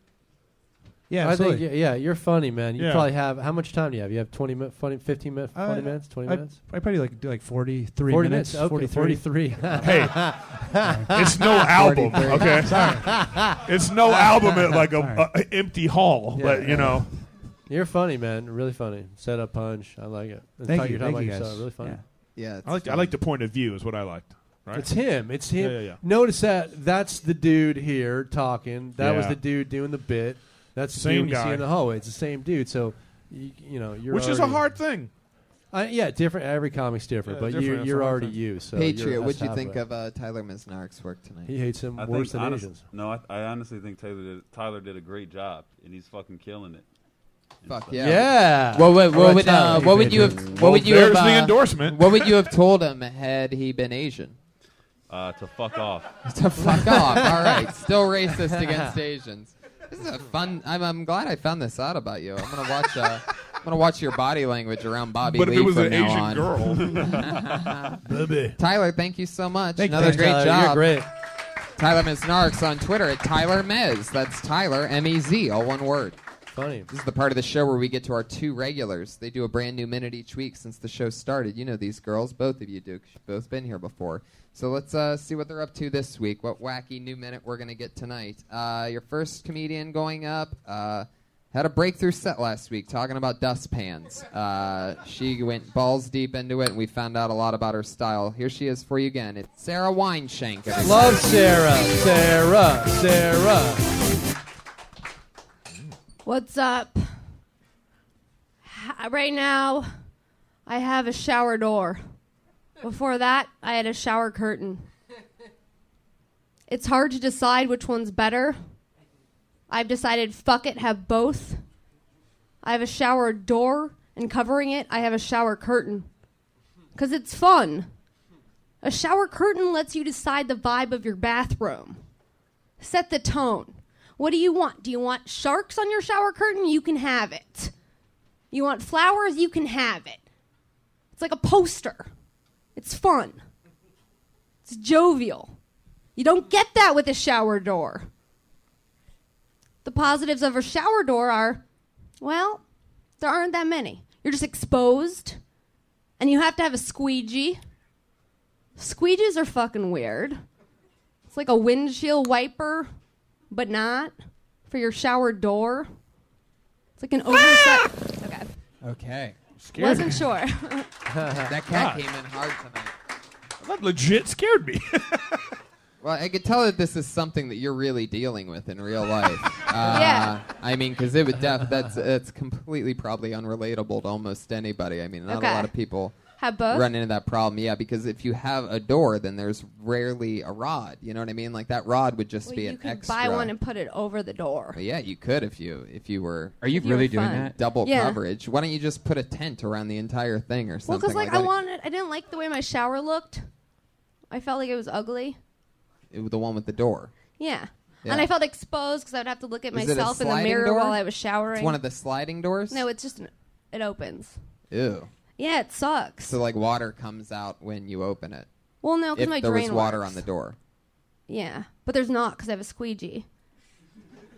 [SPEAKER 8] I think yeah, yeah, you're funny, man. You
[SPEAKER 7] Yeah.
[SPEAKER 8] probably have how much time do you have? You have 20 minutes, funny 15 minutes, 20
[SPEAKER 18] Uh,
[SPEAKER 8] minutes, 20
[SPEAKER 18] I,
[SPEAKER 8] minutes.
[SPEAKER 18] I probably like do like forty three
[SPEAKER 8] 40
[SPEAKER 18] minutes.
[SPEAKER 8] minutes, okay,
[SPEAKER 18] *laughs*
[SPEAKER 8] 43. *laughs*
[SPEAKER 7] Hey, it's no album, okay? *laughs* It's no album at like a, a, empty hall, but you know.
[SPEAKER 8] You're funny, man. Really funny. Set up punch. I like it. And
[SPEAKER 18] Thank
[SPEAKER 8] talk-
[SPEAKER 18] you,
[SPEAKER 8] You're talking
[SPEAKER 18] thank you guys.
[SPEAKER 8] about yourself. Really funny.
[SPEAKER 3] Yeah,
[SPEAKER 7] I like I like the point of view is what I liked. Right?
[SPEAKER 8] It's him. It's him.
[SPEAKER 7] Yeah, yeah, yeah.
[SPEAKER 8] Notice that that's the dude here talking. That was
[SPEAKER 7] Yeah.
[SPEAKER 8] the dude doing the bit. That's the
[SPEAKER 7] Same
[SPEAKER 8] dude you
[SPEAKER 7] guy.
[SPEAKER 8] see in the hallway. It's the same dude. So you, you know you're
[SPEAKER 7] Which is a
[SPEAKER 8] already-
[SPEAKER 7] hard thing.
[SPEAKER 8] I, yeah, different. Every comic's different,
[SPEAKER 7] Yeah,
[SPEAKER 8] but
[SPEAKER 7] different. That's
[SPEAKER 8] you you're
[SPEAKER 7] a hard
[SPEAKER 8] already
[SPEAKER 7] thing.
[SPEAKER 8] you. So you're-
[SPEAKER 3] Patriot,
[SPEAKER 8] that's
[SPEAKER 3] what'd you
[SPEAKER 8] halfway.
[SPEAKER 3] think of uh, Tyler Misnark's work tonight?
[SPEAKER 8] He hates him
[SPEAKER 6] I
[SPEAKER 8] worse
[SPEAKER 6] think
[SPEAKER 8] than
[SPEAKER 6] honest-
[SPEAKER 8] Asians.
[SPEAKER 6] No, I, I honestly think Taylor did, Tyler did a great job, and he's fucking killing it. And
[SPEAKER 3] Fuck
[SPEAKER 6] so-
[SPEAKER 3] yeah.
[SPEAKER 8] Yeah.
[SPEAKER 3] What would,
[SPEAKER 8] Alright,
[SPEAKER 3] what would,
[SPEAKER 8] Tyler,
[SPEAKER 3] uh,
[SPEAKER 8] you
[SPEAKER 3] what would
[SPEAKER 8] did
[SPEAKER 3] you
[SPEAKER 8] it.
[SPEAKER 3] have?
[SPEAKER 6] Well,
[SPEAKER 3] What would you
[SPEAKER 6] there's
[SPEAKER 3] have?
[SPEAKER 6] the
[SPEAKER 3] uh,
[SPEAKER 6] endorsement.
[SPEAKER 3] What would you have told him had he been Asian?
[SPEAKER 6] Uh, to fuck off.
[SPEAKER 3] *laughs* to fuck off. All right, still racist *laughs* against Asians. This is a fun. I'm, I'm glad I found this out about you. I'm gonna watch. Uh, I'm gonna watch your body language around Bobby
[SPEAKER 7] But if
[SPEAKER 3] Lee
[SPEAKER 7] it was
[SPEAKER 3] from
[SPEAKER 7] an
[SPEAKER 3] now
[SPEAKER 7] Asian
[SPEAKER 3] on.
[SPEAKER 7] girl.
[SPEAKER 3] *laughs*
[SPEAKER 7] Bobby.
[SPEAKER 3] Tyler, thank you so much.
[SPEAKER 7] Thank-
[SPEAKER 3] Another
[SPEAKER 7] thanks,
[SPEAKER 3] great
[SPEAKER 7] Tyler.
[SPEAKER 3] job.
[SPEAKER 7] You're great.
[SPEAKER 3] Tyler Miznark's on Twitter at Tyler Miz. That's Tyler M E Z, all one word.
[SPEAKER 8] Funny.
[SPEAKER 3] This is the part of the show where we get to our two regulars. They do a brand new minute each week since the show started. You know these girls, both of you do. 'cause You've both been here before. So let's uh, see what they're up to this week. What wacky new minute we're going to get tonight. Uh, your first comedian going up uh, had a breakthrough set last week talking about dustpans. Uh, she went balls deep into it, and we found out a lot about her style. Here she is for you again. It's Sarah Wineshank. everybody.
[SPEAKER 8] Love Sarah, Sarah, Sarah.
[SPEAKER 19] What's up? H- Right now, I have a shower door. Before that, I had a shower curtain. It's hard to decide which one's better. I've decided fuck it, have both. I have a shower door, and covering it, I have a shower curtain. Because it's fun. A shower curtain lets you decide the vibe of your bathroom. Set the tone. What do you want? Do you want sharks on your shower curtain? You can have it. You want flowers? You can have it. It's like a poster. It's fun. It's jovial. You don't get that with a shower door. The positives of a shower door are well, there aren't that many. You're just exposed, and you have to have a squeegee. Squeegees are fucking weird. It's like a windshield wiper, but not for your shower door. It's like an
[SPEAKER 3] Ah!
[SPEAKER 19] oversized. Okay.
[SPEAKER 2] Okay.
[SPEAKER 7] Scared
[SPEAKER 19] Wasn't
[SPEAKER 7] me.
[SPEAKER 19] sure.
[SPEAKER 3] *laughs* that
[SPEAKER 7] God.
[SPEAKER 3] cat came in hard tonight.
[SPEAKER 7] That legit scared me.
[SPEAKER 3] *laughs* Well, I could tell that this is something that you're really dealing with in real life. Uh,
[SPEAKER 19] *laughs* Yeah.
[SPEAKER 3] I mean, because it would def- that's that's completely probably unrelatable to almost anybody. I mean, not
[SPEAKER 19] Okay.
[SPEAKER 3] a lot of people
[SPEAKER 19] Have both?
[SPEAKER 3] run into that problem. Yeah, because if you have a door, then there's rarely a rod. You know what I mean? Like that rod would just
[SPEAKER 19] Well,
[SPEAKER 3] be
[SPEAKER 19] you
[SPEAKER 3] an
[SPEAKER 19] could
[SPEAKER 3] extra.
[SPEAKER 19] buy one and put it over the door.
[SPEAKER 3] But yeah, you could if you if you were.
[SPEAKER 4] Are you If you really were doing fun. that?
[SPEAKER 3] Double
[SPEAKER 19] Yeah.
[SPEAKER 3] coverage. Why don't you just put a tent around the entire thing or
[SPEAKER 19] Well,
[SPEAKER 3] something?
[SPEAKER 19] because like, I
[SPEAKER 3] that?
[SPEAKER 19] wanted, I didn't like the way my shower looked. I felt like it was ugly.
[SPEAKER 3] It- the one with the door.
[SPEAKER 19] Yeah.
[SPEAKER 3] Yeah.
[SPEAKER 19] And I felt exposed because I would have to look at
[SPEAKER 3] Is it a
[SPEAKER 19] myself in the
[SPEAKER 3] sliding
[SPEAKER 19] mirror
[SPEAKER 3] door?
[SPEAKER 19] while I was showering.
[SPEAKER 3] It's one of the sliding doors.
[SPEAKER 19] No, it's just an, it opens.
[SPEAKER 3] Ew.
[SPEAKER 19] Yeah, it sucks.
[SPEAKER 3] So like water comes out when you open it.
[SPEAKER 19] Well, no, 'cause
[SPEAKER 3] if
[SPEAKER 19] my
[SPEAKER 3] there was
[SPEAKER 19] drain
[SPEAKER 3] water
[SPEAKER 19] works.
[SPEAKER 3] on the door.
[SPEAKER 19] Yeah, but there's not because I have a squeegee.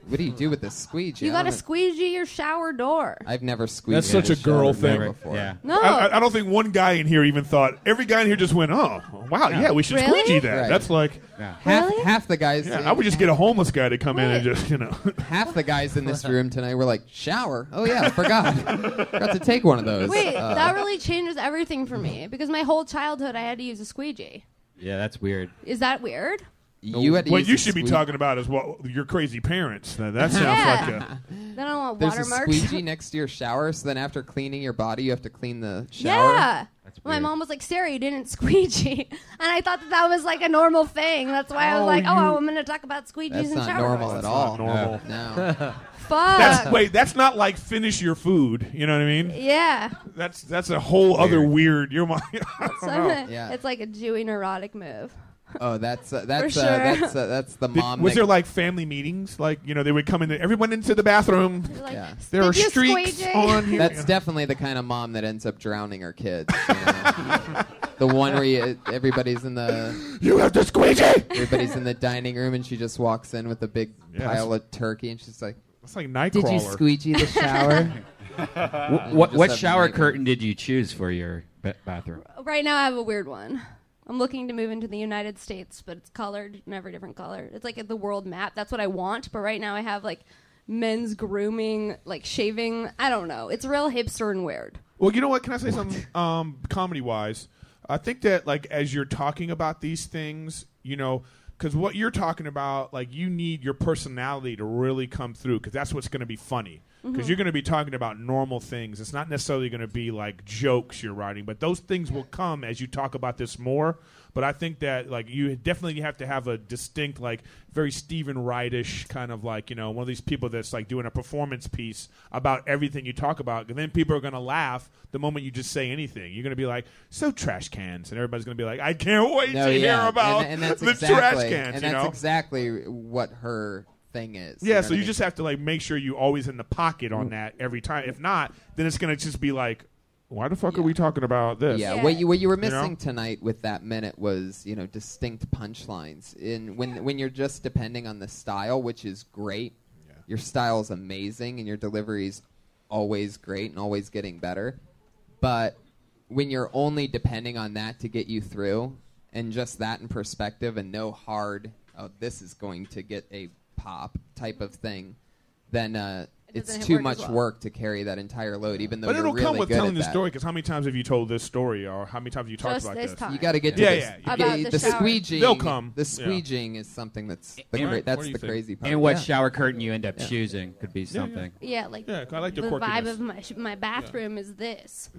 [SPEAKER 3] What do you do with the squeegee?
[SPEAKER 19] you
[SPEAKER 3] I
[SPEAKER 19] got to
[SPEAKER 3] don't know.
[SPEAKER 19] squeegee your shower door.
[SPEAKER 3] I've never squeegee.
[SPEAKER 7] That's such a girl thing.
[SPEAKER 3] Before. Yeah.
[SPEAKER 19] No.
[SPEAKER 7] I, I- I don't think one guy in here even thought. Every guy in here just went, "Oh, wow, yeah, we should
[SPEAKER 19] Really?
[SPEAKER 7] squeegee that."
[SPEAKER 3] Right.
[SPEAKER 7] That's like
[SPEAKER 3] Half, half the guys.
[SPEAKER 7] Yeah, I would just get a homeless guy to come in and just, you know.
[SPEAKER 3] half the guys in
[SPEAKER 7] *laughs*
[SPEAKER 3] this room tonight were like, shower. Oh yeah, I forgot. forgot to take one of those.
[SPEAKER 19] Wait,
[SPEAKER 3] Uh,
[SPEAKER 19] that really changes everything for me because my whole childhood I had to use a squeegee.
[SPEAKER 4] Yeah, that's weird.
[SPEAKER 19] Is that weird?
[SPEAKER 3] You had to
[SPEAKER 7] what
[SPEAKER 3] use
[SPEAKER 7] you
[SPEAKER 3] the
[SPEAKER 7] should be
[SPEAKER 3] squeegee-
[SPEAKER 7] talking about is what your crazy parents. Now,
[SPEAKER 3] *laughs*
[SPEAKER 7] that sounds
[SPEAKER 19] yeah.
[SPEAKER 7] like a.
[SPEAKER 19] *laughs* then I don't want
[SPEAKER 3] There's a
[SPEAKER 19] watermarks. *laughs*
[SPEAKER 3] squeegee next to your shower, so then after cleaning your body, you have to clean the shower.
[SPEAKER 19] Yeah. My mom was like, Sarah, you didn't *laughs* squeegee. And I thought that that was like a normal thing. That's why I was
[SPEAKER 3] Oh,
[SPEAKER 19] like, oh,
[SPEAKER 3] you-
[SPEAKER 19] I'm going to talk about squeegees
[SPEAKER 3] That's
[SPEAKER 19] and
[SPEAKER 3] not
[SPEAKER 19] shower
[SPEAKER 3] normal
[SPEAKER 19] doors.
[SPEAKER 3] at all.
[SPEAKER 7] normal.
[SPEAKER 3] No.
[SPEAKER 19] Fuck.
[SPEAKER 7] That's, wait, that's not like finish your food. You know what I mean?
[SPEAKER 19] Yeah.
[SPEAKER 7] That's that's a whole other weird. Your mom.
[SPEAKER 19] So I'm *laughs* gonna-
[SPEAKER 3] Yeah.
[SPEAKER 19] It's like a Jewy neurotic move.
[SPEAKER 3] Oh, that's uh, that's
[SPEAKER 19] For
[SPEAKER 3] uh,
[SPEAKER 19] sure.
[SPEAKER 3] that's uh, that's the mom.
[SPEAKER 7] *laughs* was
[SPEAKER 3] that-
[SPEAKER 7] there like family meetings? Like you know, they would come in. Everyone into the bathroom.
[SPEAKER 3] Yeah.
[SPEAKER 7] There are streaks
[SPEAKER 4] *laughs*
[SPEAKER 7] on here.
[SPEAKER 3] That's definitely the kind of mom that ends up drowning her kids. you
[SPEAKER 4] *laughs*
[SPEAKER 3] know? the one where you, everybody's in the
[SPEAKER 7] you have to squeegee.
[SPEAKER 3] Everybody's in the dining room and she just walks in with a big
[SPEAKER 7] Yeah,
[SPEAKER 3] pile of turkey and she's like,
[SPEAKER 7] "It's like
[SPEAKER 3] Did you squeegee *laughs* the shower?"
[SPEAKER 4] *laughs* Wh-
[SPEAKER 3] And you
[SPEAKER 4] what
[SPEAKER 3] just
[SPEAKER 4] what
[SPEAKER 3] have
[SPEAKER 4] shower
[SPEAKER 3] nightmares.
[SPEAKER 4] curtain did you choose for your ba- bathroom?
[SPEAKER 19] Right now, I have a weird one. I'm looking to move into the United States, but it's colored and every different color. It's like the world map. That's what I want. But right now, I have like men's grooming, like shaving. I don't know. It's real hipster and weird.
[SPEAKER 7] Well, you know what? Can I say something? Um, comedy wise, I think that like as you're talking about these things, you know, because what you're talking about, like you need your personality to really come through, because that's what's going to be funny. Because
[SPEAKER 9] Mhm.
[SPEAKER 7] you're going to be talking about normal things. It's not necessarily going to be like jokes you're writing, but those things will come as you talk about this more. But I think that like you definitely have to have a distinct, like very Stephen Wrightish kind of like you know one of these people that's like doing a performance piece about everything you talk about, and then people are gonna laugh the moment you just say anything. You're gonna be like, "So trash cans," and everybody's gonna be like, "I can't wait
[SPEAKER 3] No,
[SPEAKER 7] to
[SPEAKER 3] yeah.
[SPEAKER 7] hear about
[SPEAKER 3] and, and that's
[SPEAKER 7] the
[SPEAKER 3] exactly,
[SPEAKER 7] trash cans."
[SPEAKER 3] and
[SPEAKER 7] you
[SPEAKER 3] that's
[SPEAKER 7] know.
[SPEAKER 3] exactly what her thing is.
[SPEAKER 7] yeah,
[SPEAKER 3] know
[SPEAKER 7] so
[SPEAKER 3] what I
[SPEAKER 7] you
[SPEAKER 3] mean?
[SPEAKER 7] just have to like make sure you always in the pocket on that every time. If not, then it's gonna just be like, "Why the fuck are we talking about this?"
[SPEAKER 3] Yeah, what you what you were missing
[SPEAKER 7] know?
[SPEAKER 3] tonight with that minute was you know distinct punchlines. In when when you're just depending on the style, which is great, your style is amazing and your delivery's always great and always getting better. But when you're only depending on that to get you through, and just that in perspective, and no hard, oh, this is going to get a pop type of thing, then uh,
[SPEAKER 19] It
[SPEAKER 3] it's
[SPEAKER 19] doesn't
[SPEAKER 3] too
[SPEAKER 19] work as
[SPEAKER 3] much
[SPEAKER 19] well.
[SPEAKER 3] work to carry that entire load. Even though
[SPEAKER 7] But
[SPEAKER 3] you're
[SPEAKER 7] it'll come
[SPEAKER 3] really
[SPEAKER 7] with
[SPEAKER 3] good
[SPEAKER 7] telling
[SPEAKER 3] at
[SPEAKER 7] the
[SPEAKER 3] that.
[SPEAKER 7] story because how many times have you told this story or how many times have you talked
[SPEAKER 19] Just
[SPEAKER 7] about
[SPEAKER 19] this time.
[SPEAKER 3] You got to get to
[SPEAKER 7] yeah,
[SPEAKER 3] this.
[SPEAKER 7] yeah.
[SPEAKER 3] you
[SPEAKER 19] About
[SPEAKER 3] get-
[SPEAKER 19] the
[SPEAKER 3] the,
[SPEAKER 19] shower.
[SPEAKER 3] squeegeeing.
[SPEAKER 7] They'll come.
[SPEAKER 3] The
[SPEAKER 7] Yeah.
[SPEAKER 3] squeegeeing is something that's the
[SPEAKER 4] And-
[SPEAKER 3] great,
[SPEAKER 4] what
[SPEAKER 3] that's
[SPEAKER 4] do
[SPEAKER 3] the
[SPEAKER 4] you think?
[SPEAKER 3] crazy part.
[SPEAKER 4] And what
[SPEAKER 3] Yeah.
[SPEAKER 4] shower curtain you end up choosing could be something.
[SPEAKER 19] Yeah, like
[SPEAKER 7] Yeah, I like
[SPEAKER 19] the
[SPEAKER 7] the
[SPEAKER 19] vibe
[SPEAKER 7] quirkiness.
[SPEAKER 19] of my sh- my bathroom is this.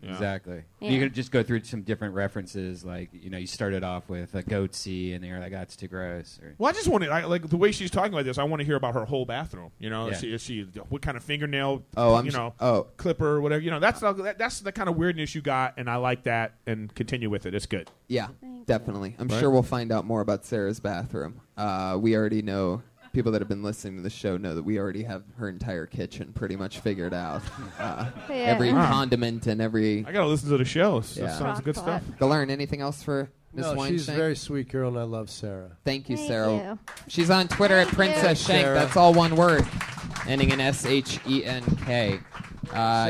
[SPEAKER 4] Exactly.
[SPEAKER 19] Yeah.
[SPEAKER 4] You could just go through some different references. Like you know, you started off with a goat sea, and you're like, "That's too gross." Or,
[SPEAKER 7] Well, I just want to I, like the way she's talking about this. I want to hear about her whole bathroom. You know,
[SPEAKER 4] Yeah.
[SPEAKER 7] is she, is she what kind of fingernail?
[SPEAKER 4] Oh, I'm
[SPEAKER 7] you
[SPEAKER 4] s-
[SPEAKER 7] know,
[SPEAKER 3] oh.
[SPEAKER 7] clipper, or whatever. You know, that's the- that, that's the kind of weirdness you got, and I like that. And continue with it. It's good.
[SPEAKER 3] Yeah, definitely. I'm
[SPEAKER 7] Right?
[SPEAKER 3] sure we'll find out more about Sarah's bathroom. Uh, we already know. People that have been listening to the show know that we already have her entire kitchen pretty much figured out. Uh,
[SPEAKER 7] Yeah.
[SPEAKER 3] Every
[SPEAKER 7] Wow.
[SPEAKER 3] condiment and every.
[SPEAKER 7] I gotta listen to the show. So
[SPEAKER 3] Yeah.
[SPEAKER 7] that sounds good stuff.
[SPEAKER 3] Galern, anything else for Miss
[SPEAKER 8] no,
[SPEAKER 3] Weinstein?
[SPEAKER 8] she's a very sweet girl, and I love Sarah.
[SPEAKER 3] Thank you,
[SPEAKER 8] Thank
[SPEAKER 3] Sarah.
[SPEAKER 8] you.
[SPEAKER 3] She's on Twitter at Princess
[SPEAKER 8] you.
[SPEAKER 3] Shank.
[SPEAKER 8] Sarah.
[SPEAKER 3] That's all one word, ending in S H E N K. Uh,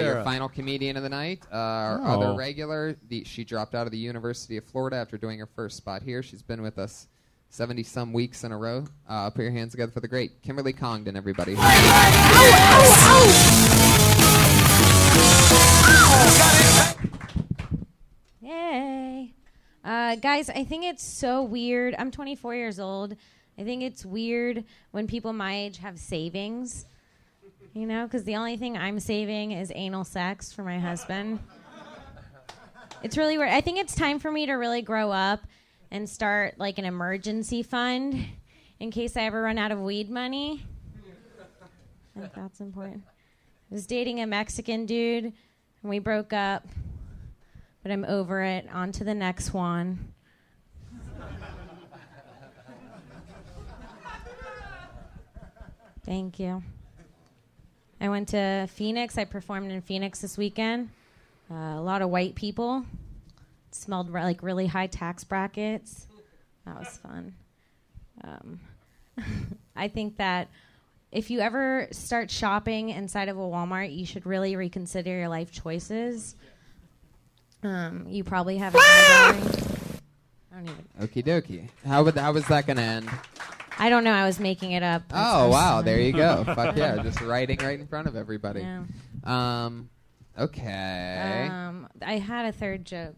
[SPEAKER 3] your
[SPEAKER 8] Sarah.
[SPEAKER 3] final comedian of the night, uh, our
[SPEAKER 8] Oh.
[SPEAKER 3] other regular. The, she dropped out of the University of Florida after doing her first spot here. She's been with us 70 some weeks in a row. Uh, put your hands together for the great Kimberly Congdon, everybody.
[SPEAKER 20] Yay. Uh, guys, I think it's so weird. I'm 24 years old. I think it's weird when people my age have savings, you know, because the only thing I'm saving is anal sex for my husband. It's really weird. I think it's time for me to really grow up and start like an emergency fund in case I ever run out of weed money. I think that's important. I was dating a Mexican dude and we broke up, but I'm over it. On to the next one. Thank you. I went to Phoenix. I performed in Phoenix this weekend. Uh, a lot of white people. It smelled re- like really high tax brackets. That was fun. Um, *laughs* I think that if you ever start shopping inside of a Walmart, you should really reconsider your life choices. Um, you probably have. a I don't even.
[SPEAKER 3] Okie dokie. How, would- how was that going to end?
[SPEAKER 20] I don't know. I was making it up. I'm
[SPEAKER 3] Oh
[SPEAKER 20] so
[SPEAKER 3] wow,
[SPEAKER 20] sorry.
[SPEAKER 3] there you
[SPEAKER 20] *laughs*
[SPEAKER 3] go. Fuck yeah, just writing right in front of everybody.
[SPEAKER 20] Yeah.
[SPEAKER 3] Um, okay,
[SPEAKER 20] Um, I had a third joke.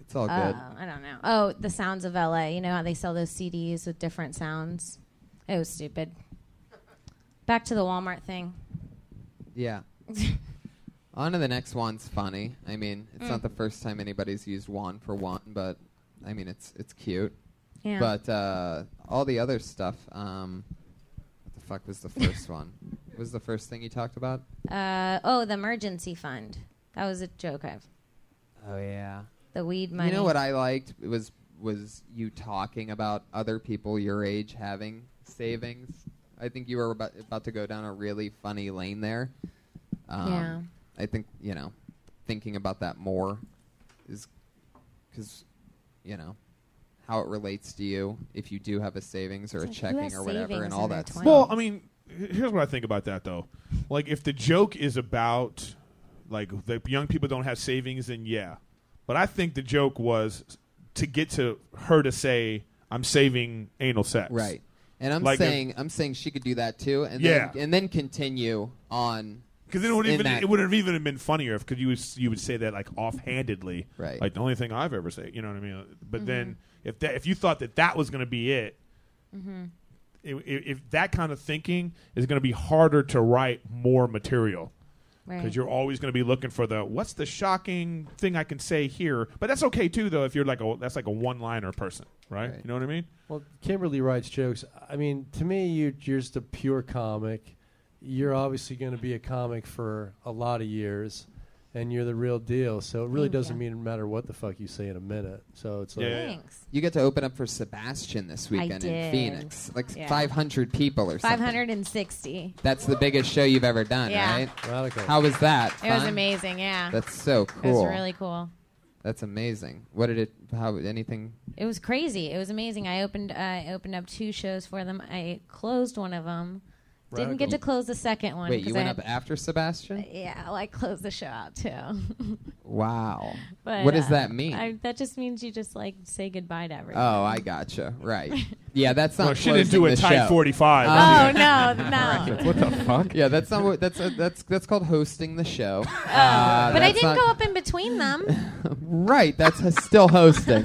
[SPEAKER 3] it's all good.
[SPEAKER 20] Uh, I don't know. Oh, the sounds of LA. You know how they sell those CDs with different sounds? It was stupid. Back to the Walmart thing. *laughs*
[SPEAKER 3] Yeah. On to the next one's funny. I mean, it's not
[SPEAKER 20] Mm.
[SPEAKER 3] the first time anybody's used one for one, but I mean, it's it's cute.
[SPEAKER 20] Yeah.
[SPEAKER 3] But uh, all the other stuff. Um, what the fuck was the first
[SPEAKER 20] *laughs*
[SPEAKER 3] one? Was the first thing you talked about?
[SPEAKER 20] Uh, oh, the emergency fund. That was a joke I've.
[SPEAKER 3] Oh yeah.
[SPEAKER 20] The weed money.
[SPEAKER 3] You know what I liked was was you talking about other people your age having savings. I think you were about, about to go down a really funny lane there. Um,
[SPEAKER 20] Yeah.
[SPEAKER 3] I think you know, thinking about that more is because you know how it relates to you if you do have a savings or a
[SPEAKER 20] It's like, who
[SPEAKER 3] checking
[SPEAKER 20] has
[SPEAKER 3] or whatever and
[SPEAKER 20] savings
[SPEAKER 3] all
[SPEAKER 20] in their
[SPEAKER 3] that stuff.
[SPEAKER 7] Well, I mean, h- here's what I think about that though. Like, if the joke is about like the young people don't have savings, then yeah. But I think the joke was to get to her to say, "I'm saving anal sex."
[SPEAKER 3] Right. And I'm
[SPEAKER 7] Like, if-
[SPEAKER 3] saying I'm saying she could do that too, and then
[SPEAKER 7] Yeah.
[SPEAKER 3] and then continue on
[SPEAKER 7] Because it would
[SPEAKER 3] in
[SPEAKER 7] even
[SPEAKER 3] that-
[SPEAKER 7] it would have even been funnier if because you was, you would say that like offhandedly,
[SPEAKER 3] right?
[SPEAKER 7] Like the only thing I've ever said, you know what I mean. But then if that if you thought that that was going to be it,
[SPEAKER 20] Mm-hmm.
[SPEAKER 7] i- i- if that kind of thinking is going to be harder to write more material because
[SPEAKER 20] Right.
[SPEAKER 7] you're always going to be looking for the what's the shocking thing I can say here. But that's okay too, though, if you're like a that's like a one liner person, right? You know what I mean?
[SPEAKER 8] Well, Kimberly writes jokes. I mean, to me, you, you're just a pure comic. You're obviously going to be a comic for a lot of years, and you're the real deal. So it really
[SPEAKER 20] Thank
[SPEAKER 8] doesn't mean matter what the fuck you say in a minute. So it's like,
[SPEAKER 3] You get to open up for Sebastian this weekend in
[SPEAKER 20] did.
[SPEAKER 3] Phoenix. Like
[SPEAKER 20] Yeah.
[SPEAKER 3] 500 people or something.
[SPEAKER 20] 560.
[SPEAKER 3] That's the biggest show you've ever done,
[SPEAKER 20] Yeah.
[SPEAKER 3] right?
[SPEAKER 20] Radical.
[SPEAKER 3] How was that?
[SPEAKER 20] It was
[SPEAKER 3] Fun?
[SPEAKER 20] amazing, yeah.
[SPEAKER 3] That's so
[SPEAKER 20] It
[SPEAKER 3] cool.
[SPEAKER 20] was really cool.
[SPEAKER 3] That's amazing. What did it? How anything?
[SPEAKER 20] It was crazy. It was amazing. I opened uh, I opened up two shows for them. I closed one of them. Didn't get
[SPEAKER 3] Radical.
[SPEAKER 20] to close the second one.
[SPEAKER 3] Wait,
[SPEAKER 20] 'cause
[SPEAKER 3] you went
[SPEAKER 20] I
[SPEAKER 3] up after Sebastian?
[SPEAKER 20] Yeah, well, I closed the show out too. *laughs*
[SPEAKER 3] Wow.
[SPEAKER 20] but
[SPEAKER 3] what does
[SPEAKER 20] uh,
[SPEAKER 3] that mean?
[SPEAKER 20] I, that just means you just like say goodbye to everyone.
[SPEAKER 3] oh, I
[SPEAKER 20] *laughs*
[SPEAKER 3] gotcha. Right. Yeah, that's not.
[SPEAKER 7] Well, she didn't
[SPEAKER 3] closing
[SPEAKER 7] do a
[SPEAKER 3] the
[SPEAKER 7] tight
[SPEAKER 3] show.
[SPEAKER 7] 45.
[SPEAKER 20] Oh, no,
[SPEAKER 3] *laughs*
[SPEAKER 20] no.
[SPEAKER 7] What the fuck?
[SPEAKER 3] Yeah, that's not what. That's uh, that's that's called hosting the
[SPEAKER 20] *laughs*
[SPEAKER 3] show. Uh,
[SPEAKER 20] Um, but I
[SPEAKER 3] that's
[SPEAKER 20] didn't
[SPEAKER 3] not-
[SPEAKER 20] go up in between them.
[SPEAKER 3] *laughs* Right, that's h- still hosting.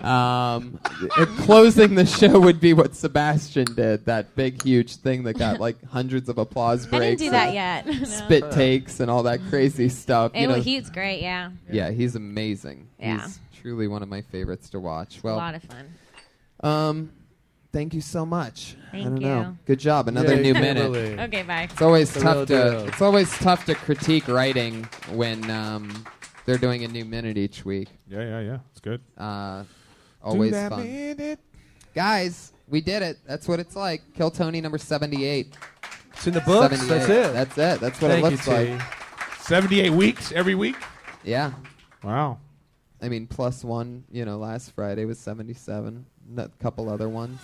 [SPEAKER 3] Um, uh, closing the show would be what Sebastian did, that big, huge thing that got like hundreds of applause
[SPEAKER 20] I
[SPEAKER 3] breaks.
[SPEAKER 20] didn't do
[SPEAKER 3] and
[SPEAKER 20] that yet. *laughs* Oh, No.
[SPEAKER 3] Spit takes and all that crazy stuff.
[SPEAKER 20] It
[SPEAKER 3] you know.
[SPEAKER 20] was- he's great, yeah.
[SPEAKER 3] Yeah, he's amazing.
[SPEAKER 20] Yeah.
[SPEAKER 3] He's truly one of my favorites to watch.
[SPEAKER 20] a
[SPEAKER 3] Well,
[SPEAKER 20] lot of fun.
[SPEAKER 3] Um, thank you so much.
[SPEAKER 20] Thank
[SPEAKER 3] I don't
[SPEAKER 20] you.
[SPEAKER 3] know. Good job. Another
[SPEAKER 20] Yay,
[SPEAKER 3] new minute.
[SPEAKER 20] Kimberly. Okay, bye.
[SPEAKER 3] It's always
[SPEAKER 20] The real
[SPEAKER 3] tough to
[SPEAKER 20] deal.
[SPEAKER 3] it's always tough to critique writing when um, they're doing a new minute each week.
[SPEAKER 7] Yeah, yeah, yeah. It's good.
[SPEAKER 3] Uh, always
[SPEAKER 7] that
[SPEAKER 3] fun. Guys, we did it. That's what it's like. Kill Tony number 78.
[SPEAKER 8] It's in the
[SPEAKER 7] books. That's it.
[SPEAKER 3] That's it. That's what it looks like.
[SPEAKER 7] Seventy eight weeks every week.
[SPEAKER 3] Yeah.
[SPEAKER 7] Wow.
[SPEAKER 3] I mean, plus one, you know, last Friday was 77. A couple other ones.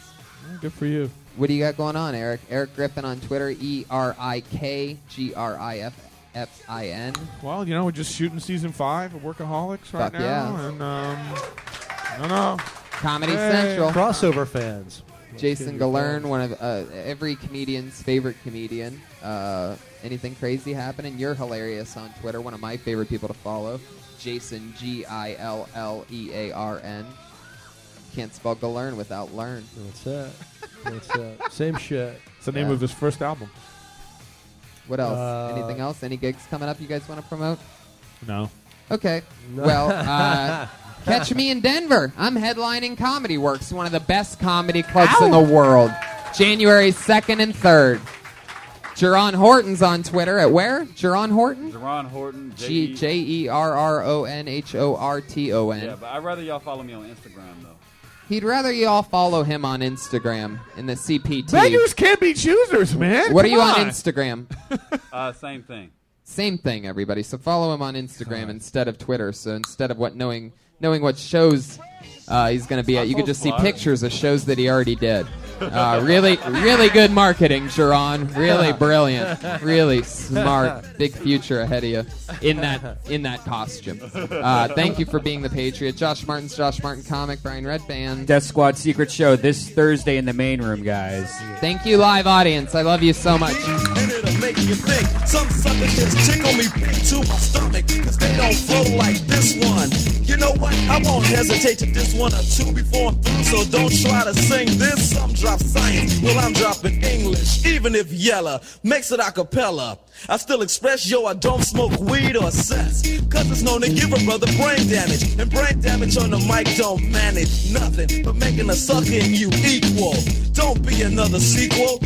[SPEAKER 7] Good for you.
[SPEAKER 3] What do you got going on, Eric? Eric Griffin on Twitter, E R I K G R I F F I N.
[SPEAKER 7] Well, you know, we're just shooting season five of Workaholics
[SPEAKER 3] Fuck
[SPEAKER 7] right now,
[SPEAKER 3] yeah.
[SPEAKER 7] and um, I don't know.
[SPEAKER 3] Comedy Central.
[SPEAKER 8] Crossover fans.
[SPEAKER 3] Jason Galern, one of uh, every comedian's favorite comedian. Uh, anything crazy happening? You're hilarious on Twitter. One of my favorite people to follow, Jason G I L L E A R N. Can't spell Galern without learn.
[SPEAKER 8] That's it. That's it. Same shit.
[SPEAKER 7] It's the name
[SPEAKER 3] Yeah.
[SPEAKER 7] of his first album.
[SPEAKER 3] *laughs* What else?
[SPEAKER 7] Uh,
[SPEAKER 3] Anything else? Any gigs coming up you guys want to promote?
[SPEAKER 7] No.
[SPEAKER 3] Okay. *laughs*
[SPEAKER 15] *laughs*
[SPEAKER 3] Well, uh, catch me in Denver. I'm headlining Comedy Works, one of the best comedy clubs in the world. January 2nd and 3rd. Jerron Horton's on Twitter at where? Jerron Horton?
[SPEAKER 6] Jerron Horton.
[SPEAKER 3] G J E R R O N H O R T O
[SPEAKER 6] Yeah,
[SPEAKER 3] N.
[SPEAKER 6] but I'd rather y'all follow me on Instagram though.
[SPEAKER 3] *laughs* He'd rather you all follow him on Instagram in the CPT.
[SPEAKER 7] Beggars can't be choosers, man.
[SPEAKER 3] What are you
[SPEAKER 7] Come
[SPEAKER 3] on,
[SPEAKER 7] on.
[SPEAKER 3] Instagram?
[SPEAKER 6] Uh, same thing.
[SPEAKER 3] Same thing, everybody. So follow him on Instagram instead of Twitter. So instead of what knowing knowing what shows uh, he's going to be at, you could just see pictures of shows that he already did. Uh, really, really good marketing, Sharon. Really brilliant. Really smart. Big future ahead of you in that in that costume. Uh, thank you for being the patriot, Josh Martin's Josh Martin comic, Brian Redband.
[SPEAKER 4] Death Squad Secret Show this Thursday in the main room, guys.
[SPEAKER 3] Thank you, live audience. I love you so much.
[SPEAKER 10] and it'll make you think. Some sucker just tickle me to my stomach, cause they don't flow like this one. You know what? I won't hesitate to diss one or two before I'm through, so don't try to sing this. Some drop science, well, I'm dropping English, even if Yeller makes it a cappella. I still express, yo, I don't smoke weed or cess, cause it's known to give a brother brain damage, and brain damage on the mic don't manage nothing but making a sucker in you equal. Don't be another sequel.